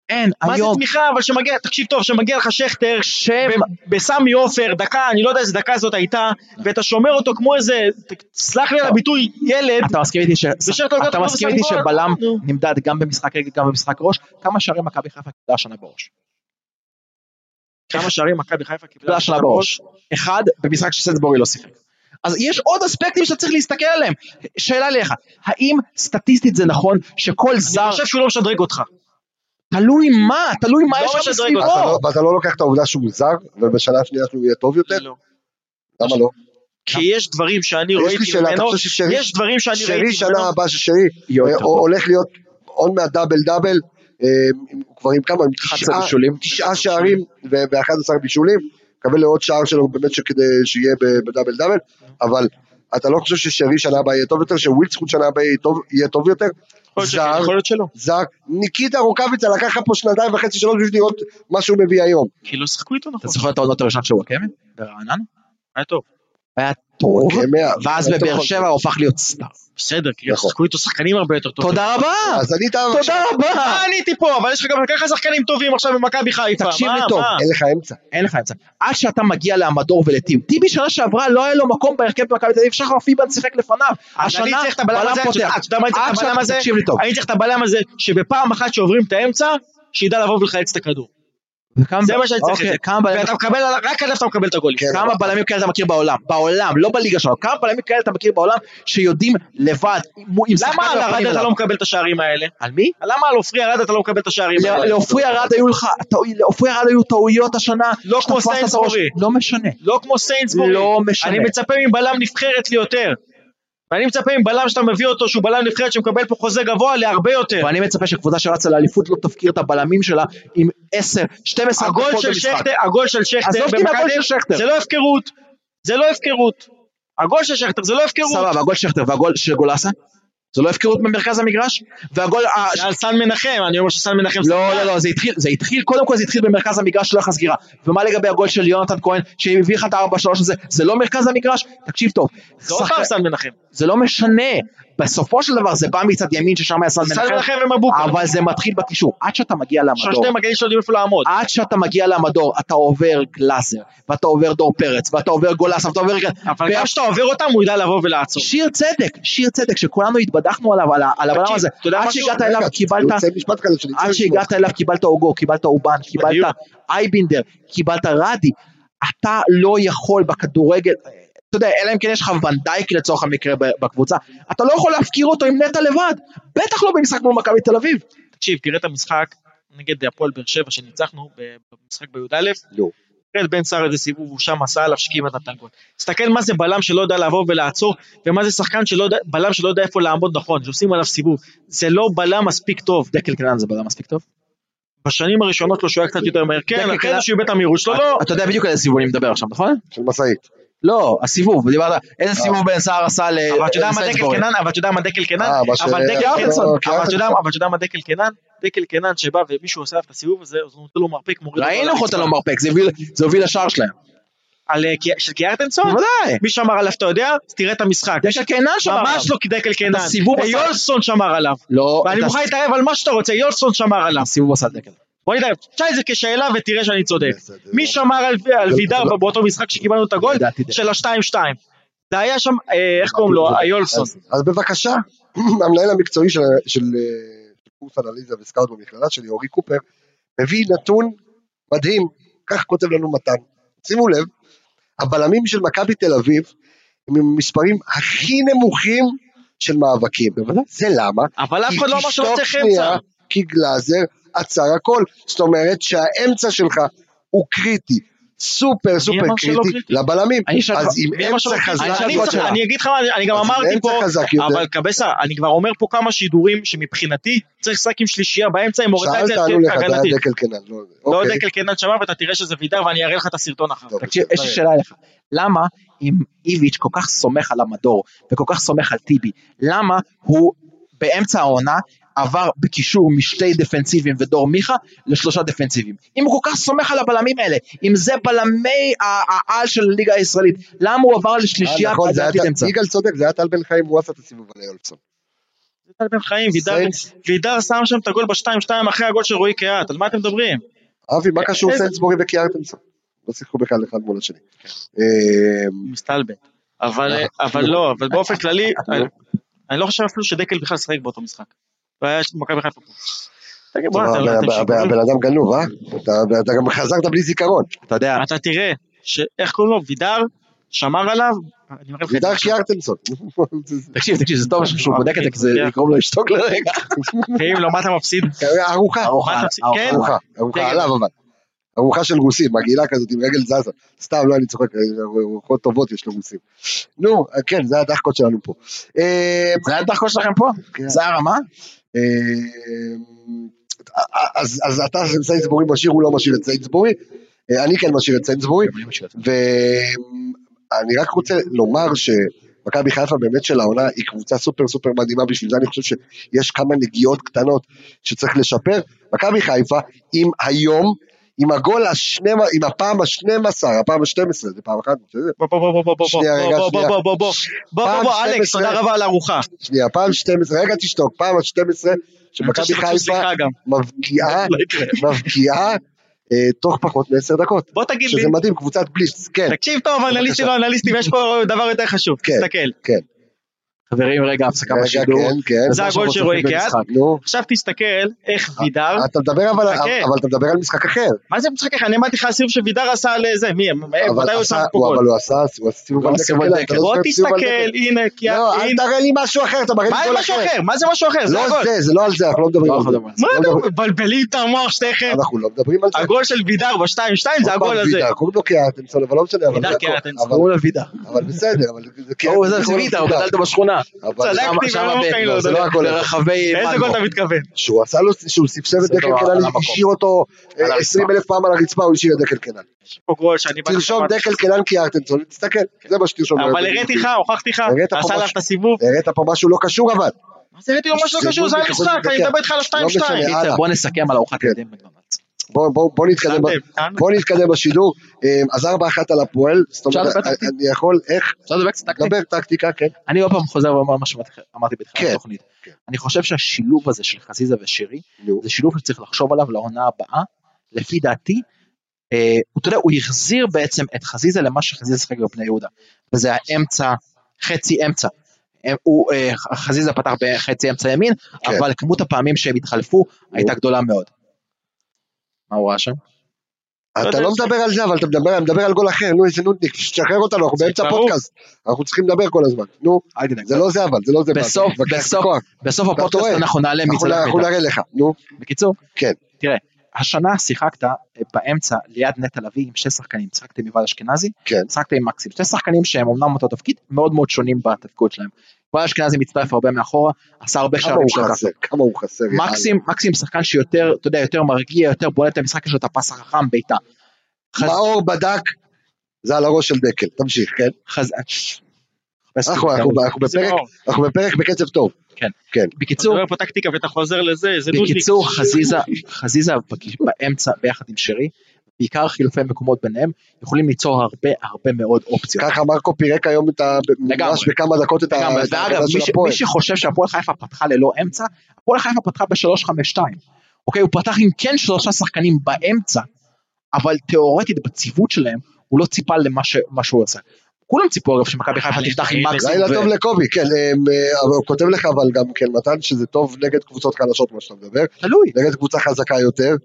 Speaker 2: אין,
Speaker 3: מה זה
Speaker 2: היום,
Speaker 3: תמיכה, אבל שמגיע, תקשיב טוב, שמגיע לך שכטר,
Speaker 2: שם,
Speaker 3: ב- בסמי עופר, דקה, אני לא יודע איזה דקה זאת הייתה, ואתה שומר אותו כמו איזה, ת- סלח לי על הביטוי, ילד,
Speaker 2: אתה מסכים איתי ש...
Speaker 3: ושכטר לוקח
Speaker 2: אתה
Speaker 3: אותו
Speaker 2: מסכים
Speaker 3: ושם
Speaker 2: איתי
Speaker 3: גול?
Speaker 2: שבלם
Speaker 3: נו.
Speaker 2: נמדד גם במשחק רגל, גם במשחק ראש, כמה שערים מכבי חיפה קיבלה השנה בראש?
Speaker 3: כמה שערים מכבי חיפה קיבלה
Speaker 2: קיבלה השנה בראש. אחד, במשחק שסנסבורי לא שיחק. אז יש עוד אספקטים שאתה צריך להסתכל עליהם. שאלה אליך, האם סטטיסטית זה נכון שכל זר,
Speaker 3: אני חושב שהוא לא משדרג אותך.
Speaker 2: תלוי מה, תלוי מה
Speaker 3: לא
Speaker 2: יש לך
Speaker 3: משדרג
Speaker 2: מסביבו.
Speaker 1: אתה לא- ואתה לא לוקח את העובדה שהוא זר, ובשנה השנייה שהוא יהיה טוב
Speaker 3: לא.
Speaker 1: יותר? למה לא?
Speaker 3: כי יש דברים שאני
Speaker 1: יש לי
Speaker 3: ראיתי
Speaker 1: שאלה, אתה
Speaker 3: ממנו,
Speaker 1: חושב ששרי
Speaker 3: יש דברים שאני
Speaker 1: שרי
Speaker 3: ראיתי
Speaker 1: שנה
Speaker 3: ממנו,
Speaker 1: הבאה של שרי
Speaker 2: יהיה
Speaker 1: אה,
Speaker 2: יותר טוב.
Speaker 1: הולך להיות עוד מעט דאבל דאבל, אה, עם- כבר עם כמה, עם תשעה-
Speaker 2: בישולים.
Speaker 1: תשעה שערים ו-11 בישולים, מקווה לעוד שער שלו באמת שכדי שיהיה ב- בדאבל דאבל, אבל אתה לא חושב ששרי שנה הבאה יהיה טוב יותר, שווילצחוט שנה הבאה יהיה טוב- יהיה טוב יותר?
Speaker 3: יכול להיות שכן,
Speaker 1: זר,
Speaker 3: יכול להיות שלא.
Speaker 1: זר, ניקיטה רוקאביצה לקח לך פה שנתיים וחצי שלוש בשביל לראות מה שהוא מביא היום.
Speaker 3: כי לא שיחקו איתו נכון.
Speaker 2: אתה זוכר את העונות הראשונות של וואקמה? ברעננה?
Speaker 3: היה טוב.
Speaker 2: היה טוב,
Speaker 1: וואקמה,
Speaker 2: ואז
Speaker 1: היה טוב.
Speaker 2: בבאר שבע הוא הפך להיות סטאר.
Speaker 3: בסדר, כי
Speaker 1: נכון.
Speaker 3: שיחקו איתו שחקנים הרבה יותר טובים.
Speaker 2: תודה רבה!
Speaker 1: אז אני אתה...
Speaker 2: אה, תודה
Speaker 1: אה,
Speaker 2: רבה!
Speaker 3: מה עניתי פה, אבל יש לך גם ככה שחקנים טובים עכשיו במכבי חיפה.
Speaker 2: תקשיב
Speaker 3: מה,
Speaker 2: לי טוב,
Speaker 3: מה?
Speaker 1: אין לך אמצע.
Speaker 2: אין לך אמצע. עד שאתה מגיע לעמדור ולטיב. טיבי שנה שעברה לא היה לו מקום בהרכב במכבי תל אביב, שחר פיבן שיחק לפניו.
Speaker 3: אז אני
Speaker 2: השנה
Speaker 3: צריך את הבלם הזה, אתה יודע אתה יודע מה אני צריך
Speaker 2: עד
Speaker 3: את הבלם
Speaker 2: שאתה,
Speaker 3: הזה?
Speaker 2: תקשיב לי טוב.
Speaker 3: אני צריך את הבלם הזה, שבפעם אחת שעוברים את האמצע, שידע לבוא ולחלץ את הכדור.
Speaker 1: כן.
Speaker 2: וכמה-
Speaker 3: זה מה שאני צריך
Speaker 2: אוקיי,
Speaker 3: את זה.
Speaker 2: כמה בלמים-
Speaker 3: ואתה מקבל, רק עליו אתה מקבל את הגולים.
Speaker 1: כן,
Speaker 2: כמה בלמים כאלה אתה מכיר בעולם? בעולם, לא בליגה שלנו. כמה בלמים כאלה אתה מכיר בעולם שיודעים לבד, מו- עם שחקן
Speaker 3: למה על
Speaker 2: ופנים
Speaker 3: ארד אתה
Speaker 2: אליו?
Speaker 3: לא מקבל את השערים האלה?
Speaker 2: על מי?
Speaker 3: למה על עופרי ארד אתה לא מקבל את השערים
Speaker 2: לא-
Speaker 3: האלה?
Speaker 2: לעופרי ארד היו לך, טעו- לעופרי ארד היו טעויות השנה.
Speaker 3: לא
Speaker 2: שאתה
Speaker 3: כמו
Speaker 2: הפכת את הראש.
Speaker 3: סיינסבורי.
Speaker 2: לא משנה.
Speaker 3: לא כמו סיינסבורי.
Speaker 2: לא משנה.
Speaker 3: אני מצפה מבלם נבחרת לי יותר. ואני מצפה מבלם שאתה מביא אותו, שהוא בלם נבחרת שמקבל פה חוזה גבוה להרבה יותר.
Speaker 2: ואני מצפה שקבוצה שרצה לאליפות לא תפקיר את הבלמים שלה עם 10, 12
Speaker 3: הגול
Speaker 2: דקות
Speaker 3: של
Speaker 2: במשחק.
Speaker 3: שכטר, הגול של שכטר
Speaker 2: עזוב אותי מהגול
Speaker 3: במכבי,
Speaker 2: של שכטר.
Speaker 3: זה לא הפקרות. זה לא הפקרות. הגול של שכטר זה לא הפקרות.
Speaker 2: סבבה, הגול שכטר והגול של גולסה? זה לא הפקרות במרכז המגרש? והגול... ה-
Speaker 3: זה על סן מנחם, אני אומר שסן מנחם...
Speaker 2: לא, לא, לא, זה התחיל, זה התחיל, קודם כל זה התחיל במרכז המגרש שלא היה לך סגירה. ומה לגבי הגול של יונתן כהן, שהביא לך את ה-4-3 הזה, זה לא מרכז המגרש? תקשיב טוב.
Speaker 3: זה עוד
Speaker 2: שחק-
Speaker 3: לא פעם סן מנחם.
Speaker 2: זה לא משנה. בסופו של דבר זה בא מצד ימין ששם היה סן
Speaker 3: סן
Speaker 2: מנחם,
Speaker 3: מנחם ומבוקה.
Speaker 2: אבל זה מתחיל בקישור. עד שאתה מגיע למדור,
Speaker 3: שלושתם מגנים שלא יודעים איפה לעמוד.
Speaker 2: עד שאתה מגיע למדור, אתה עובר גלאזר, ואתה עובר דור פרץ, ואתה עובר גולס, ואתה עובר...
Speaker 3: אבל
Speaker 2: וה-
Speaker 3: גם כשאתה עובר אותם הוא ידע לבוא ולעצור.
Speaker 2: שיר צדק, שיר צדק, שכולנו התבדחנו עליו, על ה- על הבלם
Speaker 3: תקשיב,
Speaker 2: הזה.
Speaker 3: אתה יודע
Speaker 2: עד
Speaker 3: משהו?
Speaker 2: שהגעת
Speaker 1: רגע,
Speaker 2: אליו קיבלת...
Speaker 1: אני רוצה משפט כזה שאני
Speaker 2: עד
Speaker 1: רוצה לשמוע.
Speaker 2: שהגעת אליו קיבלת אוגו, קיבלת אובן, קיבלת
Speaker 3: בדיוק.
Speaker 2: אייבינדר, קיבלת רדי. אתה לא יכול בכדורגל, אתה יודע, אלא אם כן יש לך ונדייק לצורך המקרה ב- בקבוצה, אתה לא יכול להפקיר אותו עם נטע לבד, בטח לא במשחק מול מכבי תל אביב.
Speaker 3: תקשיב, תראה את המשחק נגד הפועל באר שבע שניצחנו ב- במשחק בי"א.
Speaker 1: לא.
Speaker 3: תראה את בן סער איזה סיבוב, הוא שם עשה עליו שכמעט נתן גול. תסתכל מה זה בלם שלא יודע לעבור ולעצור, ומה זה שחקן שלא יודע, בלם שלא יודע איפה לעמוד נכון, שעושים עליו סיבוב. זה לא בלם מספיק טוב.
Speaker 2: דקל קלן זה בלם מספיק טוב?
Speaker 3: בשנים הראשונות לו שהוא היה קצת יותר מהר, כן,
Speaker 2: דקל,
Speaker 3: אחרי
Speaker 2: כן.
Speaker 3: זה שהוא איבד את המהירות שלו,
Speaker 1: אה,
Speaker 3: לא.
Speaker 2: אתה יודע בדיוק איזה סיבוב אני מדבר עכשיו, נכון?
Speaker 1: של משאית.
Speaker 2: לא, הסיבוב, דיברת, איזה סיבוב בן סער עשה ל...
Speaker 3: לא. אבל אתה יודע מה דקל
Speaker 2: לסיינסבורי?
Speaker 3: קנן, אבל אתה יודע מה דקל קנן,
Speaker 1: אה, מה ש-
Speaker 3: אבל דקל
Speaker 1: אה,
Speaker 3: קנן,
Speaker 1: לא,
Speaker 3: אבל אתה יודע
Speaker 1: קראתי.
Speaker 3: מה- אבל אתה יודע מה דקל קנן, דקל קנן שבא ומישהו עושה עליו את הסיבוב הזה, אז הוא נותן לו מרפק, מוריד אותו
Speaker 2: ראינו איך
Speaker 3: לרצפה.
Speaker 2: אותה לא מרפק, זה הוביל- זה הוביל לשער שלהם.
Speaker 3: לא. על, אה, קי- של קיארטנסון?
Speaker 2: בוודאי.
Speaker 3: מי שמר עליו אתה יודע? אז תראה את המשחק.
Speaker 2: דקל קנן שמר עליו.
Speaker 3: ממש לא כדקל קנן.
Speaker 2: הסיבוב עשה.
Speaker 3: יולסון שמר עליו.
Speaker 2: לא,
Speaker 3: ואני
Speaker 2: את
Speaker 3: מוכן להתערב על מה שאתה רוצה, יולסון שמר עליו.
Speaker 2: הסיבוב עשה דקל.
Speaker 3: בוא נדע, תשאל את זה כשאלה ותראה שאני צודק.
Speaker 1: בסדר.
Speaker 3: מי שמר על- על
Speaker 1: זה
Speaker 3: וידר
Speaker 1: לא-
Speaker 3: באותו משחק שקיבלנו את הגול?
Speaker 2: לדעתי דקל.
Speaker 3: של ה-2-2. זה היה שם, אה, איך קוראים לו? היולסון.
Speaker 1: אז- אז בבקשה, המנהל המקצועי של של, אה, של קורס אנליזה וסקאוט במכללה שלי, אורי קופר, מביא נתון מדהים, כך כותב לנו מתן. שימו לב, הבלמים של מכבי תל אביב הם עם המספרים הכי נמוכים של מאבקים. זה למה?
Speaker 3: אבל אף
Speaker 1: כי
Speaker 3: אחד לא אמר שלא
Speaker 1: תשטוף
Speaker 3: צריך
Speaker 1: שנייה,
Speaker 3: אמצע.
Speaker 1: כי גלאזר עצר הכל. זאת אומרת שהאמצע שלך הוא קריטי, סופר סופר
Speaker 3: אמר שלא
Speaker 1: קריטי
Speaker 3: קריטי?
Speaker 1: לבלמים.
Speaker 2: אני אשאל אותך-
Speaker 1: אז אם
Speaker 3: מי אמר שלא
Speaker 1: אמצע
Speaker 3: צריך-
Speaker 1: חזק
Speaker 3: אני
Speaker 1: יותר,
Speaker 3: צריך- אני אגיד לך, מה, אני- אני גם
Speaker 1: אז אם
Speaker 3: אמרתי
Speaker 1: אמצע
Speaker 3: פה,
Speaker 1: חזק יותר-
Speaker 3: אבל קבסה, אני כבר אומר פה כמה שידורים שמבחינתי צריך לשחק עם שלישייה באמצע, עם הורדה את
Speaker 1: שאלת
Speaker 3: זה
Speaker 1: ענו לך, זה
Speaker 3: הגנתי.
Speaker 1: היה דקל קנן. לא,
Speaker 3: לא
Speaker 1: אוקיי.
Speaker 3: דקל קנן שמע ואתה תראה שזה וידר ואני אראה לך את הסרטון אחר כך.
Speaker 1: טוב,
Speaker 2: תקשיב,
Speaker 3: לא
Speaker 2: יש לי
Speaker 1: בסדר.
Speaker 2: שאלה אליך. למה אם איביץ' כל כך סומך על המדור וכל כך סומך על טיבי, למה הוא באמצע העונה עבר בקישור משתי דפנסיבים ודור מיכה לשלושה דפנסיבים? אם הוא כל כך סומך על הבלמים האלה, אם זה בלמי ה- העל של הליגה הישראלית, למה הוא עבר לשלישייה
Speaker 1: אה, נכון, זה היה
Speaker 2: בהגנתית
Speaker 1: טל-
Speaker 2: אמצע?
Speaker 1: יגאל צודק, זה היה טל בן חיים, הוא עשה את הסיבוב על יולפסון.
Speaker 3: טל בן חיים, וידר-
Speaker 1: סיינס.
Speaker 3: וידר שם שם את הגול ב-2-2 אחרי הגול של רועי קהת, על מה אתם מדברים?
Speaker 1: אבי, מה קשור
Speaker 3: איזה-
Speaker 1: סנסבורי וקיארטנסון? לא שיחקו בכלל אחד מול השני.
Speaker 3: כן.
Speaker 1: אה,
Speaker 3: מסתלבט. אבל אבל לא, אבל באופן כללי, אני- אני לא חושב אפילו שדקל בכלל שיחק באותו משחק. והיה יש מכבי חיפה פה. תגיד, בוא'נה, אתה-
Speaker 1: הבן-
Speaker 3: אתה
Speaker 1: הבן-
Speaker 3: שיכור?
Speaker 1: הבן אדם גנוב, אה? אתה- אתה גם חזרת בלי זיכרון.
Speaker 2: אתה יודע,
Speaker 3: אתה תראה, ש- איך קוראים לו? וידר שמר עליו? אני מראה לך את זה.
Speaker 1: וידר קיארטנסון.
Speaker 2: תקשיב, תקשיב, זה
Speaker 1: כן.
Speaker 2: טוב שהוא בודק את זה, כי זה
Speaker 3: אוקיי.
Speaker 2: יגרום לו לשתוק לרגע.
Speaker 3: ואם לא, מה אתה מפסיד?
Speaker 1: ארוחה,
Speaker 2: ארוחה,
Speaker 3: אתה עושה? כן.
Speaker 2: ארוחה.
Speaker 1: ארוחה, ארוחה
Speaker 3: רגע.
Speaker 1: עליו אבל. ארוחה של רוסים, מגעילה כזאת עם רגל זזה. סתם, לא, אני צוחק, ארוחות טובות יש לרוסים. נו, כן, זה הדחקות שלנו פה. אה,
Speaker 2: זה היה דרכו שלכם פה?
Speaker 1: כן.
Speaker 2: זה הרמה?
Speaker 1: אה, אז, אז אתה סיינסבורי משאיר, הוא לא משאיר את סיינסבורי. אה, אני כן משאיר את סיינסבורי. ואני רק רוצה לומר שמכבי חיפה באמת של העונה היא קבוצה סופר סופר מדהימה, בשביל זה אני חושב שיש כמה נגיעות קטנות שצריך לשפר. מכבי חיפה, אם היום, עם הגול השנים, עם הפעם השנים עשר, הפעם השתים עשרה, זה פעם אחת, זה-
Speaker 3: בוא, בוא, בוא, בוא, בוא, בוא,
Speaker 1: שנייה, רגע,
Speaker 3: בוא, בוא,
Speaker 1: שנייה.
Speaker 3: בוא, בוא, בוא, בוא, בוא,
Speaker 1: פעם
Speaker 3: בוא, אלכס,
Speaker 1: 12.
Speaker 3: תודה רבה על הארוחה.
Speaker 1: שנייה, פעם 12, רגע תשתוק, פעם ה-12
Speaker 3: אני רוצה
Speaker 1: שמכבי
Speaker 3: שתבקשו
Speaker 1: חיפה אה,
Speaker 3: סליחה גם.
Speaker 1: מבקיעה,
Speaker 3: לא יקרה.
Speaker 1: מבקיעה אה, תוך פחות מעשר דקות.
Speaker 3: בוא תגיד לי,
Speaker 1: שזה מדהים, קבוצת בליץ, כן,
Speaker 3: תקשיב טוב, אנליסטים לא אנליסטים, יש פה דבר יותר חשוב,
Speaker 1: כן.
Speaker 3: תסתכל.
Speaker 1: כן.
Speaker 2: חברים, רגע, הפסקה
Speaker 1: רגע,
Speaker 2: בשידור.
Speaker 1: כן, כן.
Speaker 3: זה הגול של רועי קהת.
Speaker 1: נו,
Speaker 3: עכשיו תסתכל איך
Speaker 1: אה,
Speaker 3: וידר,
Speaker 1: אתה מדבר אבל,
Speaker 3: חכה.
Speaker 1: אבל אתה מדבר על משחק אחר.
Speaker 3: מה זה משחק ככה? אני אמרתי לך הסיבוב שווידר עשה על זה, מי,
Speaker 1: אבל
Speaker 3: אה, מתי הוא
Speaker 1: עשה-
Speaker 3: שם פה גול?
Speaker 1: אבל הוא עשה הוא עשה סיבוב
Speaker 2: הוא
Speaker 1: על
Speaker 2: עשה סיבוב
Speaker 1: דקל.
Speaker 2: על
Speaker 1: אתה לא
Speaker 2: דקל.
Speaker 1: זוכר
Speaker 3: בוא
Speaker 1: את סיבוב על
Speaker 3: תסתכל,
Speaker 1: דקל?
Speaker 3: הנה, כי...
Speaker 1: לא, אל
Speaker 3: הנה-
Speaker 1: תראה לי משהו אחר, אתה מראה לי
Speaker 3: מה זה
Speaker 1: גול
Speaker 3: משהו
Speaker 1: אחר.
Speaker 3: אחר? מה זה משהו אחר? זה
Speaker 1: לא
Speaker 3: הגול.
Speaker 1: זה, זה לא על זה, אנחנו לא מדברים
Speaker 2: לא,
Speaker 1: על
Speaker 2: אנחנו
Speaker 1: זה.
Speaker 2: לא מדברים
Speaker 3: מה
Speaker 1: לא מדברים-
Speaker 3: אתם מבלבלים את המוח שתיכם?
Speaker 1: אנחנו לא מדברים על זה.
Speaker 3: הגול של וידר ב-2-2 זה
Speaker 1: עוד פעם
Speaker 3: הגול הזה.
Speaker 1: וידר, קוראים לו קיארטנסון, אבל לא משנה, אבל
Speaker 3: וידר
Speaker 1: זה
Speaker 3: קיארטנסון.
Speaker 1: אבל-
Speaker 2: קראו לו וידה.
Speaker 1: אבל בסדר, אבל זה
Speaker 2: או, זה ציווית, כן, הוא גדלת בשכונה.
Speaker 1: אבל
Speaker 3: צדק.
Speaker 2: שם- שם
Speaker 3: ולא
Speaker 2: ב-
Speaker 3: מוכרים לו,
Speaker 2: לא, זה
Speaker 1: זה
Speaker 2: לא
Speaker 1: לא הכל.
Speaker 2: ברחבי
Speaker 3: איזה
Speaker 2: מנגו.
Speaker 3: גול אתה מתכוון?
Speaker 1: שהוא עשה לו, שהוא סבסב את
Speaker 2: זה
Speaker 1: דקל
Speaker 2: לא על
Speaker 1: קנן,
Speaker 2: המקום.
Speaker 1: השאיר אותו
Speaker 2: על הרצפה.
Speaker 1: 20 אלף פעם על הרצפה, הוא השאיר את דקל קנן.
Speaker 3: יש פה גול שאני... באתי
Speaker 1: תרשום
Speaker 3: ואמרתי,
Speaker 1: דקל קנן קיארטנסון, תסתכל, זה מה שתרשום.
Speaker 3: אבל הראיתי לך, הוכחתי לך,
Speaker 1: הראית פה
Speaker 3: עשה לך
Speaker 1: משהו.
Speaker 3: את הסיבוב.
Speaker 1: הראית פה משהו לא קשור אבל.
Speaker 3: מה זה רדיו ממש לא קשור, זה היה משחק, אני מדבר איתך על
Speaker 1: לא משנה,
Speaker 3: ה-2-2.
Speaker 1: הלאה.
Speaker 2: קיצר, בוא נסכם על ארוחת
Speaker 1: כן.
Speaker 2: ילדים במקדונלדס.
Speaker 1: בואו בוא, בוא נתקדם, ב- בוא נתקדם בשידור. אמ, אז 4-1 על הפועל, זאת
Speaker 2: אפשר
Speaker 1: אומרת,
Speaker 2: לדבר
Speaker 1: אני- אני יכול, איך?
Speaker 2: אפשר לדבר קצת טקטי?
Speaker 1: דבר טקטיקה, כן.
Speaker 2: אני עוד פעם חוזר ואומר מה שאמרתי
Speaker 1: כן.
Speaker 2: בתחילת התוכנית. אני חושב שהשילוב הזה של חזיזה ושירי,
Speaker 1: נו,
Speaker 2: זה שילוב שצריך לחשוב עליו לעונה הבאה. לפי דעתי, אה, הוא, אתה יודע, הוא החזיר בעצם את חזיזה למה שחזיזה שיחק בבני יהודה. וזה האמצע, חצי אמצע. הם- הוא, אה, חזיזה פתח בחצי אמצע ימין,
Speaker 1: כן.
Speaker 2: אבל כמות הפעמים שהם התחלפו הייתה גדולה מאוד. מה הוא ראה שם?
Speaker 1: אתה
Speaker 3: יודע,
Speaker 1: לא
Speaker 3: יש-
Speaker 1: מדבר על זה, אבל אתה מדבר, מדבר על גול אחר, נו איזה נודניק, שחרר אותנו, אנחנו באמצע
Speaker 3: ברור.
Speaker 1: הפודקאסט, אנחנו צריכים לדבר כל הזמן, נו,
Speaker 2: אל תדאג.
Speaker 1: זה לא זה אבל, זה לא זה, אבל.
Speaker 2: בסוף,
Speaker 1: בבקשה,
Speaker 2: בסוף,
Speaker 1: בכוח.
Speaker 2: בסוף הפודקאסט
Speaker 1: טועה.
Speaker 2: אנחנו נעלה
Speaker 1: אנחנו
Speaker 2: מצד
Speaker 1: אנחנו
Speaker 2: המידע.
Speaker 1: נראה לך, נו,
Speaker 2: בקיצור,
Speaker 1: כן.
Speaker 2: תראה, השנה שיחקת אה, באמצע ליד נטע לביא עם שני שחקנים, שיחקת עם יובל אשכנזי,
Speaker 1: כן.
Speaker 2: שיחקת עם מקסים, שני שחקנים שהם אמנם אותו תפקיד, מאוד מאוד שונים בתפקוד שלהם. יובל אשכנזי מצטרף הרבה מאחורה, עשה הרבה
Speaker 1: כמה
Speaker 2: שערים
Speaker 1: הוא
Speaker 2: של הקו.
Speaker 1: חסר, כמה הוא חסר, יאללה.
Speaker 2: מקסים, מקסים שחקן שיותר, אתה יודע, יותר מרגיע, יותר בולט את המשחק, יש לו את הפס החכם, בעיטה. חז-
Speaker 1: מאור בדק, זה על הראש של דקל, תמשיך, כן,
Speaker 2: חז- חפש
Speaker 1: אנחנו-
Speaker 2: לי,
Speaker 1: אנחנו
Speaker 2: טעות.
Speaker 1: אנחנו בפרק, אנחנו בפרק בקצב טוב,
Speaker 3: אתה
Speaker 2: בקיצור,
Speaker 3: לא, מדבר פה טקטיקה ואתה חוזר לזה, זה נודניק.
Speaker 2: בקיצור, חזיזה, חזיזה בק- באמצע ביחד עם שרי, בעיקר חילופי מקומות ביניהם, יכולים ליצור הרבה הרבה מאוד אופציות.
Speaker 1: ככה מרקו פירק היום את ה...
Speaker 2: לגמרי.
Speaker 1: ממש בכמה דקות את ה...
Speaker 2: לגמרי,
Speaker 1: את
Speaker 2: ואגב,
Speaker 1: ההגנה
Speaker 2: מי
Speaker 1: של
Speaker 2: ש-
Speaker 1: הפועל.
Speaker 2: מי שחושב שהפועל חיפה פתחה ללא אמצע, הפועל חיפה פתחה ב-352. אוקיי, הוא פתח עם כן שלושה שחקנים באמצע, אבל תיאורטית בציוות שלהם, הוא לא ציפה למה ש- מה שהוא עשה. כולם ציפו אגב שמכבי חיפה תפתח עם מקסימום.
Speaker 1: לילה
Speaker 2: ו-
Speaker 1: טוב לקובי, כן, אמ, אה, אבל הוא כותב לך אבל גם כן, מתן, שזה טוב נגד קבוצות חלשות, מה שאתה מדבר,
Speaker 2: תלוי.
Speaker 1: נגד קבוצה חזקה יותר,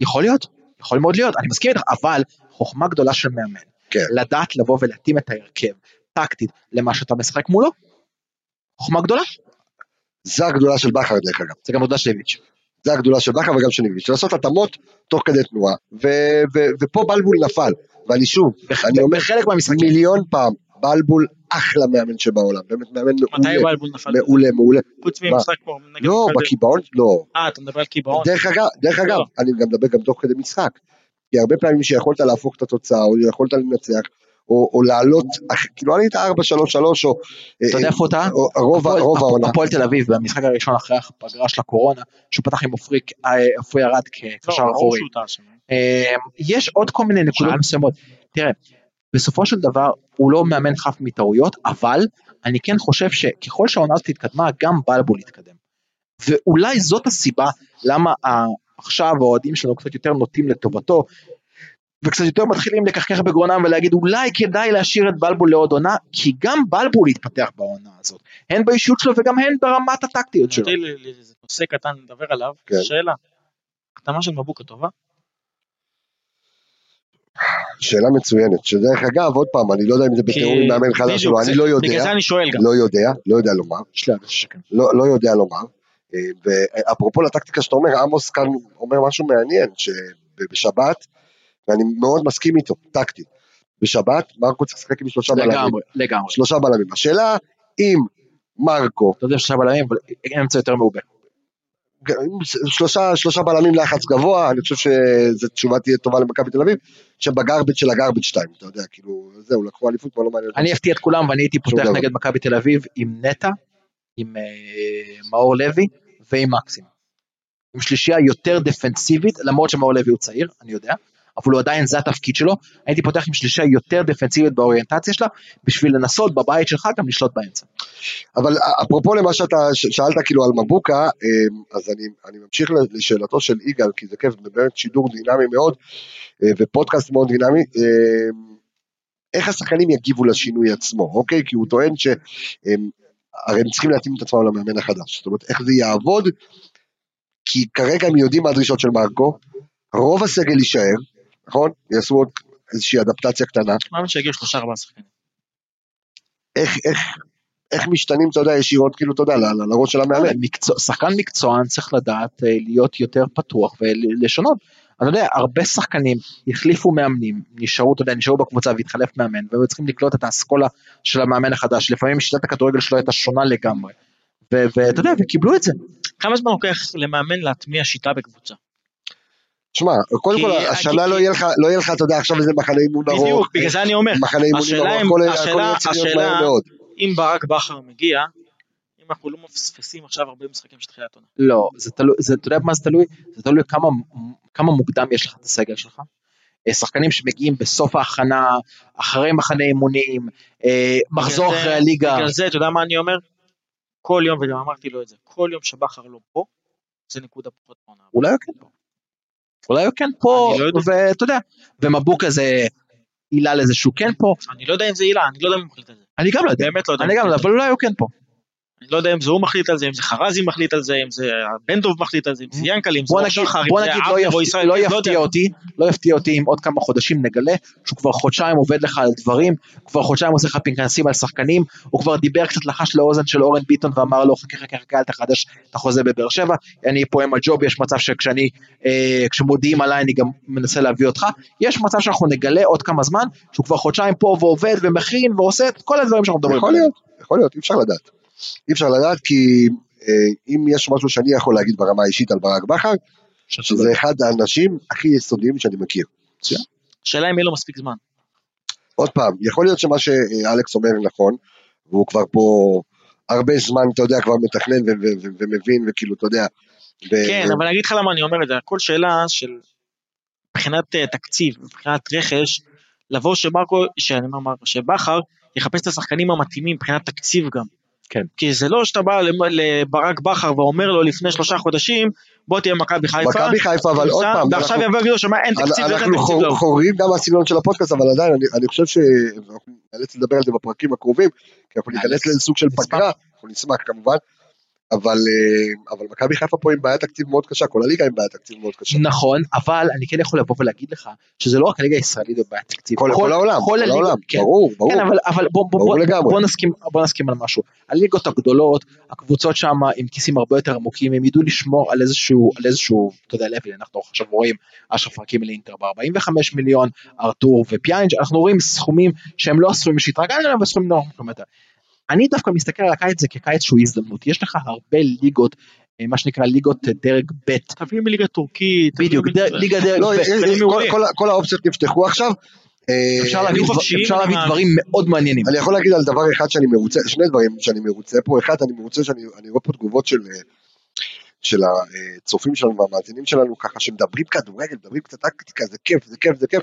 Speaker 2: יכול להיות, יכול מאוד להיות, אני מסכים איתך, אבל חוכמה גדולה של מאמן.
Speaker 1: כן.
Speaker 2: לדעת לבוא ולהתאים את ההרכב, טקטית, למה שאתה משחק מולו. חוכמה גדולה,
Speaker 1: זה הגדולה של בכר דרך אגב,
Speaker 2: זה גם עבודה של איביץ'.
Speaker 1: זה הגדולה של בכר וגם של ניביץ', לעשות התאמות תוך כדי תנועה, ו- ו- ופה בלבול נפל, ואני שוב, אני אומר
Speaker 2: בחלק מהמשחקים,
Speaker 1: מיליון פעם, בלבול אחלה מאמן שבעולם, באמת מאמן
Speaker 3: מתי
Speaker 1: מעולה,
Speaker 3: בלבול נפל?
Speaker 1: מעולה, מעולה,
Speaker 3: חוץ ממשחק פה נגד...
Speaker 1: לא,
Speaker 3: מכבי.
Speaker 1: בקיבעון, לא,
Speaker 3: אה, אתה מדבר על קיבעון.
Speaker 1: דרך אגב, דרך אגב,
Speaker 3: לא.
Speaker 1: אני גם מדבר גם תוך כדי משחק. כי הרבה פעמים שיכולת להפוך את התוצאה, או יכולת לנצח, או, או לעלות, אח- כאילו עלית 4-3-3, או...
Speaker 2: אתה יודע
Speaker 1: אה,
Speaker 2: איפה הוא טעה?
Speaker 1: או- רוב ה-
Speaker 2: הפועל-
Speaker 1: רוב
Speaker 2: הפועל-
Speaker 1: העונה.
Speaker 2: הפועל תל אביב במשחק הראשון אחרי הפגרה של הקורונה, שהוא פתח עם עופרי אה, עופרי ארד
Speaker 3: לא,
Speaker 2: כקשר
Speaker 3: ברור
Speaker 2: אחורי.
Speaker 3: שהוא טעה שם.
Speaker 2: אה, יש עוד כל מיני נקודות מסוימות. תראה, בסופו של דבר הוא לא מאמן חף מטעויות, אבל אני כן חושב שככל שהעונה הזאת התקדמה, גם בלבול התקדם. ואולי זאת הסיבה למה ה- עכשיו האוהדים שלנו קצת יותר נוטים לטובתו, וקצת יותר מתחילים לקחקח בגרונם ולהגיד אולי כדאי להשאיר את בלבול לעוד עונה, כי גם בלבול התפתח בעונה הזאת, הן באישיות שלו וגם הן ברמת הטקטיות שלו.
Speaker 3: נותן לי- לי- לי- נושא קטן לדבר עליו,
Speaker 1: כן.
Speaker 3: שאלה. החתמה של מבוקה טובה?
Speaker 1: שאלה מצוינת, שדרך אגב, עוד פעם, אני לא יודע אם זה בתיאום עם
Speaker 3: כי-
Speaker 1: מאמן חדש או
Speaker 3: בדיוק,
Speaker 1: לא,
Speaker 3: זה-
Speaker 1: אני לא
Speaker 3: בגלל
Speaker 1: יודע,
Speaker 3: זה אני שואל גם.
Speaker 1: לא יודע, לא יודע לומר,
Speaker 2: יש לי הרגשה שכן.
Speaker 1: לא, לא יודע לומר. אה, ואפרופו לטקטיקה שאתה אומר, עמוס כאן אומר משהו מעניין, שבשבת, ואני מאוד מסכים איתו, טקטית, בשבת מרקו צריך לשחק עם שלושה בלמים,
Speaker 2: לגמרי, לגמרי.
Speaker 1: שלושה בלמים. השאלה, אם מרקו
Speaker 2: לא יודע שלושה בלמים, אבל אמצע יותר מעובה.
Speaker 1: שלושה, שלושה בלמים לחץ גבוה, אני חושב שזו תשובה תהיה טובה למכבי תל אביב, שבגרבג' של הגרבג' 2, אתה יודע, כאילו, זהו, לקחו אליפות, כבר לא מעניין. אותם.
Speaker 2: אני אפתיע את כולם ואני הייתי פותח
Speaker 1: דבר.
Speaker 2: נגד מכבי תל אביב עם נטע, עם אה, מאור לוי ועם מקסים. עם שלישייה יותר דפנסיבית, למרות שמאור לוי הוא צעיר, אני יודע, אבל הוא עדיין, זה התפקיד שלו, הייתי פותח עם שלישייה יותר דפנסיבית באוריינטציה שלה, בשביל לנסות בבית שלך גם לשלוט באמצע.
Speaker 1: אבל אפרופו למה שאתה ש- שאלת כאילו על מבוקה, אמ, אז אני, אני ממשיך לשאלתו של יגאל, כי זה כיף, זה באמת שידור דינמי מאוד, אה, ופודקאסט מאוד דינמי. אמ, איך השחקנים יגיבו לשינוי עצמו, אוקיי? כי הוא טוען שהם הרי הם צריכים להתאים את עצמם למאמן החדש. זאת אומרת, איך זה יעבוד? כי כרגע הם יודעים מה הדרישות של מרקו, רוב הסגל יישאר, נכון? יעשו עוד איזושהי אדפטציה קטנה.
Speaker 3: למה שיגיעו שלושה ארבעה שחקנים?
Speaker 1: איך, איך, איך משתנים, אתה יודע, ישירות, כאילו, אתה יודע, ל- ל- לראש של המאמן.
Speaker 2: מקצוע- שחקן מקצוען צריך לדעת אה, להיות יותר פתוח ולשנות. אתה יודע, הרבה שחקנים החליפו מאמנים, נשארו, אתה יודע, נשארו בקבוצה והתחלף מאמן, והם צריכים לקלוט את האסכולה של המאמן החדש, לפעמים שיטת הכדורגל שלו הייתה שונה לגמרי. ו- ואתה יודע, וקיבלו את זה.
Speaker 3: כמה זמן לוקח למאמן להטמיע שיטה בקבוצה?
Speaker 1: שמע, קודם
Speaker 3: כי-
Speaker 1: כל, השנה
Speaker 3: כי-
Speaker 1: לא יהיה לך, לא יהיה לך, אתה יודע, עכשיו איזה מחנה אימון ארוך.
Speaker 3: בדיוק, בגלל זה אני אומר.
Speaker 1: מחנה אימונים
Speaker 3: השאלה
Speaker 1: ארוך,
Speaker 3: אם-
Speaker 1: הכל היה-
Speaker 3: השאלה-
Speaker 1: הכל היה צריך להיות מהר
Speaker 3: השאלה-
Speaker 1: מאוד.
Speaker 3: אם ברק בכר מגיע, אם אם אנחנו לא מפספסים עכשיו הרבה משחקים של תחילת עונה.
Speaker 2: לא, זה תלוי, זה, אתה יודע במה זה תלוי? זה תלוי כמה, כמה מוקדם יש לך את הסגל שלך. אה, שחקנים שמגיעים בסוף ההכנה, אחרי מחנה אימונים, אה, מחזור
Speaker 3: בגלל זה-
Speaker 2: אחרי הליגה.
Speaker 3: בגלל זה, אתה יודע מה אני אומר? כל יום, וגם אמרתי לו את זה, כל יום שבכר לא פה, זה נקודה פחות בעונה.
Speaker 2: אולי הוא כן פה. אולי הוא כן פה,
Speaker 3: אני לא יודע.
Speaker 2: ואתה יודע, ומבוקה זה עילה לזה שהוא כן פה.
Speaker 3: אני לא יודע אם זה הילה, אני לא יודע מי מחליט על זה.
Speaker 2: אני גם לא יודע,
Speaker 3: באמת לא יודע.
Speaker 2: אני
Speaker 3: מי
Speaker 2: גם לא יודע,
Speaker 3: מחליט על
Speaker 2: אבל אולי הוא כן פה.
Speaker 3: זה. אני לא יודע אם זה הוא מחליט על זה, אם זה חרזי מחליט על זה, אם זה בן דב מחליט על זה, אם זה ינקל, אם זה
Speaker 2: בוא
Speaker 3: אור
Speaker 2: נגיד,
Speaker 3: שחר,
Speaker 2: בוא
Speaker 3: אם זה
Speaker 2: נגיד לא,
Speaker 3: אבנר או
Speaker 2: יפתיע,
Speaker 3: ישראל,
Speaker 2: לא
Speaker 3: יודע.
Speaker 2: יפתיע אותי, לא יפתיע אותי אם עוד כמה חודשים נגלה שהוא כבר חודשיים עובד לך על דברים, הוא כבר חודשיים עושה לך פנקסים על שחקנים, הוא כבר דיבר קצת לחש לאוזן של אורן ביטון ואמר לו חכה חכה חכה אל תחדש את החוזה בבאר שבע, אני פה עם הג'וב, יש מצב שכשאני, אה, כשמודיעים עליי אני גם מנסה להביא אותך, יש מצב שאנחנו נגלה עוד כמה זמן שהוא כבר חודשיים פה ועובד ומכין ועושה את כל הדברים שאנחנו מדברים
Speaker 1: יכול
Speaker 2: עליהם.
Speaker 1: להיות, יכול להיות, אי אפשר לדעת. אי אפשר לדעת כי אה, אם יש משהו שאני יכול להגיד ברמה האישית על ברק בכר, שזה אחד האנשים הכי יסודיים שאני מכיר.
Speaker 3: השאלה אם יהיה לו מספיק זמן.
Speaker 1: עוד פעם, יכול להיות שמה שאלכס אומר נכון, והוא כבר פה הרבה זמן, אתה יודע, כבר מתכנן ו- ו- ו- ומבין, וכאילו, אתה יודע, ו-
Speaker 3: כן, אבל אני אגיד לך למה אני אומר את זה, הכל שאלה של מבחינת אה, תקציב, מבחינת רכש, לבוא שמרקו, שאני אומר מרקו, שבכר יחפש את השחקנים המתאימים מבחינת תקציב גם.
Speaker 2: כן.
Speaker 3: כי זה לא שאתה בא למ- לברק בכר ואומר לו לפני שלושה חודשים, בוא תהיה מכבי חיפה.
Speaker 1: מכבי חיפה, אבל עוד
Speaker 3: קבוצה,
Speaker 1: פעם,
Speaker 3: ועכשיו
Speaker 1: אנחנו-
Speaker 3: יבוא ויגידו שמה אין תקציב,
Speaker 1: אנ-
Speaker 3: ואין
Speaker 1: אנחנו
Speaker 3: תקציב לא.
Speaker 1: חור-
Speaker 3: להוא.
Speaker 1: חורגים גם מהסגנון של הפודקאסט, אבל עדיין, אני- אני חושב שאנחנו נאלץ לדבר על זה בפרקים הקרובים, כי אנחנו ניכנס לאיזה סוג של פגרה, אנחנו נשמח כמובן, אבל אה, אבל מכבי חיפה פה עם בעיית תקציב מאוד קשה, כל הליגה עם בעיית תקציב מאוד קשה.
Speaker 2: נכון, אבל אני כן יכול לבוא ולהגיד לך שזה לא רק הליגה הישראלית בבעיה תקציב.
Speaker 1: כל כל העולם, כל
Speaker 2: הליגות,
Speaker 1: העולם,
Speaker 2: נכון, כן.
Speaker 1: ברור, ברור.
Speaker 2: כן, אבל, אבל בוא, בוא,
Speaker 1: ברור
Speaker 2: בוא,
Speaker 1: לגמרי.
Speaker 2: בוא, נסכים, בוא נסכים על משהו. הליגות הגדולות, הקבוצות שם עם כיסים הרבה יותר עמוקים, הם ידעו לשמור על איזשהו, על איזשהו, אתה יודע, לוי, אנחנו עכשיו רואים אשרף רקים לאינטר ב-45 מיליון, ארתור ופיאנג', אנחנו רואים סכומים שהם לא הסכומים שהתרגלנו אליהם, וסכומים נורא מוקרמטר. אני דווקא מסתכל על הקיץ הזה כקיץ שהוא הזדמנות. יש לך הרבה ליגות, אה, מה שנקרא ליגות אה, דרג ב',
Speaker 3: תביא מליגה טורקית. תביא
Speaker 2: בדיוק,
Speaker 3: מליגה-
Speaker 2: דרג- ליגה דרג
Speaker 1: לא,
Speaker 2: ב'.
Speaker 1: יש-
Speaker 3: כללים
Speaker 1: יש-
Speaker 3: מעולים.
Speaker 1: כל- כל ה- כל האופציות נפתחו עכשיו. אה,
Speaker 2: אפשר להביא
Speaker 3: היו
Speaker 2: דבר-
Speaker 3: חופשיים,
Speaker 2: אפשר להביא
Speaker 3: אבל-
Speaker 2: דברים מאוד מעניינים.
Speaker 1: אני יכול להגיד על דבר אחד שאני מרוצה, שני דברים שאני מרוצה פה, אחד אני מרוצה שאני אני רואה פה תגובות של, אה, של הצופים שלנו והמאזינים שלנו ככה שמדברים כדורגל, מדברים קצת טקטיקה, זה כיף, זה כיף, זה כיף,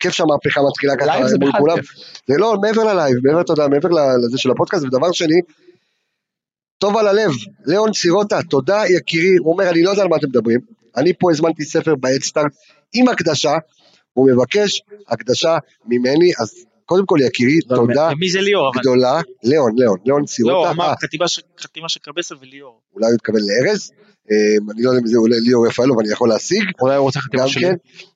Speaker 1: כיף שהמהפכה מתחילה
Speaker 2: לייב
Speaker 1: ככה
Speaker 2: זה
Speaker 1: מול
Speaker 2: בכלל
Speaker 1: כולם,
Speaker 2: כיף.
Speaker 1: זה לא מעבר ללייב, מעבר אתה יודע, מעבר ל- לזה של הפודקאסט, ודבר שני, טוב על הלב, ליאון סירוטה, תודה יקירי, הוא אומר אני לא יודע על מה אתם מדברים, אני פה הזמנתי ספר באדסטארט עם הקדשה, הוא מבקש הקדשה ממני, אז קודם כל יקירי,
Speaker 2: לא,
Speaker 1: תודה
Speaker 3: ומי זה ליאור אבל?
Speaker 1: גדולה, ליאון, ליאון, ליאון
Speaker 3: לא,
Speaker 1: סירוטה,
Speaker 3: אמר
Speaker 1: אה,
Speaker 3: חתימה של- חתימה של קרבסה וליאור.
Speaker 1: אולי הוא התכוון לארז, אה, אני לא יודע אם זה עולה ליאור רפאלוב, אני יכול להשיג,
Speaker 2: אולי הוא רוצה חתימה
Speaker 1: גם
Speaker 2: שלי.
Speaker 1: כן,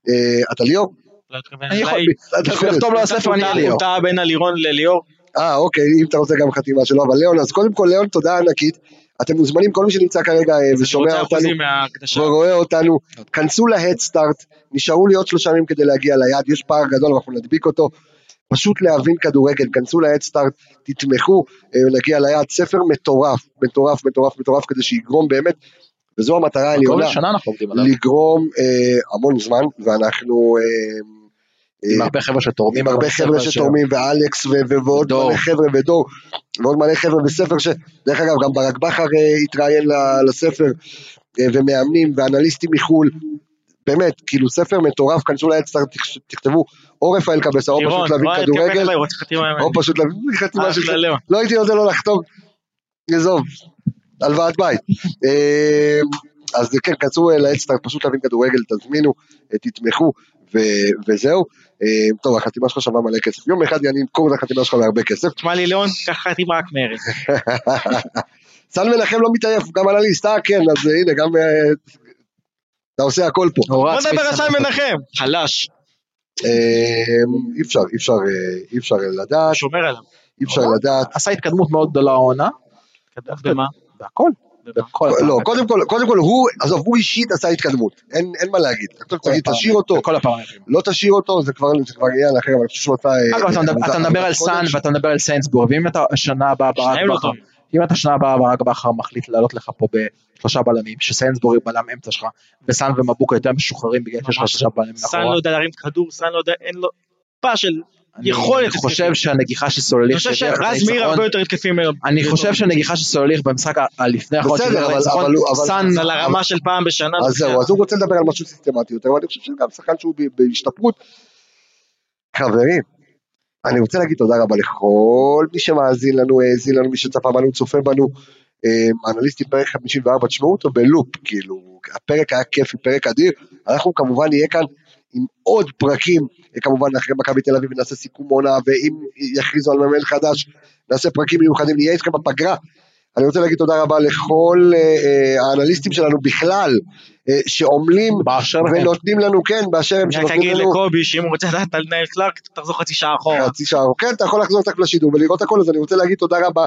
Speaker 1: אה, אתה ליאור?
Speaker 3: לא התכוון,
Speaker 2: אני יכול,
Speaker 3: אולי-
Speaker 1: אתה
Speaker 2: בשביל
Speaker 1: יכול.
Speaker 2: לחתום לו על הספר אני
Speaker 3: הוא טעה-
Speaker 2: אהיה ליאור.
Speaker 3: הוא טעה בין הלירון לליאור.
Speaker 1: אה, אוקיי, אם אתה רוצה גם חתימה שלו, אבל ליאון, אז קודם כל ליאון, תודה ענקית, אתם מוזמנים, כל מי שנמצא כרגע אה, ושומע
Speaker 3: רוצה
Speaker 1: אותנו,
Speaker 3: אחוזים מההקדשה.
Speaker 1: ורואה אותנו, כנסו להדסטארט, נשארו לי עוד שלושה ימים כדי להגיע ליעד, יש פער גדול, אנחנו נדביק אותו. פשוט להבין כדורגל, כנסו להדסטארט, תתמכו, אה, נגיע ליעד, ספר מטורף, מטורף, מטורף, מטורף, כדי שיגרום באמת, וזו המטרה
Speaker 2: כל
Speaker 1: העליונה,
Speaker 2: שנה אנחנו עובדים עליו.
Speaker 1: לגרום אה, המון זמן, ואנחנו... אה,
Speaker 2: עם
Speaker 1: אה,
Speaker 2: הרבה חבר'ה שתורמים.
Speaker 1: עם הרבה חבר'ה שתורמים, ואלכס ו- ו- ועוד
Speaker 2: ודור.
Speaker 1: מלא חבר'ה, ודור, ועוד מלא חבר'ה בספר ש... דרך אגב, גם ברק בכר אה, התראיין ל- לספר, אה, ומאמנים, ואנליסטים מחו"ל. באמת, כאילו ספר מטורף, כנסו לאדסטארט, תכתבו או רפאל קבסה, או
Speaker 3: לירון,
Speaker 1: פשוט להבין
Speaker 3: לא, תראה
Speaker 1: כדורגל,
Speaker 3: איך הוא רוצה חתימה ממני.
Speaker 1: או פשוט להבין חתימה
Speaker 3: אה,
Speaker 1: של...
Speaker 3: לא, לא.
Speaker 1: לא הייתי נותן לו לחתום, עזוב, הלוואת בית. אה, אז כן, כנסו אה, לאדסטארט, פשוט להבין כדורגל, תזמינו, אה, תתמכו, ו- וזהו. אה, טוב, החתימה שלך שווה מלא כסף. יום אחד אני אמכור את החתימה שלך להרבה כסף.
Speaker 3: תשמע לי ליאון, קח חתימה רק מארץ.
Speaker 1: סל מנחם לא מתעייף, הוא גם אנליסט, אה כן, אז אה, הנה, גם... אה, אתה עושה הכל פה.
Speaker 3: בוא נדבר על סל מנחם. חלש,
Speaker 1: אה, אי אפשר, אי אפשר, אה, אי אפשר לדעת,
Speaker 3: שומר עליו.
Speaker 1: אי אפשר לדעת.
Speaker 2: עשה התקדמות מאוד גדולה העונה.
Speaker 3: במה?
Speaker 2: בהכל.
Speaker 3: במה?
Speaker 2: בכל
Speaker 1: לא,
Speaker 2: הפרמטרים.
Speaker 1: קודם כל, קודם כל הוא, עזוב, הוא אישית עשה התקדמות, אין, אין מה להגיד. עכשיו תגיד, תשאיר אותו,
Speaker 2: בכל הפרמטרים.
Speaker 1: לא תשאיר אותו, זה כבר זה כבר עניין אחר, אבל אני חושב שהוא עשה... אה,
Speaker 2: אגב, אתה מדבר-
Speaker 1: עבודה-
Speaker 2: אתה מדבר על
Speaker 1: עבודה
Speaker 2: סאן
Speaker 1: קודש.
Speaker 2: ואתה מדבר על סיינסבורג, ואם אתה השנה הבאה ברק
Speaker 3: שניים לא
Speaker 2: בכר,
Speaker 3: טובים.
Speaker 2: אם אתה שנה הבאה ברק בכר מחליט לעלות לך פה בשלושה בלמים, שסיינסבורג הוא בלם אמצע שלך, וסאן ומבוקה יותר משוחררים בגלל שיש לך
Speaker 3: ממש
Speaker 1: נכון.
Speaker 2: שלושה בלמים
Speaker 3: סאן לא
Speaker 2: מאחורה,
Speaker 3: יודע להרים כדור, סאן לא יודע, אין לו... טיפה של יכולת
Speaker 2: אני חושב שהנגיחה של סולליך...
Speaker 3: אני חושב
Speaker 2: שהביאה אותה
Speaker 3: שרז מאיר
Speaker 2: לניצחון-
Speaker 3: הרבה יותר התקפי מ...
Speaker 2: אני חושב שהנגיחה של סולליך במשחק ה- הלפני האחרון
Speaker 1: בסדר,
Speaker 2: שהביאה
Speaker 1: אבל-
Speaker 2: לניצחון,
Speaker 1: אבל הוא- אבל-
Speaker 2: נכון? סאן
Speaker 1: אבל-
Speaker 3: על הרמה של פעם בשנה.
Speaker 1: אז זהו, אז הוא רוצה לדבר על משהו סיסטמטי יותר, ואני חושב שגם שחקן שהוא ב- בהשתפרות. חברים, אני רוצה להגיד תודה רבה לכל מי שמאזין לנו, האזין לנו, מי שצפה בנו, צופה בנו. אה, אנליסטים פרק 54, תשמעו אותו בלופ, כאילו, הפרק היה כיפי, פרק אדיר. אנחנו כמובן נהיה כאן עם עוד פרקים, אה, כמובן אחרי מכבי תל אביב נעשה סיכום עונה, ואם יכריזו על מאמן חדש, נעשה פרקים מיוחדים, נהיה איתכם בפגרה. אני רוצה להגיד תודה רבה לכל אה, אה, האנליסטים שלנו בכלל, אה, שעמלים
Speaker 2: באשר הם.
Speaker 1: ונותנים לנו, כן, באשר הם
Speaker 3: רק
Speaker 1: שנותנים
Speaker 3: אגיד
Speaker 1: לנו
Speaker 3: לקובי שאם הוא רוצה לדעת על ניל קלארק תחזור חצי שעה אחורה.
Speaker 1: חצי שעה, כן, אתה יכול לחזור תכף לשידור ולראות הכל, אז אני רוצה להגיד תודה רבה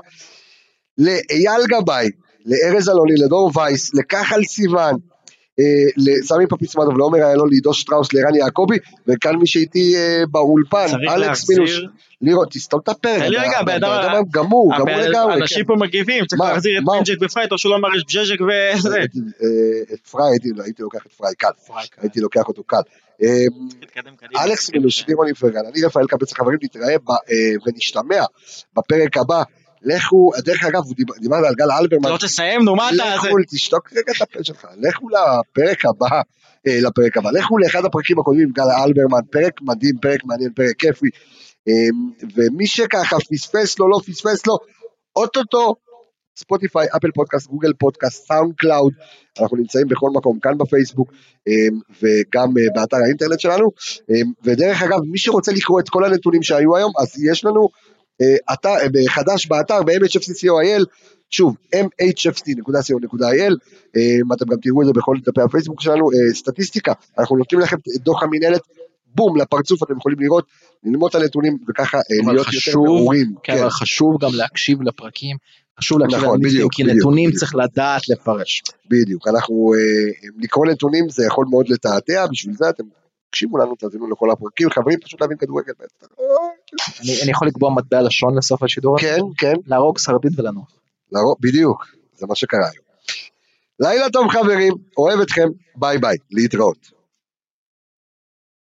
Speaker 1: לאייל גבאי, לארז אלוני, לדור וייס, לכחל סיוון, אה, לסמי פפיצמדוב, לעומר איילון, לעידו שטראוס, לערן יעקבי, וכאן מי שאיתי אה, באולפן,
Speaker 3: צריך
Speaker 1: אלכס
Speaker 3: להחזיר.
Speaker 1: מילוש, לירות, תסתום את הפרק,
Speaker 3: תן לי רגע, הבן אדם-
Speaker 1: אדם גמור, גמור
Speaker 3: הבעל-
Speaker 1: לגמרי, כן.
Speaker 3: אנשים פה מגיבים, צריך
Speaker 1: מה,
Speaker 3: להחזיר את
Speaker 1: מה?
Speaker 3: פינג'ק ופרייט או שהוא לא מרגיש בז'ז'ק וזה.
Speaker 1: אה, את פריי, הייתי- הייתי לוקח את פריי קל,
Speaker 3: כן.
Speaker 1: הייתי לוקח אותו קל. אה,
Speaker 3: תתקדם קדימה.
Speaker 1: אלכס מילוש, לירון יפרגן, אני רפאל קבץ חברים, נתראה ב- אה, ונשתמע בפרק הבא. לכו, דרך אגב, הוא דיבר- דיברנו על גל
Speaker 3: אתה
Speaker 1: אלברמן,
Speaker 3: לא תסיים, נו מה אתה... זה-
Speaker 1: לכו, תשתוק רגע את הפה שלך, לכו לפרק הבא, אה, לפרק הבא, לכו לאחד הפרקים הקודמים, גל אלברמן, פרק מדהים, פרק מעניין, פרק כיפי, אה, ומי שככה פספס לו, לא פספס לו, אוטוטו, ספוטיפיי, אפל פודקאסט, גוגל פודקאסט, סאונד קלאוד, אנחנו נמצאים בכל מקום, כאן בפייסבוק, אה, וגם אה, באתר האינטרנט שלנו, אה, ודרך אגב, מי שרוצה לקרוא את כל הנתונים שהיו היום, אז יש לנו אה, אתר, אה, חדש באתר, ב-mhfc.co.il, שוב, mhfc.co.il, אמ, אתם גם תראו את זה בכל דפי הפייסבוק שלנו, אה, סטטיסטיקה, אנחנו נותנים לכם את דוח המינהלת, בום, לפרצוף, אתם יכולים לראות, ללמוד את הנתונים, וככה אה,
Speaker 2: אבל
Speaker 1: להיות יותר
Speaker 2: חשוב,
Speaker 1: ברורים.
Speaker 2: כן, אבל חשוב גם להקשיב לפרקים, חשוב להקשיב
Speaker 1: נכון,
Speaker 2: לנתונים,
Speaker 1: בדיוק,
Speaker 2: כי
Speaker 1: בדיוק,
Speaker 2: נתונים
Speaker 1: בדיוק.
Speaker 2: צריך לדעת לפרש.
Speaker 1: בדיוק, אנחנו, אה, לקרוא נתונים זה יכול מאוד לתעתע, בשביל זה אתם, תקשיבו לנו, תאזינו לכל הפרקים, חברים, פשוט להבין כדורגל בעצם.
Speaker 2: אני- אני יכול לקבוע מטבע לשון לסוף השידור? הזה?
Speaker 1: כן, כן,
Speaker 2: להרוג סרדין ולנוח.
Speaker 1: לרוב, בדיוק, זה מה שקרה היום. לילה טוב חברים, אוהב אתכם, ביי ביי, להתראות.